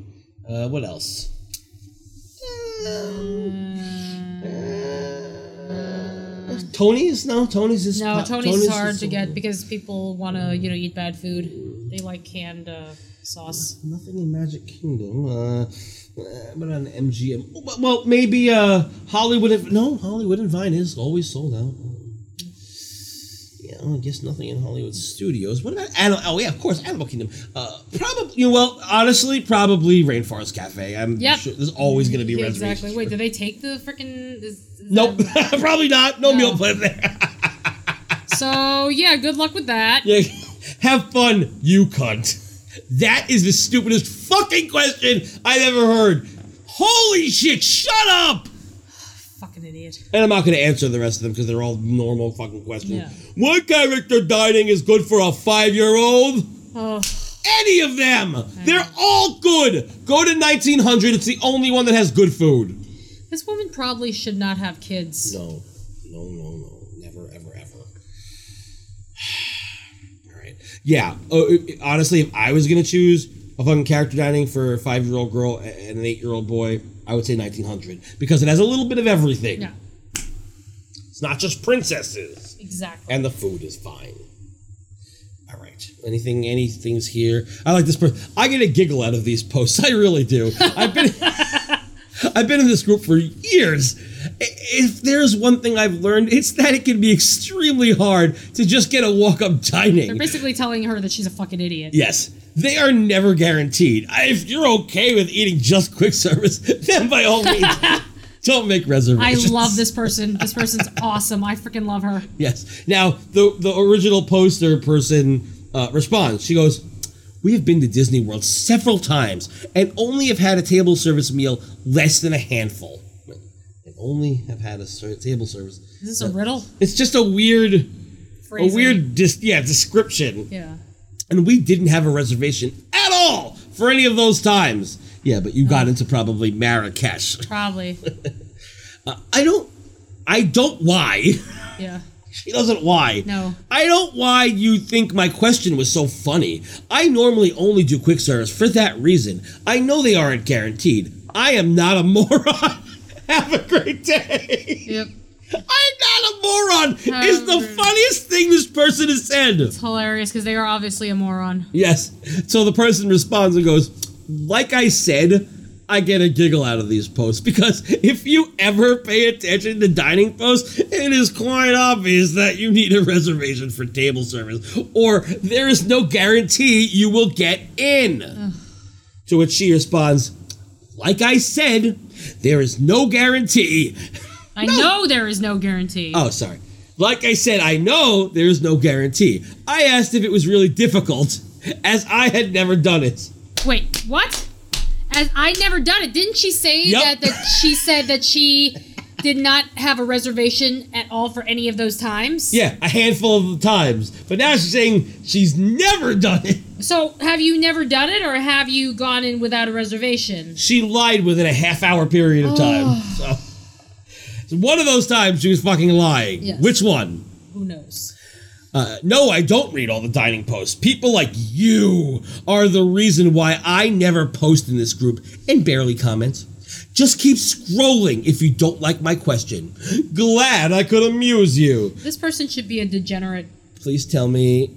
G: Uh, what else? Uh, Tony's? No, Tony's is
I: No,
G: po-
I: Tony's, is hard
G: is-
I: to get because people want to, you know, eat bad food. They like canned uh, sauce.
G: Nothing in Magic Kingdom. Uh, uh, but on MGM. Oh, but- Well, maybe uh, Hollywood. and- No, Hollywood and Vine is always sold out. Yeah. oh, I guess nothing in Hollywood studios. What about Animal? Oh yeah, of course, Animal Kingdom. Uh, probably. You know, well, honestly, probably Rainforest Cafe. I'm
I: Yep.
G: sure there's always going to be
I: Yeah,
G: reservations.
I: exactly. Wait, did they take the freaking? is-
G: Nope, probably not. No, meal plan there.
I: So yeah, good luck with that.
G: Yeah, have fun, you cunt. That is the stupidest fucking question I've ever heard. Holy shit! Shut up.
I: Fucking idiot.
G: And I'm not going to answer the rest of them because they're all normal fucking questions.
I: Yeah.
G: What character dining is good for a five year old?
I: Oh.
G: Any of them! They're all good! Go to 1900, it's the only one that has good food.
I: This woman probably should not have kids.
G: No, no, no, no. Never, ever, ever. All right. Yeah, uh, it- honestly, if I was going to choose a fucking character dining for a five year old girl a- and an eight year old boy, I would say 1900 because it has a little bit of everything.
I: Yeah.
G: It's not just princesses.
I: Exactly.
G: and the food is fine. All right. Anything? Any things here? I like this person. I get a giggle out of these posts. I really do. I've been I've been in this group for years. I- If there's one thing I've learned, it's that it can be extremely hard to just get a walk up
I: They're
G: dining.
I: basically telling her that she's a fucking idiot.
G: Yes. They are never guaranteed. I- If you're okay with eating just quick service, then by all means, don't make
I: I
G: reservations.
I: love this person. This person's awesome. I freaking love her.
G: Yes. Now the the original poster person uh, responds. She goes, "We have been to Disney World several times and only have had a table service meal less than a handful. And only have had a ser- table service.
I: Is this a riddle?
G: It's just a weird,
I: Phrasing.
G: a weird, dis- yeah, description.
I: Yeah.
G: And we didn't have a reservation at all for any of those times. Yeah, but you got into probably Marrakesh.
I: Probably.
G: Uh, I don't, I don't why."
I: Yeah.
G: She doesn't why.
I: No.
G: I don't why you think my question was so funny. I normally only do quick service for that reason. I know they aren't guaranteed. I am not a moron. Have a great day.
I: Yep.
G: I'm not a moron. Is the funniest thing this person has said.
I: It's hilarious because they are obviously a moron.
G: Yes. So the person responds and goes, like I said, I get a giggle out of these posts because if you ever pay attention to dining posts, it is quite obvious that you need a reservation for table service or there is no guarantee you will get in. To which she responds, like I said, there is no guarantee.
I: I know there is no guarantee.
G: Oh, sorry. Like I said, I know there is no guarantee. I asked if it was really difficult as I had never done it.
I: Wait, what? As I never done it. Didn't she say
G: Yep.
I: that, that she said that she did not have a reservation at all for any of those times?
G: Yeah, a handful of times. But now she's saying she's never done it.
I: So have you never done it or have you gone in without a reservation?
G: She lied within a half hour period of time. So. so one of those times she was fucking lying.
I: Yes.
G: Which one?
I: Who knows?
G: Uh, no, I don't read all the dining posts. People like you are the reason why I never post in this group and barely comment. Just keep scrolling if you don't like my question. Glad I could amuse you.
I: This person should be a degenerate.
G: Please tell me.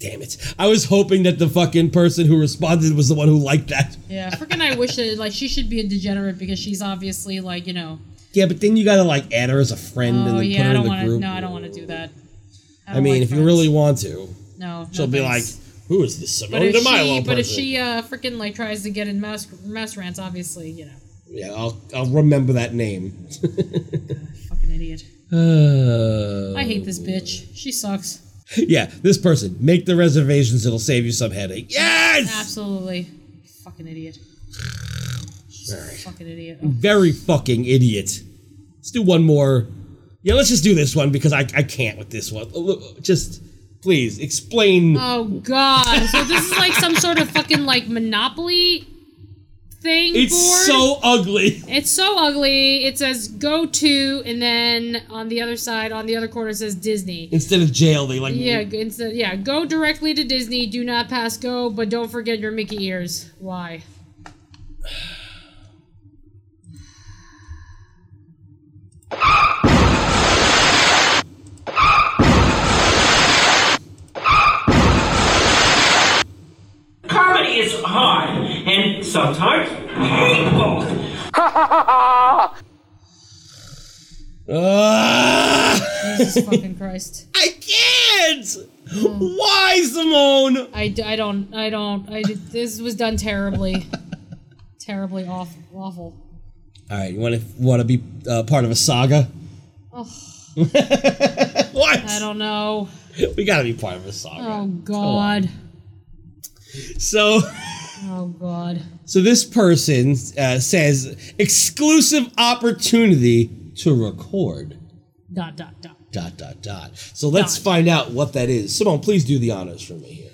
G: Damn it. I was hoping that the fucking person who responded was the one who liked that.
I: Yeah, freaking I wish that like she should be a degenerate because she's obviously like, you know,
G: Yeah, but then you gotta like add her as a friend and
I: oh
G: then put
I: yeah,
G: her
I: I
G: in
I: don't
G: the
I: want to
G: group.
I: no, I don't want to do that. I
G: I
I: don't
G: mean,
I: like
G: if you
I: friends.
G: really want to,
I: No. no
G: she'll be like,
I: thanks.
G: "Who is this
I: But
G: Simone
I: if,
G: DeMilo
I: she,
G: person?"
I: but if she uh, freaking like tries to get in mouse mouse rants, obviously, you know,
G: yeah, I'll I'll remember that name.
I: fucking idiot.
G: Uh,
I: I hate this bitch. She sucks.
G: Yeah, this person make the reservations. It'll save you some headache. Yes,
I: absolutely. Fucking idiot. She's a fucking idiot. Oh,
G: Very fucking idiot. Let's do one more. Yeah, let's just do this one because I I can't with this one. Look, Just please explain.
I: Oh, god. So this is like some sort of fucking like monopoly thing. board?
G: it's so ugly.
I: It's so ugly. It says go to, and then on the other side, on the other corner, it says Disney.
G: Instead of jail, they like
I: Yeah, g- instead, yeah, go directly to Disney. Do not pass go, but don't forget your Mickey ears. Why?
M: Comedy is hard and sometimes painful.
G: Ah!
I: Jesus fucking Christ.
G: Ah! I kids. Why, Simone?
I: I, d- I don't I don't I d- this was done terribly, terribly awful. awful.
G: All right, you want to want to be uh, part of a saga?
I: Ugh.
G: What?
I: I don't know.
G: We got to be part of a saga.
I: Oh God.
G: So,
I: Oh God.
G: so this person uh, says exclusive opportunity to record.
I: Dot dot dot.
G: Dot dot dot. So let's find out what that is. Simone, please do the honors for me here.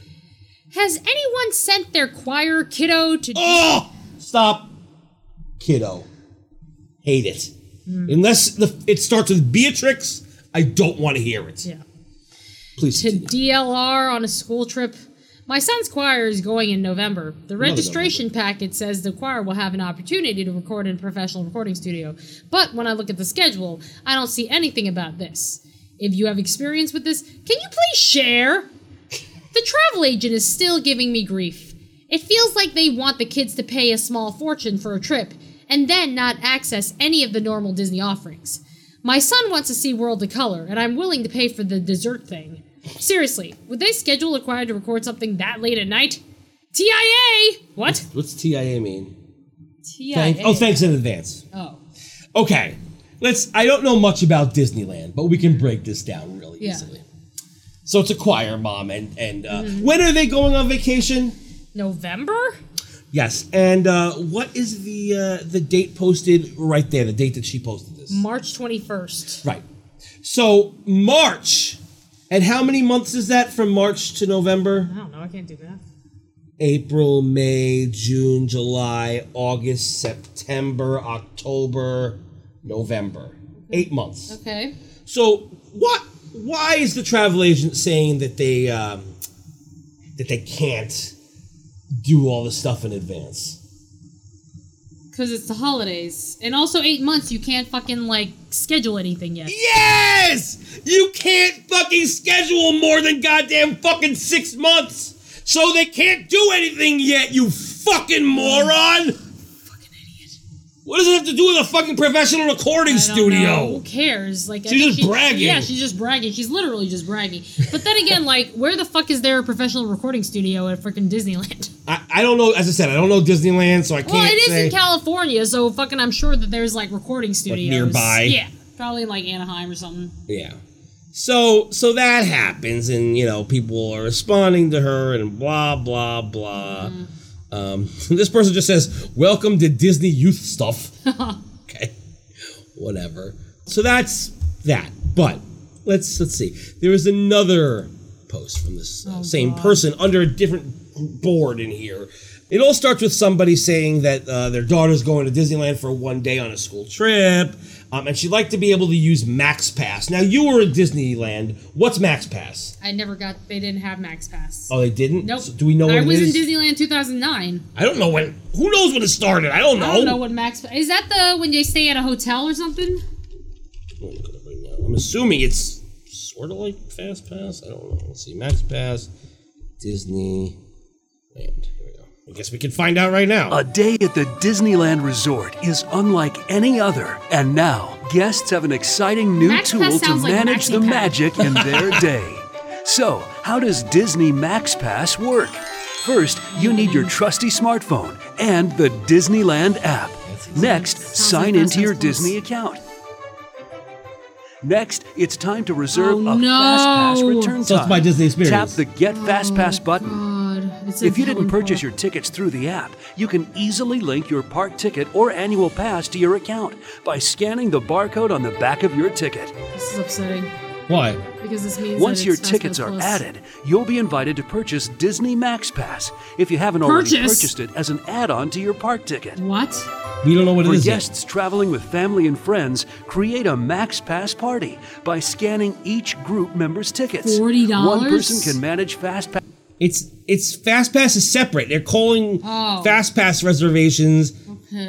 I: Has anyone sent their choir kiddo to?
G: Oh, stop. Kiddo, hate it.
I: Hmm.
G: Unless the, it starts with Beatrix, I don't want to hear it.
I: Yeah.
G: Please.
I: to DLR on a school trip. My son's choir is going in November. The
G: Another
I: registration packet says the choir will have an opportunity to record in a professional recording studio, but when I look at the schedule, I don't see anything about this. If you have experience with this, can you please share? The travel agent is still giving me grief. It feels like they want the kids to pay a small fortune for a trip and then not access any of the normal Disney offerings. My son wants to see World of Color, and I'm willing to pay for the dessert thing. Seriously, would they schedule a choir to record something that late at night? TIA! What?
G: What's TIA mean?
I: TIA.
G: Thank- oh, thanks in advance.
I: Oh,
G: Okay, let's. I don't know much about Disneyland, but we can break this down really
I: yeah.
G: easily. So it's a choir mom, and and uh, when are they going on vacation?
I: November?
G: Yes, and uh, what is the uh, the date posted right there? The date that she posted this.
I: March 21st.
G: Right. So March, and how many months is that from March to November?
I: I don't know, I can't do that.
G: April, May, June, July, August, September, October, November. Eight months.
I: Okay.
G: So what? Why is the travel agent saying that they um, that they can't do all this stuff in advance?
I: Because it's the holidays. And also, eight months, you can't fucking, like, schedule anything yet.
G: Yes, you can't fucking schedule more than goddamn fucking six months, so they can't do anything yet. You fucking moron! Fucking idiot! What does it have to do with a fucking professional recording studio?
I: Who cares? Like I
G: She's
I: think
G: just bragging.
I: Yeah, she's just bragging. She's literally just bragging. But then again, like, where the fuck is there a professional recording studio at freaking Disneyland?
G: I, I don't know. As I said, I don't know Disneyland, so I can't
I: well, it is
G: say.
I: in California, so fucking, I'm sure that there's like recording studios
G: nearby?
I: Yeah, probably in, like Anaheim or something.
G: Yeah. So so that happens, and you know people are responding to her, and blah blah blah. Um, this person just says, "Welcome to Disney youth stuff." okay, whatever. So that's that. But let's let's see. There is another post from this uh,
N: Oh,
G: same
N: God.
G: person under a different board in here. It all starts with somebody saying that uh, their daughter's going to Disneyland for one day on a school trip, um, and she'd like to be able to use Max Pass. Now you were at Disneyland. What's Max Pass?
I: I never got. They didn't have Max Pass.
G: Oh, they didn't.
I: Nope.
G: So do we know what
I: I
G: it
I: was
G: is?
I: in Disneyland 2009.
G: I don't know when. Who knows when it started? I don't know.
I: I don't know what Max is that the when they stay at a hotel or something?
G: I'm assuming it's sort of like Fast Pass. I don't know. Let's see. Max Pass, Disneyland. Here we go. I guess we can find out right now.
O: A day at the Disneyland Resort is unlike any other, and now guests have an exciting new
I: Max Pass
O: tool to
I: sounds like
O: manage the
I: MaxiPass.
O: magic in their day. So, how does Disney Max Pass work? First, you need your trusty smartphone and the Disneyland app. Next, sign into your Disney account. Next, it's time to reserve
I: Oh,
O: a
I: no.
O: Fast Pass return
G: So it's
O: time.
G: my Disney
O: Tap
G: experience.
O: the Get Fast Pass button.
I: God, it's
O: If
I: a
O: you didn't
I: villain
O: purchase
I: part.
O: your tickets through the app, you can easily link your park ticket or annual pass to your account by scanning the barcode on the back of your ticket.
I: This is upsetting
G: Why?
I: because this means
O: Once
I: that
O: your
I: it's Fast
O: tickets
I: Pass
O: are
I: Plus.
O: added, you'll be invited to purchase Disney Max Pass if you haven't already
I: Purchase?
O: purchased it as an add-on to your park ticket.
I: What?
G: We don't know what
O: For
G: it is. yet.
O: guests traveling with family and friends, create a Max Pass party by scanning each group member's tickets.
I: $40?
O: One person can manage Fast Pass.
G: It's it's Fast Pass is separate. They're calling
O: Oh.
G: Fast Pass reservations.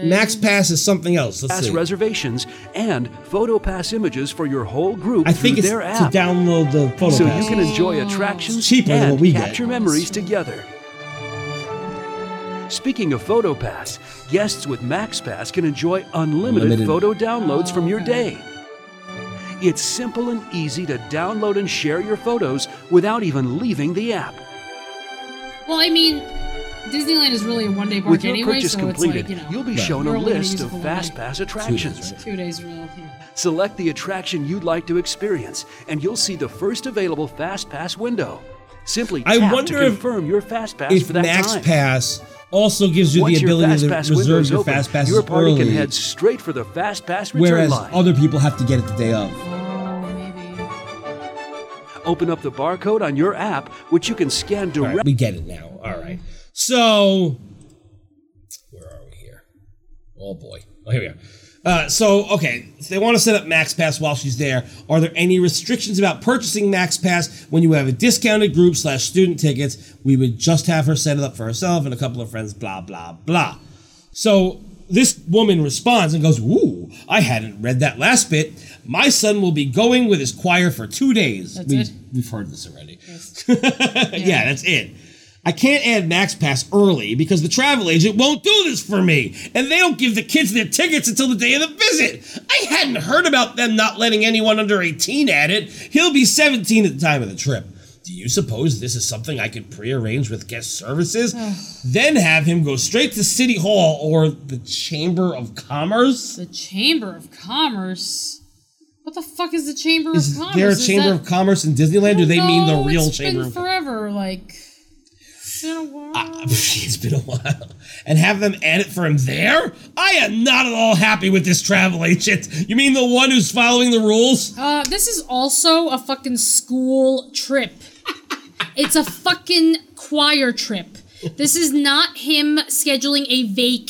G: Max Pass is something else. Let's
O: Pass
G: see.
O: reservations and photo pass images for your whole group
G: I think
O: through
G: it's
O: their
G: to
O: app.
G: download the photo.
O: so
G: pass.
O: you can enjoy attractions
G: It's cheaper than
O: and
G: what we get.
O: capture memories together. Speaking of photo pass, guests with Max Pass can enjoy unlimited,
G: Unlimited.
O: photo downloads from your day. It's simple and easy to download and share your photos without even leaving the app.
I: Well, I mean, Disneyland is really a one day
O: With
I: park
O: your
I: anyway,
O: purchase
I: so
O: completed,
I: it's like, you know.
O: will be
I: you're
O: shown a
I: only gonna
O: list
I: use it
O: of
I: for one day.
O: FastPass attractions.
I: Two days, real. Yeah.
O: Select the attraction you'd like to experience, and you'll see the first available FastPass window. Simply
G: I
O: tap
G: wonder
O: to
G: if-
O: confirm your FastPass
G: if
O: for that
G: Max
O: time.
G: Pass also gives you
O: Once
G: the
O: your
G: ability to
O: FastPass
G: reserve
O: window's
G: your
O: open,
G: fast passes
O: Your party
G: early,
O: can head straight for the FastPass return
G: whereas
O: line.
G: other people have to get it the day of.
O: Open up the barcode on your app, which you can scan directly.
G: we get it now. All right. So, where are we here? Oh boy. Oh, here we are. Uh, so, okay, if they want to set up Max Pass while she's there, are there any restrictions about purchasing Max Pass when you have a discounted group slash student tickets? We would just have her set it up for herself and a couple of friends. Blah blah blah. So this woman responds and goes, "Ooh, I hadn't read that last bit. My son will be going with his choir for two days.
I: That's
G: we,
I: it?
G: We've heard this already. yeah. that's it. I can't add Max Pass early because the travel agent won't do this for me, and they don't give the kids their tickets until the day of the visit. I hadn't heard about them not letting anyone under 18 add it. He'll be 17 at the time of the trip. Do you suppose this is something I could prearrange with guest services, then have him go straight to City Hall or the Chamber of Commerce?
I: The Chamber of Commerce. What the fuck is the Chamber
G: Is
I: of Commerce?
G: there a
I: Is
G: Chamber
I: that-
G: of Commerce in Disneyland? Do they mean the
I: No,
G: real
I: it's
G: Chamber
I: been
G: of Ah.
I: forever. Like, it's been a while.
G: It's been a while. And have them add it for him there? I am not at all happy with this travel agent. You mean the one who's following the rules?
I: Uh, this is also a fucking school trip. it's a fucking choir trip. This is not him scheduling a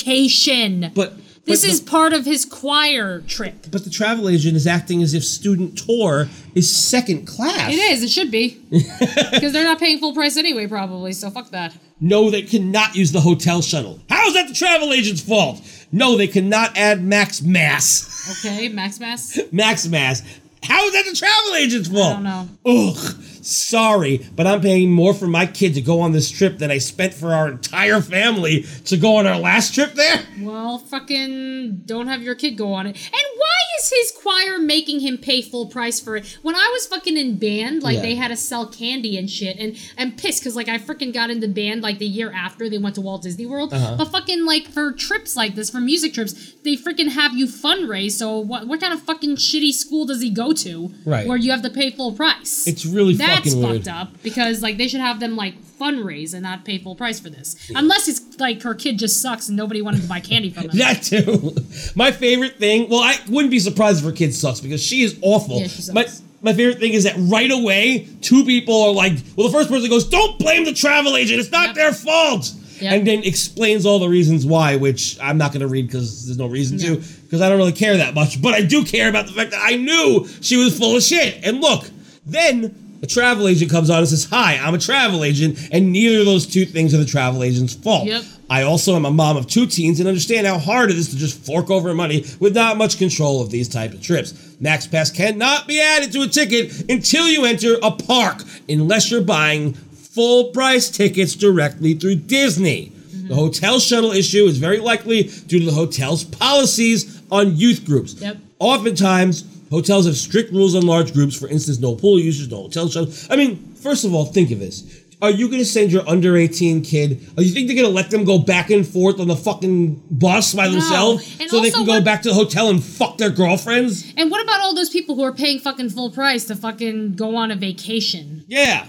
I: vacation.
G: But
I: this
G: but
I: is
G: the-
I: part of his choir trip.
G: But the travel agent is acting as if student tour is second class.
I: It is. It should be because they're not paying full price anyway, probably. So fuck that.
G: No, they cannot use the hotel shuttle. How is that the travel agent's fault? No, they cannot add Max Mass.
I: Okay, Max Mass.
G: Max Mass. How is that the travel agent's fault?
I: I don't know.
G: Ugh, sorry, but I'm paying more for my kid to go on this trip than I spent for our entire family to go on our last trip there.
I: Well, fucking don't have your kid go on it. And why is his choir making him pay full price for it? When I was fucking in band, like
N: Yeah.
I: they had to sell candy and shit, and I'm pissed because like I freaking got into band like the year after they went to Walt Disney World.
N: Uh-huh.
I: But fucking like for trips like this, for music trips, they freaking have you fundraise. So what what kind of fucking shitty school does he go to?
G: Right.
I: Where you have to pay full price.
G: It's really
I: That's
G: fucking
I: fucked
G: weird.
I: up because like they should have them like fundraise and not pay full price for this. Unless it's like her kid just sucks and nobody wanted to buy candy from him.
G: That too. My favorite thing. Well, I wouldn't be surprised if her kid sucks because she is awful.
I: Yeah, she sucks.
G: My my favorite thing is that right away, two people are like, well, the first person goes, "Don't blame the travel agent. It's not their fault."
I: Yep.
G: And then explains all the reasons why, which I'm not going to read because there's no reason to, because I don't really care that much. But I do care about the fact that I knew she was full of shit. And look, then a travel agent comes on and says, Hi, I'm a travel agent. And neither of those two things are the travel agent's fault.
I: Yep.
G: I also am a mom of two teens and understand how hard it is to just fork over money with not much control of these type of trips. Max Pass cannot be added to a ticket until you enter a park, unless you're buying full price tickets directly through Disney. The hotel shuttle issue is very likely due to the hotel's policies on youth groups.
I: Yep.
G: Oftentimes, hotels have strict rules on large groups. For instance, no pool users, no hotel shuttle. I mean, first of all, think of this. Are you going to send your under 18 kid? Are you think they're going to let them go back and forth on the fucking bus by
I: No.
G: themselves
I: And
G: so they
I: also
G: can go
I: what-
G: back to the hotel and fuck their girlfriends?
I: And what about all those people who are paying fucking full price to fucking go on a vacation?
G: Yeah.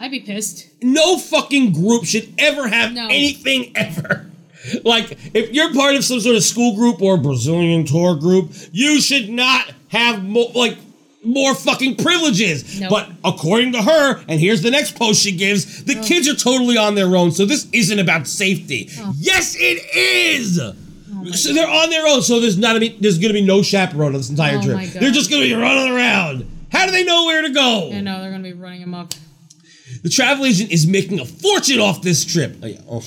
I: I'd be pissed.
G: No fucking group should ever have anything ever. Like, if you're part of some sort of school group or Brazilian tour group, you should not have mo- like more fucking privileges.
I: No.
G: But according to her, and here's the next post she gives, the kids are totally on their own, so this isn't about safety. Yes, it is.
I: Oh
G: so they're on their own, so there's not be, there's gonna be no chaperone on this entire
I: Oh
G: trip.
I: my God.
G: They're just gonna be running around. How do they know where to go?
I: I know they're gonna be running him up.
G: The travel agent is making a fortune off this trip. Oh, yeah. Oh.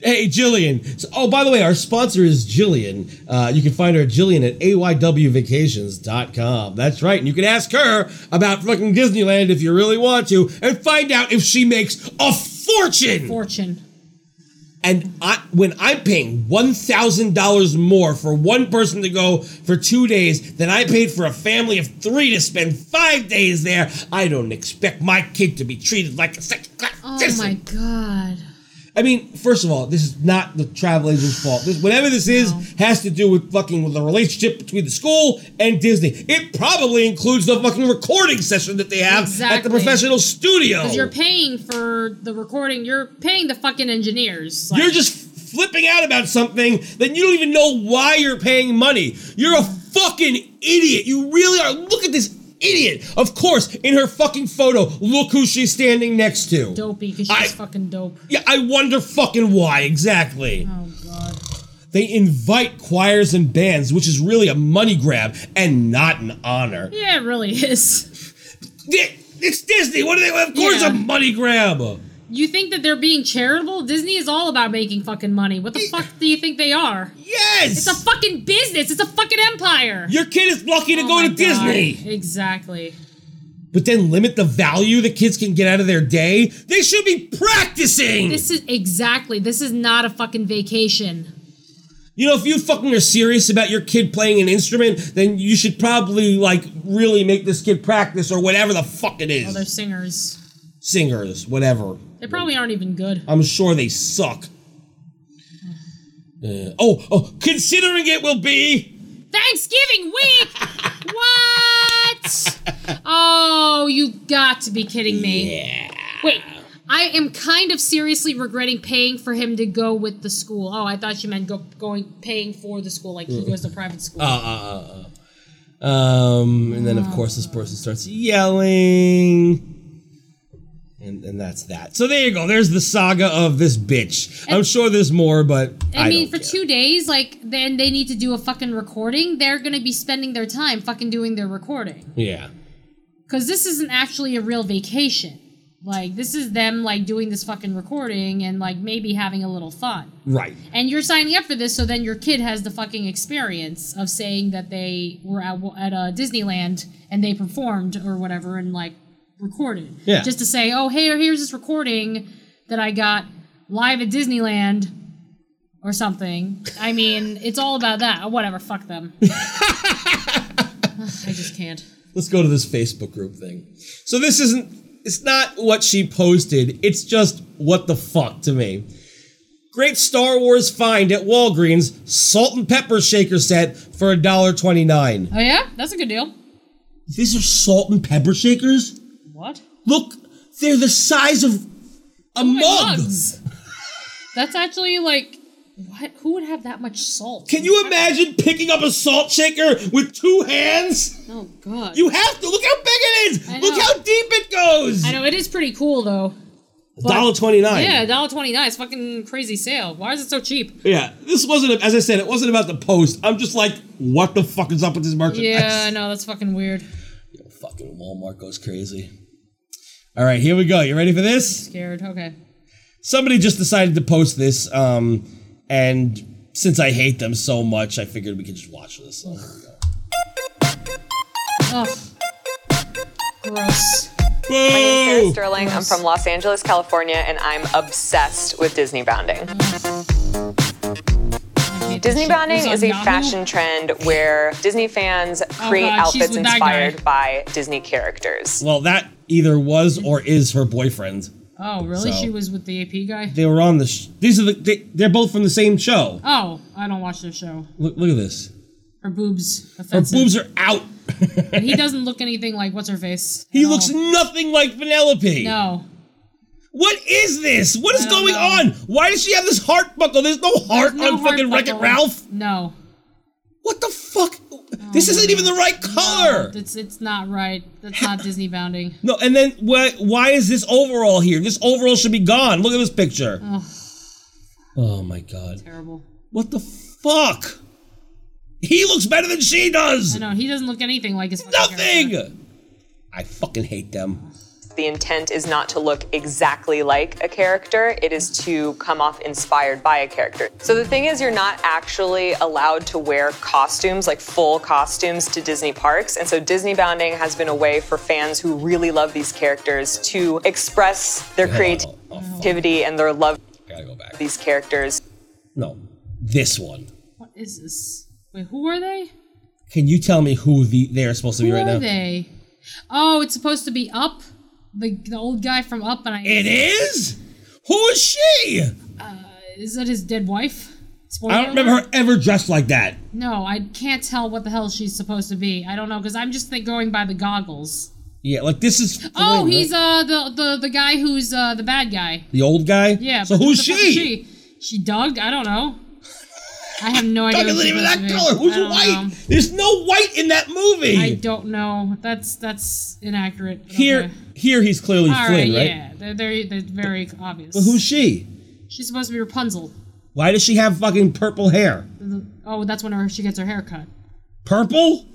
G: Hey, Jillian. So, oh, by the way, our sponsor is Jillian. Uh, you can find her at Jillian at aywvacations.com. That's right. And you can ask her about fucking Disneyland if you really want to and find out if she makes a fortune.
I: Fortune.
G: And I, when I'm paying one thousand dollars more for one person to go for two days than I paid for a family of three to spend five days there, I don't expect my kid to be treated like a second class
I: Oh
G: citizen.
I: my god.
G: I mean, first of all, this is not the travel agent's fault. This, whatever this is, has to do with fucking with the relationship between the school and Disney. It probably includes the fucking recording session that they have at the
I: Exactly.
G: professional studio.
I: Because you're paying for the recording, you're paying the fucking engineers.
G: you're just flipping out about something that you don't even know why you're paying money. You're a fucking idiot. You really are. Look at this idiot. Of course, in her fucking photo, look who she's standing next to.
I: dopey because she's fucking dope.
G: Yeah, I wonder fucking why exactly.
I: Oh god.
G: They invite choirs and bands, which is really a money grab and not an honor.
I: Yeah, it really is.
G: It's Disney. What do they? Of course, a money grab.
I: You think that they're being charitable? Disney is all about making fucking money. What the fuck do you think they are?
G: Yes!
I: It's a fucking business. It's a fucking empire.
G: Your kid is lucky to
I: Oh
G: go
I: my
G: to
I: God.
G: Disney.
I: Exactly.
G: But then limit the value the kids can get out of their day. They should be practicing.
I: This is exactly. This is not a fucking vacation.
G: You know, if you fucking are serious about your kid playing an instrument, then you should probably like really make this kid practice or whatever the fuck it
I: Well,
G: is.
I: they're singers.
G: Singers, whatever.
I: They probably aren't even good.
G: I'm sure they suck. Uh, oh, oh, considering it will be.
I: Thanksgiving week. what? Oh, you got to be kidding me. Wait. I am kind of seriously regretting paying for him to go with the school. Oh, I thought you meant go, going paying for the school like he goes to private school.
G: Uh, uh, uh, uh. Um, and then of course this person starts yelling. And, and that's that. So there you go. There's the saga of this bitch. I'm sure there's more, but
I: I,
G: I,
I: mean, for two days, like then they need to do a fucking recording. They're gonna be spending their time fucking doing their recording
G: don't. Yeah.
I: because this isn't actually a real vacation. Like this is them like doing this fucking recording and like maybe having a little fun.
G: Right.
I: And you're signing up for this, so then your kid has the fucking experience of saying that they were at, at uh, Disneyland and they performed or whatever and like recorded.
J: Yeah.
I: Just to say, oh, hey, here's this recording that I got live at Disneyland or something. I mean, it's all about that. Oh, whatever, fuck them. Ugh, I just can't.
G: Let's go to this Facebook group thing. So this isn't it's not what she posted. It's just what the fuck to me. Great Star Wars find at Walgreens salt and pepper shaker set for $1.29.
I: Oh, yeah? That's a good deal.
G: These are salt and pepper shakers?
I: What?
G: Look, they're the size of a
I: Oh
G: mug.
I: That's actually like, what? Who would have that much salt?
G: Can you imagine picking up a salt shaker with two hands?
I: Oh, God.
G: You have to look how big it is.
I: I
G: Look
I: know.
G: how deep it goes.
I: I know, it is pretty cool, though. But-
G: $1.29.
I: Yeah, dollar twenty nine. It's fucking crazy sale. Why is it so cheap?
G: Yeah, this wasn't, as I said, it wasn't about the post. I'm just like, what the fuck is up with this merchandise?
I: Yeah, no, that's fucking weird.
G: Fucking Walmart goes crazy. All right, here we go. You ready for this?
I: Scared. Okay.
G: Somebody just decided to post this, um, and since I hate them so much, I figured we could just watch this. So here we go.
I: Ugh. Oh. Gross.
N: My name is Sarah Sterling. I'm from Los Angeles, California, and I'm obsessed with Disney bounding. Disney bounding
J: It was
N: is
J: on
N: a
J: Yahoo?
N: fashion trend where Disney fans
J: Oh,
N: create
J: God, she's
N: outfits
J: with that guy.
N: inspired by Disney characters.
G: Well, that either was or is her boyfriend.
I: Oh, really?
G: So-
I: She was with the AP guy.
G: They were on the. Sh- these are the. They, they're both from the same show.
I: Oh, I don't watch their show.
G: Look, look at this.
I: Her boobs.
G: Her
I: Offensive.
G: boobs are out.
I: and he doesn't look anything like what's her face.
G: He looks nothing like Penelope.
I: No.
G: What is this? What is
I: I don't
G: going
I: know.
G: on? Why does she have this heart buckle? There's no heart
I: No
G: on
I: hard
G: fucking Wreck It
I: buckle. Oh
G: Ralph.
I: No.
G: What the fuck? this isn't even the right color.
I: It's it's not right. That's not Disney bounding.
G: No, and then why, why is this overall here? This overall should be gone. Look at this picture.
I: Ugh.
G: Oh my god.
I: Terrible.
G: What the fuck? He looks better than she does.
I: I know he doesn't look anything like his. fucking
G: Nothing. I fucking hate them.
N: The intent is not to look exactly like a character, it is to come off inspired by a character. So the thing is, you're not actually allowed to wear costumes, like full costumes, to Disney parks. And so Disney bounding has been a way for fans who really love these characters to express their
G: Yeah.
N: creativity and their love.
G: gotta go back.
N: These characters.
G: No, this one.
I: What is this? Wait, who are they?
G: Can you tell me who the they are supposed to be
I: Who
G: right
I: are
G: now?
I: they? Oh, it's supposed to be Up, the, the old guy from Up, and I. uh,
G: It is. Who is she?
I: Is that his dead wife? Spoiler
G: I don't remember
I: alert.
G: her ever dressed like that.
I: No, I can't tell what the hell she's supposed to be. I don't know because I'm just think going by the goggles.
G: Yeah, like this is.
I: Oh,
G: Flynn,
I: he's
G: right?
I: uh the, the the guy who's uh the bad guy.
G: the old guy.
I: Yeah.
G: So
I: but who
G: who's
I: the fuck
G: she?
I: is she? She Doug? I don't know. I have no idea.
G: Doug
I: who
G: isn't
I: she's supposed
G: even that
I: to be.
G: color. Who's
I: I don't
G: white?
I: know.
G: There's no white in that movie.
I: I don't know. That's that's inaccurate.
G: here, here he's clearly
I: All right,
G: Flynn, right?
I: yeah, they're, they're, they're very obvious.
G: But who's she?
I: She's supposed to be Rapunzel.
G: Why does she have fucking purple hair?
I: Oh, that's when her, she gets her hair cut.
G: Purple?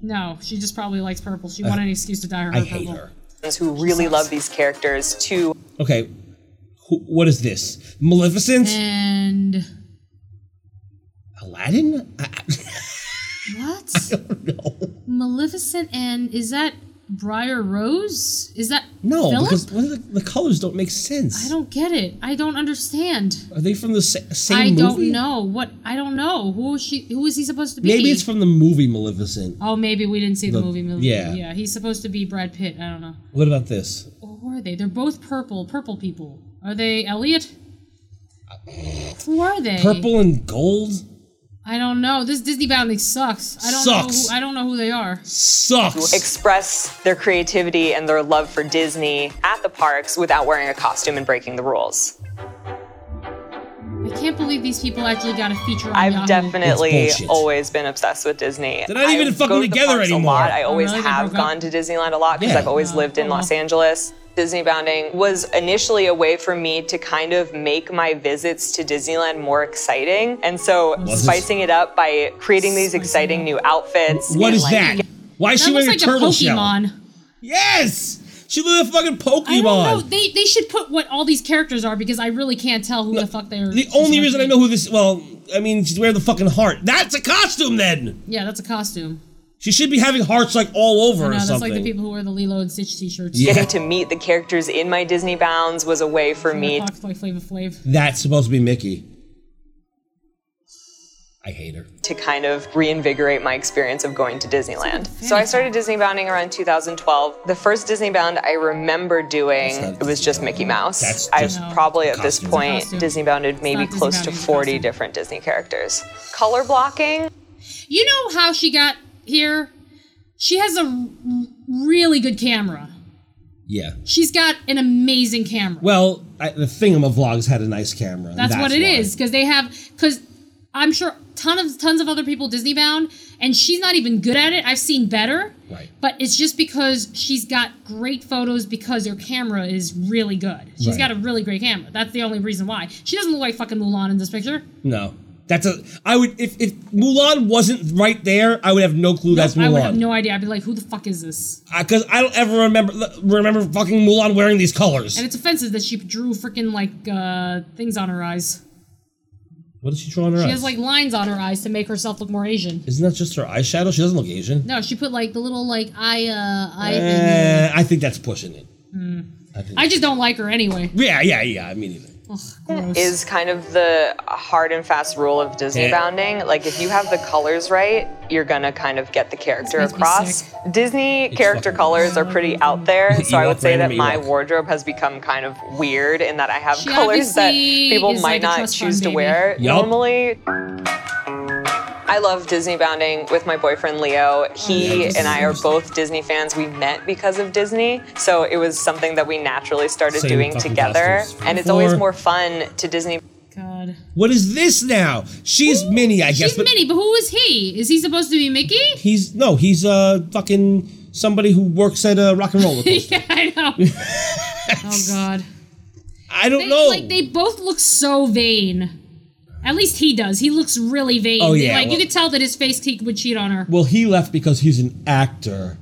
I: No, she just probably likes purple. She
G: Uh,
I: wanted an excuse to dye her
G: I
I: hair
G: hate
I: purple.
G: her.
N: Who really love these characters to
G: Okay, who, what is this? Maleficent?
I: Eh. And
G: Aladdin? I,
I: what?
G: I don't know.
I: Maleficent and is that Briar Rose? Is that
G: No,
I: Philip?
G: because what are the, the colors don't make sense.
I: I don't get it. I don't understand.
G: Are they from the sa- same
I: I
G: movie?
I: don't know what. I don't know who is she. Who is he supposed to be?
G: Maybe it's from the movie Maleficent.
I: Oh, maybe we didn't see the,
G: The-
I: movie. movie.
G: yeah.
I: yeah. He's supposed to be Brad Pitt. I don't know.
G: What about this?
I: Or who are they? They're both purple. Purple people. Are they Elliot? Who are they?
G: Uh, Purple and gold?
I: I don't know. This Disney bounding sucks. I don't
N: Sucks.
I: know. Who, I don't know who they are.
G: Sucks.
N: express their creativity and their love for Disney at the parks without wearing a costume and breaking the rules.
I: I can't believe these people actually got a feature. On
N: I've
I: Yahoo.
N: definitely
G: bullshit.
N: always been obsessed with Disney.
G: They're not even
N: I
G: fucking
N: go to the
G: together
N: parks
G: anymore.
N: A lot. I
G: Oh,
N: always
G: really? They
N: have
G: broke up?
N: gone to Disneyland a lot because
G: Yeah.
N: I've always lived in Los Angeles. Disney Bounding was initially a way for me to kind of make my visits to Disneyland more exciting. And so
G: Was it?
N: spicing it up by creating these exciting new outfits.
G: What
N: and,
G: is
N: like,
G: that? Why is
I: That
G: she
I: looks
G: wearing
I: like
G: a
I: a
G: turtle
I: Pokemon.
G: shell? Yes! She looks like a fucking Pokemon.
I: I don't know. They they should put what all these characters are because I really can't tell who the fuck they are.
G: The only reason I know who this well, I mean, she's wearing the fucking heart. That's a costume then.
I: Yeah, that's a costume.
G: She should be having hearts like all over
I: I
G: or
I: know, that's
G: something.
I: like the people who wear the Lilo and Stitch t-shirts.
N: Getting to meet the characters in my Disney Bounds was a way for me
I: Fox Boy Flava Flav.
G: That's supposed to be Mickey. I hate her.
N: to kind of reinvigorate my experience of going to Disneyland. So I started Disney Bounding around 2012. The first Disney Bound I remember doing, it was just Mickey Mouse.
M: That's
N: I've
M: just No.
N: probably at this
M: costume.
N: point
M: Costume.
N: Disney Bounded maybe
I: Disney
N: close to
I: Bounding, it's
N: 40 different Disney characters. Color blocking,
I: You know how she got here? She has a r- really good camera.
G: Yeah.
I: She's got an amazing camera.
G: Well, I, the Thingamavlogs had a nice camera.
I: That's, what it
G: why.
I: is because they have because I'm sure ton of tons of other people Disney bound, and she's not even good at it. I've seen better,
G: Right.
I: but it's just because she's got great photos because her camera is really good. She's
G: Right.
I: got a really great camera. That's the only reason why she doesn't look like fucking Mulan in this picture.
G: No. That's a. I would if if Mulan wasn't right there, I would have no clue that's
I: I would have
G: Mulan.
I: no idea. I'd be like, who the fuck is this?
G: Because I don't ever remember remember fucking Mulan wearing these colors.
I: And it's offensive that she drew freaking like uh, things on her eyes.
G: What is she drawing her
I: She
G: eyes?
I: has like lines on her eyes to make herself look more Asian.
G: Isn't that just her eyeshadow? She doesn't look Asian.
I: No, she put like the little like eye uh, eye thing.
G: Eh, I think that's pushing it.
I: Mm.
G: I think.
I: I just don't like her anyway.
G: yeah, yeah, yeah. I mean, either.
I: Ugh,
N: is kind of the hard and fast rule of Disney
G: Yeah.
N: bounding. Like if you have the colors right, you're gonna kind of get the character
M: This makes me
N: across. Disney character colors are pretty out there, so I would
M: Ewok
N: say that
M: random
N: my
M: Ewok.
N: wardrobe has become kind of weird in that I have
M: She
N: colors that
M: obviously
N: people
M: is like
N: might
M: a
N: not
M: trust fund
N: choose to
M: baby.
N: wear
M: Yup.
N: normally. I love Disney bounding with my boyfriend Leo. He and I are both Disney fans. We met because of Disney, so it was something that we naturally started
G: Same
N: doing
G: fucking
N: together.
G: costumes
N: And it's always
G: before.
N: more fun to Disney
I: God.
G: What is this now? She's Minnie, I guess.
I: She's
G: But
I: Minnie, but who is he? Is he supposed to be Mickey?
G: he's no, he's uh fucking somebody who works at a rock and roller. Coaster.
I: yeah, I know. oh God.
G: I don't
I: they,
G: know.
I: Like they both look so vain. At least he does. He looks really vain.
G: Oh, yeah,
I: Like
G: well-
I: you could tell that his face he would cheat on her.
G: well, he left because he's an actor,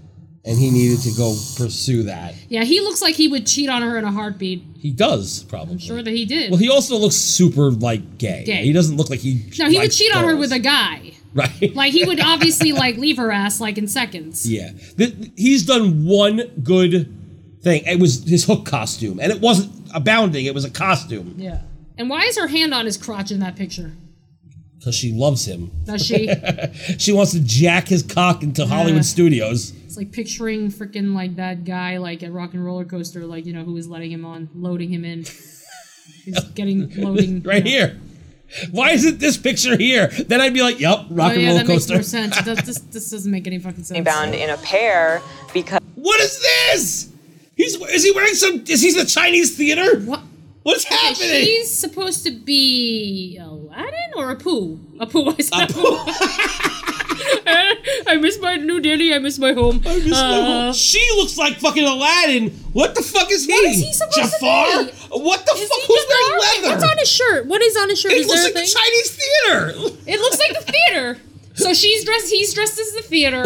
G: and he needed to go pursue that.
I: Yeah, he looks like he would cheat on her in a heartbeat.
G: He does probably.
I: Sure that he did.
G: Well, he also looks super like gay.
I: Gay.
G: He doesn't look like he.
I: no, he would
G: likes
I: cheat on her
G: girls.
I: with a guy.
G: right.
I: Like he would obviously like leave her ass like in seconds.
G: Yeah, Th- he's done one good thing. It was his hook costume, and it wasn't a bounding; it was a costume.
I: Yeah. And why is her hand on his crotch in that picture?
G: because she loves him.
I: Does she?
G: She wants to jack his cock into Hollywood studios.
I: It's like picturing freaking like that guy like at Rock and Roller Coaster, like you know who was letting him on, loading him in. He's getting loading
G: right here. Why isn't this picture here? Then I'd be like, "Yep,
I: Oh,
G: rock and
I: yeah,
G: roller
I: that
G: coaster."
I: makes no sense. It does- this, this doesn't make any fucking sense.
N: bound in a pair because
G: what is this? He's is he wearing some? Is he the Chinese theater?
I: What?
G: What's
I: Okay,
G: happening?
I: She's supposed to be Aladdin or Apu. Apu, I said Apu. I miss my new Delhi. I miss my home. Uh, I miss
G: my home. She looks like fucking Aladdin. What the fuck is
I: What
G: he?
I: is he supposed
G: Jafar?
I: to be?
G: What the fuck? Who's wearing leather?
I: What's on his shirt? What is on his shirt?
G: It
I: Is
G: looks
I: there a
G: like the
I: thing?
G: Chinese theater.
I: It looks like the theater. So she's dressed. He's dressed as the theater,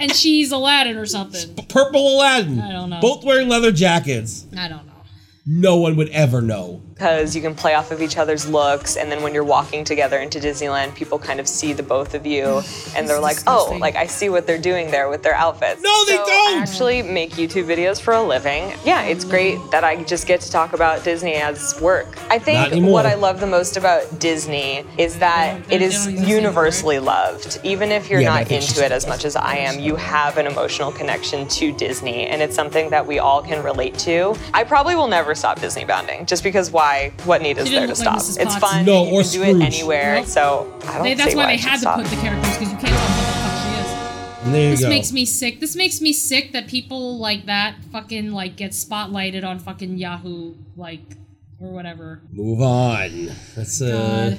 I: and she's Aladdin or something.
G: Purple Aladdin.
I: I don't know.
G: Both wearing leather jackets.
I: I don't know.
G: No one would ever know.
N: because you can play off of each other's looks and then when you're walking together into Disneyland people kind of see the both of you and they're like oh like I see what they're doing there with their outfits no they don't I actually make YouTube videos for a living yeah it's great that I just get to talk about Disney as work I
G: Not
N: think
G: anymore.
N: what I love the most about Disney is that it is universally loved even if you're
G: Yeah, but I
N: not
G: think she's-
N: into it as much as I am you have an emotional connection to Disney and it's something that we all can relate to I probably will never stop Disney bounding just because why what need is
I: She
N: there
I: didn't
N: to
I: look like
N: stop.
I: Mrs.
N: It's
I: Potts.
N: fun.
I: No,
N: you
I: or
N: can do it
I: Scrooge.
N: anywhere.
I: Nope.
N: So I don't
I: They- that's
N: see
I: why,
N: I
I: they
N: should
I: had
N: stop.
I: to put the characters because you can't tell what the fuck she is.
G: And there you
I: this
G: go.
I: makes me sick. This makes me sick that people like that fucking like get spotlighted on fucking Yahoo like or whatever.
G: Move on. That's
I: God.
G: uh.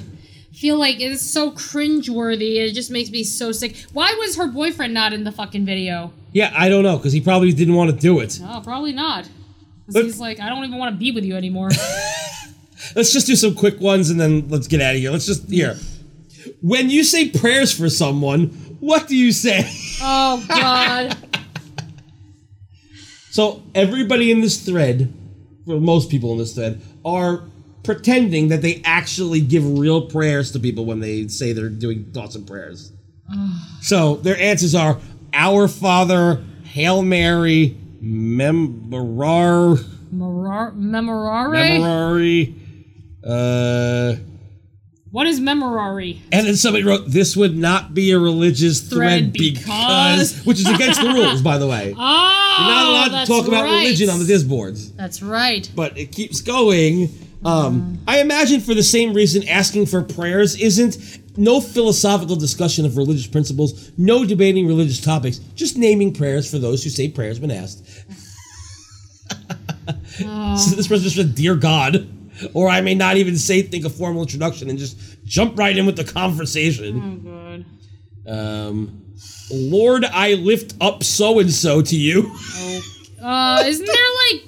I: Feel like it's so cringeworthy. It just makes me so sick. Why was her boyfriend not in the fucking video?
G: Yeah, I don't know because he probably didn't want to do it.
I: Oh, probably not. 'Cause he's like, I don't even want to be with you anymore.
G: Let's just do some quick ones and then let's get out of here. Let's just here. When you say prayers for someone, what do you say?
I: oh God.
G: So everybody in this thread, well, most people in this thread, are pretending that they actually give real prayers to people when they say they're doing thoughts and prayers. So their answers are Our Father, Hail Mary, Memberar,
I: Memorar- memorare?
G: Memorari, uh,
I: what is memorare?
G: and then somebody wrote, "This would not be a religious
I: Thread
G: thread, because,
I: because-
G: which is against the rules, by the way.
I: Oh,
G: You're not allowed
I: that's
G: to talk about
I: right.
G: religion on the Disboards."
I: That's right.
G: but it keeps going. Um, I imagine for the same reason, asking for prayers isn't no philosophical discussion of religious principles, no debating religious topics, just naming prayers for those who say prayers when asked. So this person just said, "Dear God," or I may not even say think a formal introduction and just jump right in with the conversation.
I: God.
G: Um, Lord, I lift up so and so to you.
I: Uh, isn't there like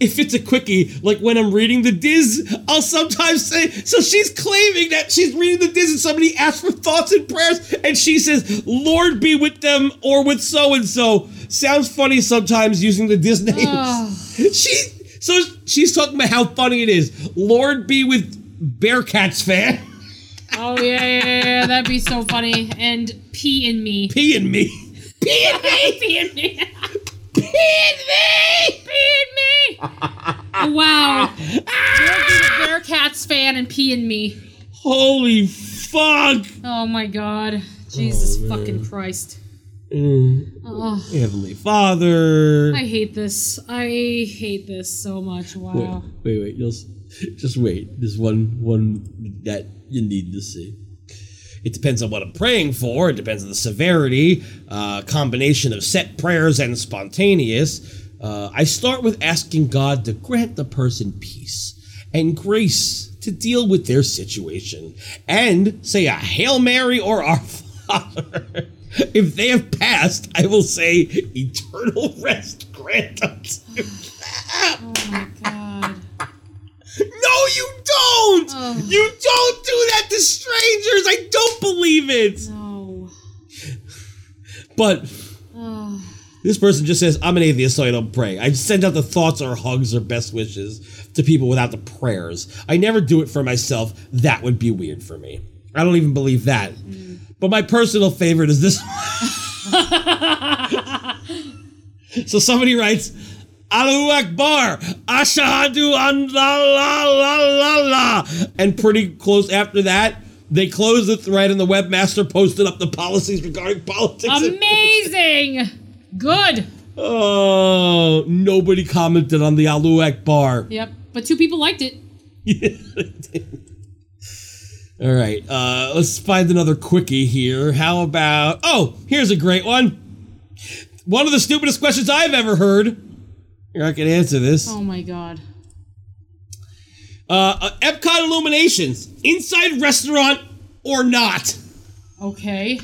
G: if it's a quickie, like when I'm reading the Diz, I'll sometimes say. So she's claiming that she's reading the Diz, and somebody asks for thoughts and prayers, and she says, "Lord be with them" or with so and so. Sounds funny sometimes using the Diz names. She so she's talking about how funny it is. Lord be with Bearcats fan.
I: Oh yeah, yeah, yeah, yeah, that'd be so funny. And pee in me.
G: Pee in me. Pee in me.
I: pee in me. pee in me. Pee in me. wow.
G: Ah!
I: You're a Bearcats fan and pee in me.
G: Holy fuck.
I: Oh my god.
G: Oh,
I: Jesus fucking Christ.
G: Mm.
I: Ugh.
G: Heavenly Father.
I: I hate this. I hate this so much. Wow.
G: Wait, wait, wait. You'll s- just wait. There's one one that you need to see. It depends on what I'm praying for. It depends on the severity, uh, combination of set prayers and spontaneous. Uh, I start with asking God to grant the person peace and grace to deal with their situation, and say a Hail Mary or Our Father. if they have passed, I will say eternal rest grant unto No, you don't! You don't do that to strangers! I don't believe it!
I: No.
G: But
I: Ugh.
G: this person just says, I'm an atheist, so I don't pray. I send out the thoughts or hugs or best wishes to people without the prayers. I never do it for myself. That would be weird for me. I don't even believe that. But my personal favorite is this. so somebody writes, Allahu Akbar, Ashahadu an la la la la la. And pretty close after that, they closed the thread and the webmaster posted up the policies regarding politics. and-
I: Amazing. Good.
G: oh, nobody commented on the Allahu Akbar.
I: Yep. But two people liked it.
G: All right, uh, let's find another quickie here. How about? Oh, here's a great one. One of the stupidest questions I've ever heard. Here, I can answer this.
I: Oh my god.
G: Uh, uh, Epcot Illuminations, inside restaurant or not?
I: Okay.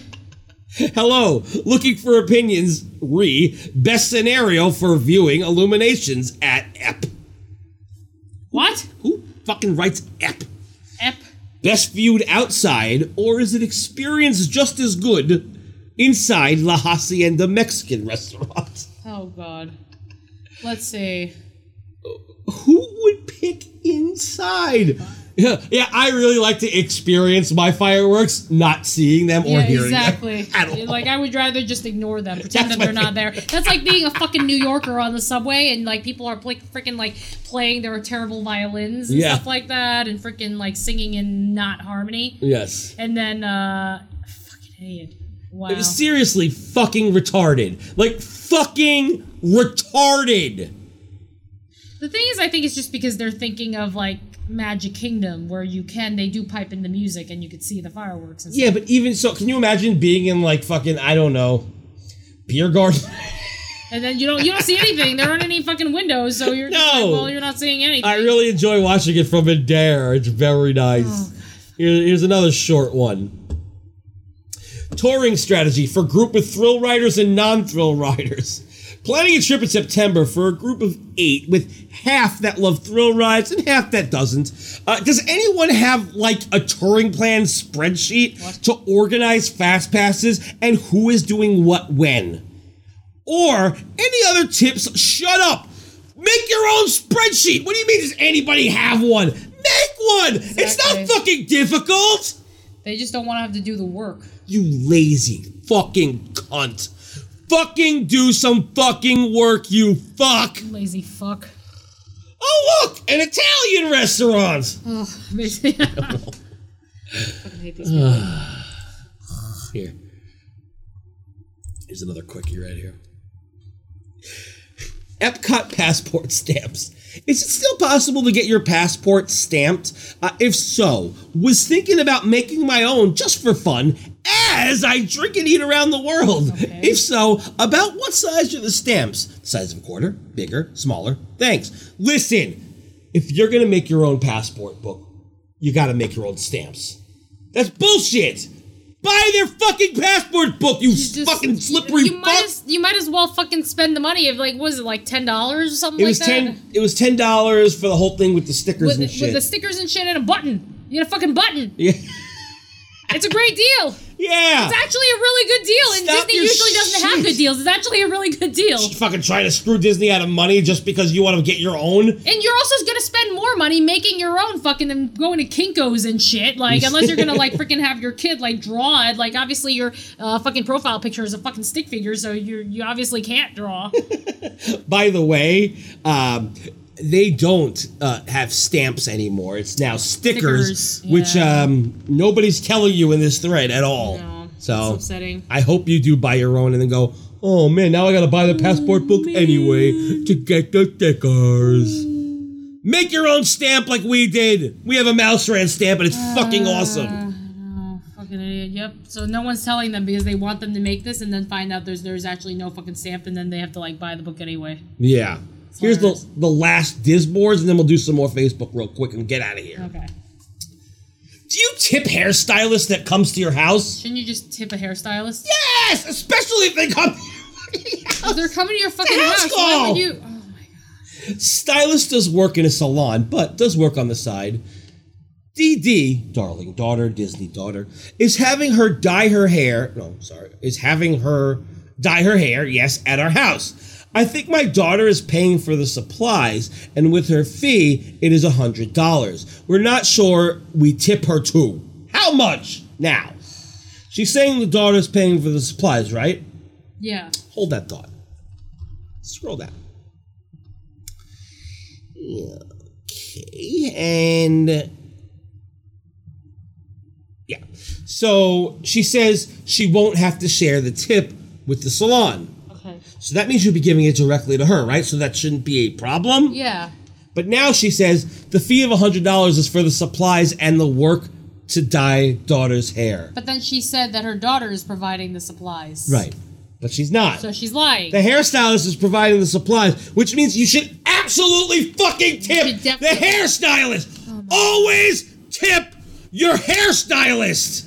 G: Hello, looking for opinions. Re best scenario for viewing Illuminations at Ep.
I: What?
G: Who fucking writes Ep?
I: Ep.
G: Best viewed outside, or is it experienced just as good inside La Hacienda Mexican restaurant?
I: Oh god. Let's see.
G: Pick inside. Yeah, yeah, I really like to experience my fireworks, not seeing them or
I: yeah,
G: hearing
I: exactly.
G: them. At all.
I: Like I would rather just ignore them, pretend that they're not there. That's like being a fucking New Yorker on the subway and like people are like freaking like playing their terrible violins and
G: Yeah.
I: stuff like that and freaking like singing in not harmony.
G: Yes.
I: And then uh fucking idiot. Wow.
G: Seriously, fucking retarded. Like fucking retarded.
I: The thing is, I think it's just because they're thinking of like Magic Kingdom, where you can they do pipe in the music and you could see the fireworks. And
G: Yeah, but even so, can you imagine being in like fucking I don't know, beer garden?
I: stuff. and then you don't you don't see anything. There aren't any fucking windows, so you're just
G: No.
I: like, well, you're not seeing anything.
G: I really enjoy watching it from in there. It's very nice. Here- here's another short one. Touring strategy for group of thrill riders and non-thrill riders. Planning a trip in September for a group of eight with half that love thrill rides and half that doesn't. Uh, does anyone have like a touring plan spreadsheet to organize fast passes and who is doing what when? Or any other tips? Shut up. Make your own spreadsheet. What do you mean? Does anybody have one? Make one. It's not fucking difficult.
I: They just don't want to have to do the work.
G: You lazy fucking cunt. Fucking do some fucking work, you fuck.
I: Lazy fuck.
G: Oh, look, an Italian restaurant.
I: Ugh, Oh, amazing. fucking hate these people.
G: here. Here's another quickie right here. Epcot passport stamps. Is it still possible to get your passport stamped? Uh, if so, was thinking about making my own just for fun as I drink and eat around the world. If so, about what size are the stamps? Size of a quarter, bigger, smaller? Thanks. Listen, if you're going to make your own passport book, you got to make your own stamps. That's bullshit. Buy their fucking passport book, you, fucking slippery
I: You
G: fuck.
I: might as you might as well fucking spend the money of like what was it like ten dollars or something
G: It
I: like
G: was
I: that
G: ten. It was ten dollars for the whole thing with the stickers
I: with,
G: and
I: with
G: shit.
I: the stickers and shit and a button. You get a fucking button.
G: yeah.
I: It's a great deal.
G: Yeah.
I: It's actually a really good deal, and
G: Stop
I: Disney
G: your
I: usually doesn't have
G: shit.
I: good deals. It's actually a really good deal.
G: Fucking trying to screw Disney out of money just because you want to get your own.
I: And you're also gonna spend more money making your own fucking than going to Kinkos and shit. Like, unless you're gonna like freaking have your kid like draw it. Like, obviously your uh, fucking profile picture is a fucking stick figure, so you you obviously can't draw.
G: By the way, um, they don't uh, have stamps anymore. It's now stickers,
I: Stickers,
G: which um, nobody's telling you in this thread at all. so
I: upsetting.
G: I hope you do buy your own and then go. Oh man, now I gotta buy the passport book anyway to get the stickers. Make your own stamp like we did. We have a Mouse Ran stamp and it's
I: Ah.
G: fucking awesome.
I: Oh, Fucking idiot. Yep. So no one's telling them because they want them to make this, and then find out there's there's actually no fucking stamp, and then they have to like buy the book anyway.
G: Yeah. Here's the the last Disboards, and then we'll do some more Facebook real quick and get out of here.
I: Okay.
G: Do you tip hairstylist that comes to your house?
I: Shouldn't you just tip a hairstylist?
G: Yes, especially if they come.
I: If they're coming to your fucking
G: house
I: house. Why
G: call.
I: would you?
G: Stylist does work in a salon, but does work on the side. DD, darling daughter, Disney daughter, is having her dye her hair. No, I'm sorry, is having her dye her hair. Yes, at our house. I think my daughter is paying for the supplies, and with her fee, it is a hundred dollars. We're not sure. We tip her too. How much now? She's saying the daughter's paying for the supplies, right?
I: Yeah.
G: Hold that thought. Scroll down. Okay, and yeah. So she says she won't have to share the tip with the salon.
I: Okay.
G: So that means you'll be giving it directly to her, right? So that shouldn't be a problem.
I: Yeah.
G: But now she says the fee of $100 is for the supplies and the work to dye daughter's hair.
I: But then she said that her daughter is providing the supplies.
G: Right. But she's not.
I: So she's lying.
G: The hairstylist is providing the supplies, which means you should absolutely fucking tip the hairstylist.
I: Oh
G: Always tip your hairstylist.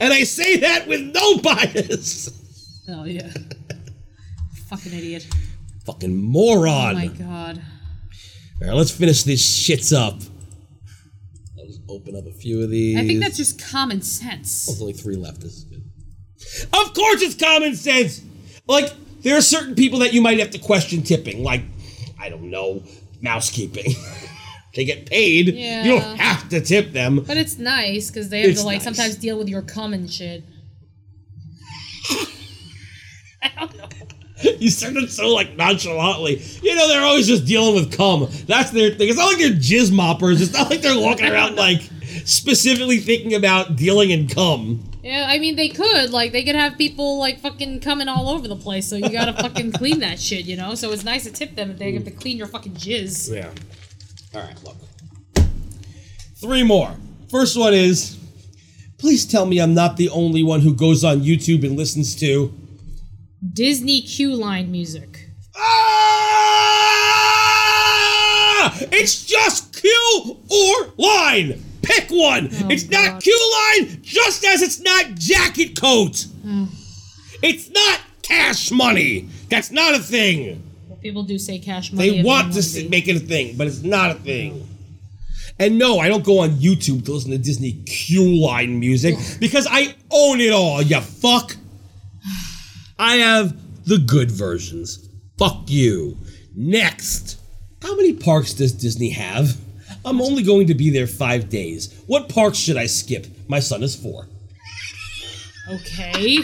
G: And I say that with no bias.
I: Oh yeah. Fucking idiot.
G: Fucking moron.
I: Oh my god.
G: All right, let's finish these shits up. I'll just open up a few of these.
I: I think that's just common sense.
G: There's only three left. This is good. Of course, it's common sense. Like there are certain people that you might have to question tipping. Like I don't know, mousekeeping. they get paid. You
I: Yeah.
G: don't have to tip them.
I: But it's nice because they have
G: It's
I: to like
G: nice.
I: sometimes deal with your common shit.
G: you said it so like nonchalantly. You know they're always just dealing with cum. That's their thing. It's not like they're jizz moppers. It's not like they're walking around like specifically thinking about dealing in cum.
I: Yeah, I mean they could like they could have people like fucking coming all over the place, so you gotta fucking clean that shit, you know. So it's nice to tip them if they have to clean your fucking jizz.
G: Yeah. All right, look. Three more. First one is please tell me I'm not the only one who goes on YouTube and listens to.
I: Disney Q line music.
G: Ah! It's just Q or line. Pick one. it's not Q line, just as it's not jacket coat.
I: Ugh.
G: It's not cash money. That's not a thing.
I: People do say cash money.
G: They
I: if
G: want
I: wanna
G: to s- make it a thing, but it's not a thing. And no, I don't go on YouTube to listen to Disney Q line music because I own it all, you fuck. I have the good versions. Fuck you. Next. How many parks does Disney have? I'm only going to be there five days. What parks should I skip? My son is four.
I: Okay.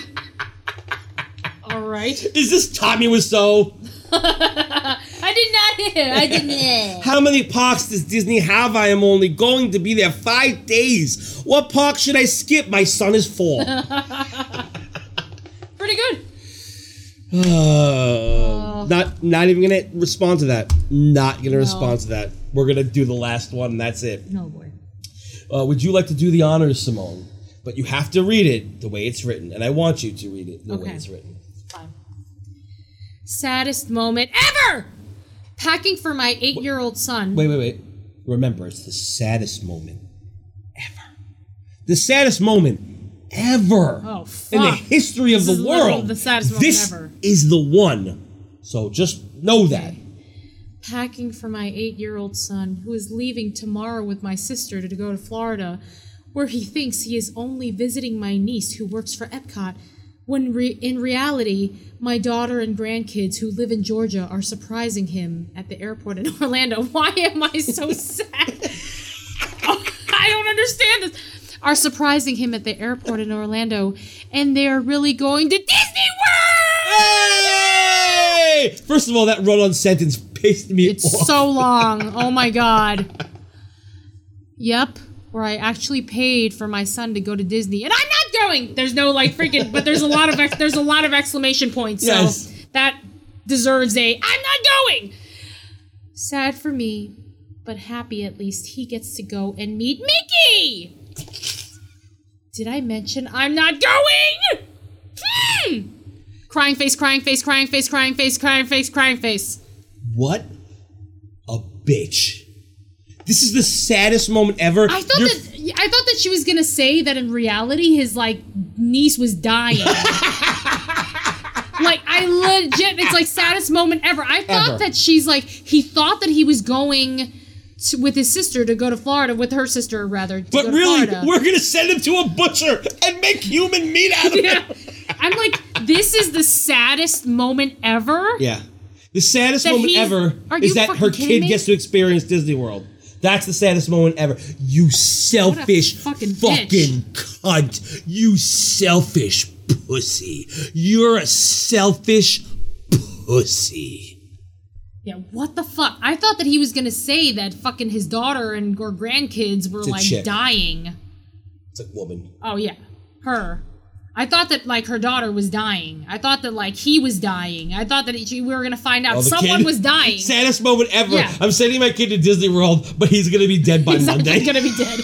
I: All right.
G: Is this Tommy Wiseau?
I: I did not hear. I didn't.
G: How many parks does Disney have? I am only going to be there five days. What park should I skip? My son is four.
I: Pretty good.
G: Uh, not not even gonna respond to that. Not gonna
I: Oh. No.
G: respond to that. We're gonna do the last one. And that's it.
I: No Oh, boy.
G: Uh, would you like to do the honors, Simone? But you have to read it the way it's written, and I want you to read it the way
I: Okay.
G: it's written.
I: Saddest moment ever. Packing for my eight-year-old son.
G: Wait, wait, wait. Remember, it's the saddest moment ever. The saddest moment ever
I: Oh
G: in the
I: fuck.
G: history of
I: This is
G: the
I: literally
G: world.
I: the saddest moment
G: this
I: ever.
G: is the one. So just know that.
I: packing for my eight year old son, who is leaving tomorrow with my sister to go to Florida, where he thinks he is only visiting my niece who works for Epcot, when re- in reality, my daughter and grandkids who live in Georgia are surprising him at the airport in Orlando. Why am I so sad? Oh, I don't understand this. Are surprising him at the airport in Orlando, and they are really going to Disney
G: Hey! First of all, that run-on sentence pissed me off.
I: so long. Oh my god. Yep, where I actually paid for my son to go to Disney, and I'm not going. There's no like freaking, but there's a lot of ex- there's a lot of exclamation points. So
J: Yes.
I: that deserves a I'm not going. Sad for me, but happy at least he gets to go and meet Mickey. Did I mention I'm not going? Hmm. Crying face, crying face, crying face, crying face, crying face, crying face.
G: What a bitch. This is the saddest moment ever.
I: I thought
G: You're-
I: that I thought that she was gonna say that in reality his like niece was dying. like I legit, it's like saddest moment ever. I thought
J: Ever.
I: that she's like he thought that he was going to, with his sister to go to Florida with her sister rather. To
G: But
I: go to
G: really,
I: Florida.
G: we're gonna send him to a butcher and make human meat out of
I: yeah. I'm like, this is the saddest moment ever.
G: Yeah. The saddest
I: That
G: moment
I: he's-
G: ever
I: are
G: is
I: you
G: that her
I: fucking kidding
G: kid
I: me?
G: gets to experience Disney World. That's the saddest moment ever. You selfish
I: fucking
G: fucking,
I: bitch.
G: cunt. You selfish pussy. You're a selfish pussy.
I: Yeah, what the fuck? I thought that he was gonna say that fucking his daughter and or grandkids were
G: It's a
I: like
G: chick.
I: dying.
G: It's a woman.
I: Oh yeah, her. I thought that like her daughter was dying. I thought that like he was dying. I thought that she, we were gonna find out
G: Oh, the
I: Uh, someone
G: kid-
I: was dying.
G: Saddest moment ever.
I: Yeah.
G: I'm sending my kid to Disney World, but he's gonna be dead by
I: He's
G: Monday.
I: actually gonna be dead.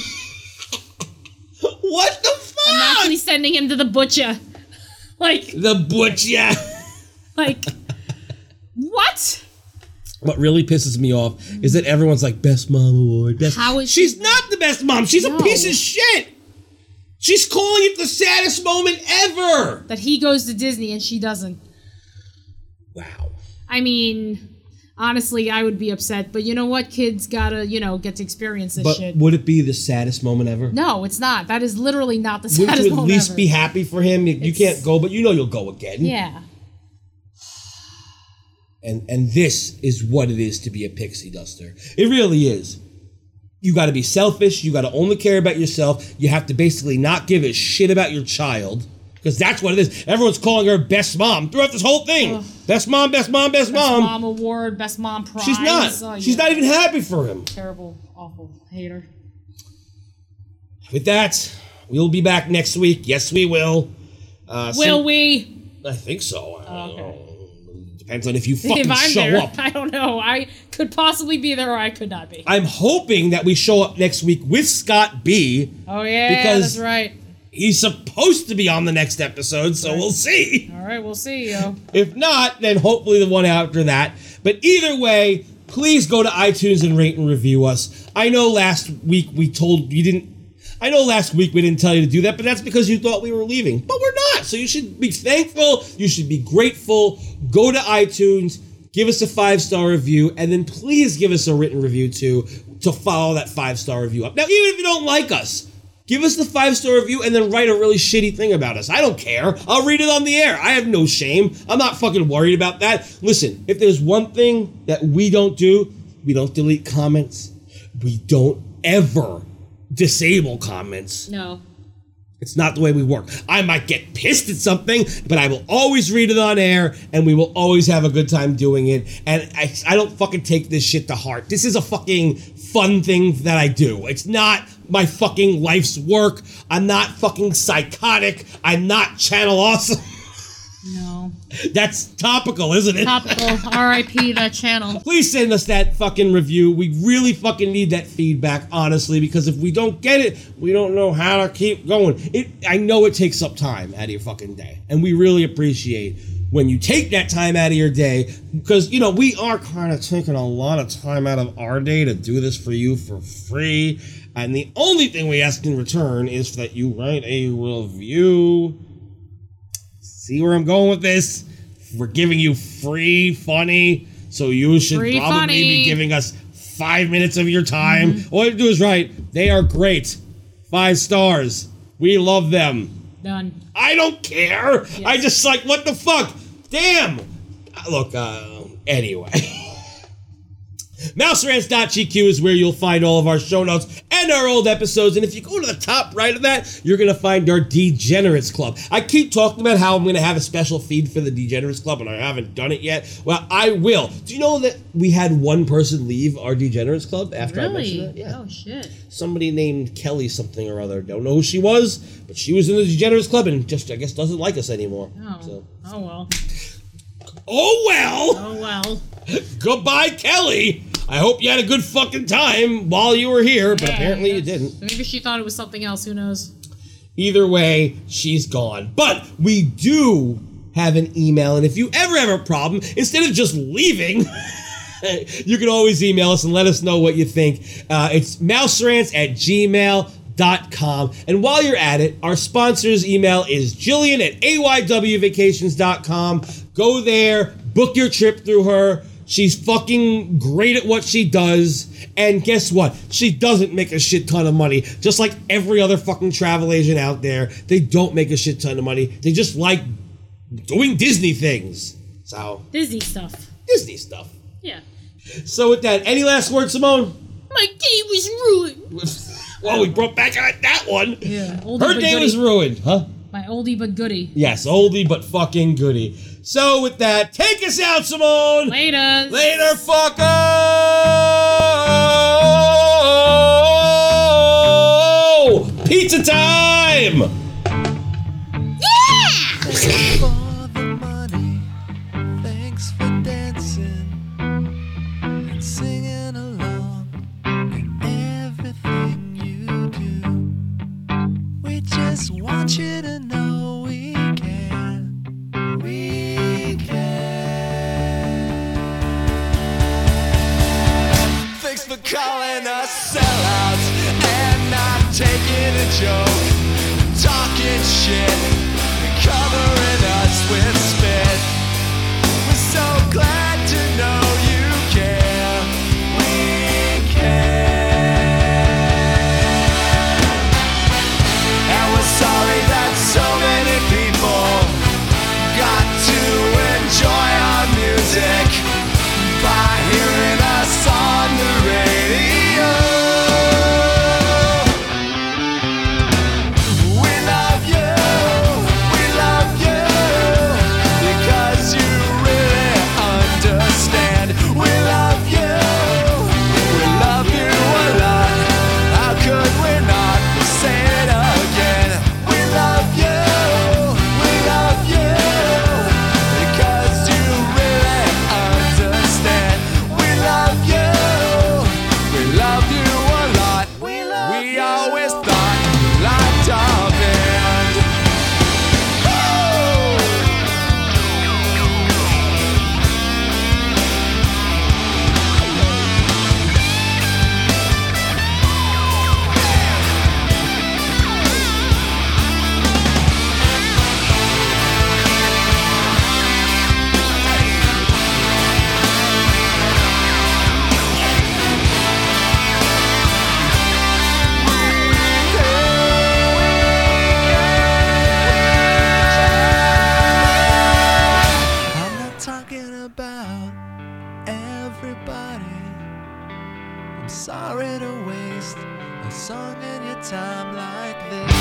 G: what the fuck?
I: I'm actually sending him to the butcher. Like
G: the butcher.
I: like what?
G: What really pisses me off is that everyone's like best mom award. Best.
I: How is
G: she's not the best mom. She's a piece of shit. She's calling it the saddest moment ever.
I: That he goes to Disney and she doesn't.
G: Wow.
I: I mean, honestly, I would be upset, but you know what? Kids gotta, you know, get to experience this
G: But
I: shit.
G: would it be the saddest moment ever?
I: No, it's not. That is literally not the
G: Wouldn't
I: saddest
G: you at
I: moment
G: least
I: ever.
G: be happy for him? You, you can't go, but you know you'll go again.
I: Yeah.
G: And and this is what it is to be a pixie duster. It really is. You got to be selfish. You got to only care about yourself. You have to basically not give a shit about your child because that's what it is. Everyone's calling her best mom throughout this whole thing. Best mom, best mom, best,
I: Best mom.
G: mom.
I: award, best mom prize.
G: She's not.
I: Oh,
G: She's
I: yeah.
G: not even happy for him.
I: Terrible, awful hater.
G: With that, we'll be back next week. Yes, we will. Uh,
I: Will
G: some-
I: we?
G: I think so. I don't
I: okay.
G: know. Depends on if you fucking
I: if I'm
G: show
I: there,
G: up.
I: I don't know. I could possibly be there or I could not be.
G: I'm hoping that we show up next week with Scott B.
I: Oh yeah,
G: Because-
I: that's right.
G: He's supposed to be on the next episode, so we'll see.
I: All right, we'll see you.
G: If not, then hopefully the one after that. But either way, please go to iTunes and rate and review us. I know last week we told you didn't. I know last week we didn't tell you to do that, but that's because you thought we were leaving. But we're not. So you should be thankful. You should be grateful. Go to iTunes, give us a five star review, and then please give us a written review too to follow that five star review up. Now, even if you don't like us, Give us the five star review and then write a really shitty thing about us. I don't care. I'll read it on the air. I have no shame. I'm not fucking worried about that. Listen, if there's one thing that we don't do, we don't delete comments. We don't ever disable comments.
I: No.
G: It's not the way we work. I might get pissed at something, but I will always read it on air and we will always have a good time doing it. And I, I don't fucking take this shit to heart. This is a fucking fun thing that I do. It's not my fucking life's work. I'm not fucking psychotic. I'm not channel awesome.
I: No.
G: That's topical, isn't it?
I: Topical. R.I.P. that channel.
G: Please send us that fucking review. We really fucking need that feedback, honestly, because if we don't get it, we don't know how to keep going. It I know it takes up time out of your fucking day. And we really appreciate when you take that time out of your day because you know we are kind of taking a lot of time out of our day to do this for you for free and the only thing we ask in return is that you write a review see where i'm going with this we're giving you free funny so you should
I: Free
G: probably
I: funny. Mm-hmm.
G: be giving us five minutes of your time all you have to do is write they are great five stars we love them
I: Done.
G: I don't care. I just like what the fuck. Damn. Uh, Look. Uh, anyway, mouserants.gq is where you'll find all of our show notes and our old episodes. And if you go to the top right of that, you're gonna find our Degenerates Club. I keep talking about how I'm gonna have a special feed for the Degenerates Club, and I haven't done it yet. Well, I will. Do you know that we had one person leave our Degenerates Club after I mentioned it?
I: Really? Oh shit.
G: somebody named Kelly something or other. Don't know who she was, but she was in the Degenerates Club and just I guess doesn't like us anymore.
I: Oh.
G: So
I: Oh well.
G: oh well.
I: Oh well.
G: Goodbye, Kelly. I hope you had a good fucking time while you were here, but
I: Yeah,
G: apparently you didn't.
I: Maybe she thought it was something else. Who knows?
G: Either way, she's gone. But we do have an email, and if you ever have a problem, instead of just leaving, you can always email us and let us know what you think. Uh, it's mouserants at gmail.com. And while you're at it, our sponsor's email is Jillian at aywvacations.com. Go there, book your trip through her. She's fucking great at what she does. And guess what? She doesn't make a shit ton of money. Just like every other fucking travel agent out there, they don't make a shit ton of money. They just like doing Disney things. So,
I: Disney stuff.
G: Disney stuff.
I: Yeah.
G: So with that, any last words, Simone?
I: My day was ruined.
G: Well, we brought back on that one.
I: Yeah.
G: Her day was ruined, huh?
I: My oldie but goodie.
G: Yes, oldie but fucking goodie. So with that, take us out, Simone.
I: Later.
G: Later, fucker. Pizza time.
P: Thanks for dancing and singing along in everything you do. We just want you to know we care. We care. Thanks for calling us sellouts and not taking a joke. Talking shit and covering us with spit. We're so glad to know you care. We care. And we're sorry that so many people got to enjoy our music by hearing us on the radio. We love you, we love you, because you really understand. We love you, we love you a lot. How could we not say it again? We love you, we love you, because you really understand. We love you, we love you a lot. We, always thought you liked our band. Oh! I'm not talking about everybody. I'm sorry to waste a song and your time like this.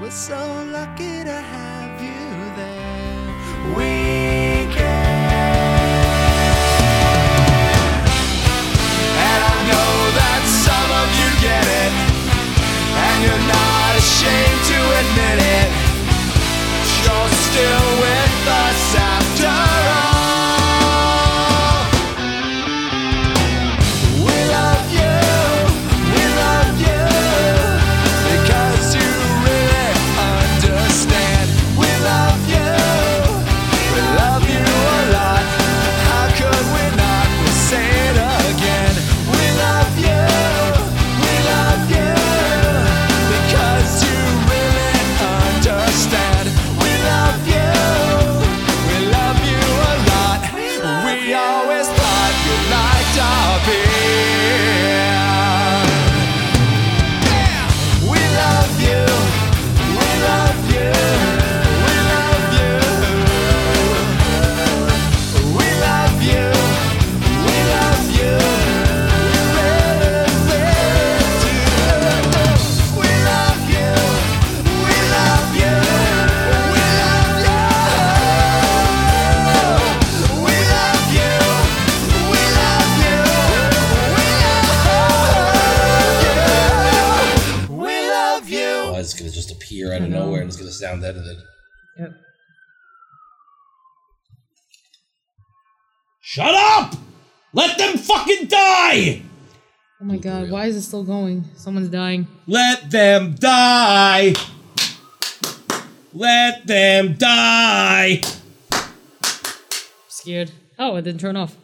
P: We're so lucky to have you there. We care. And I know that some of you get it, and you're not ashamed to admit it. You're still with us after all. We love you, we love you, because you really understand. We love you, we love you a lot. How could we not? We'll say it again. We love you, we love you, because you really understand. We love you, we love you a lot. We always thought you liked our beer. We love you, we love you, we love you, we love you, we love you, we love you, we love you, we love you. We love you.
G: Oh, it's gonna just appear out of nowhere and it's gonna sound edited.
E: Yep.
G: Shut up! Let them fucking die!
I: Oh my god, why is it still going? Someone's dying.
G: Let them die! Let them die!
I: scared. Oh, it didn't turn off.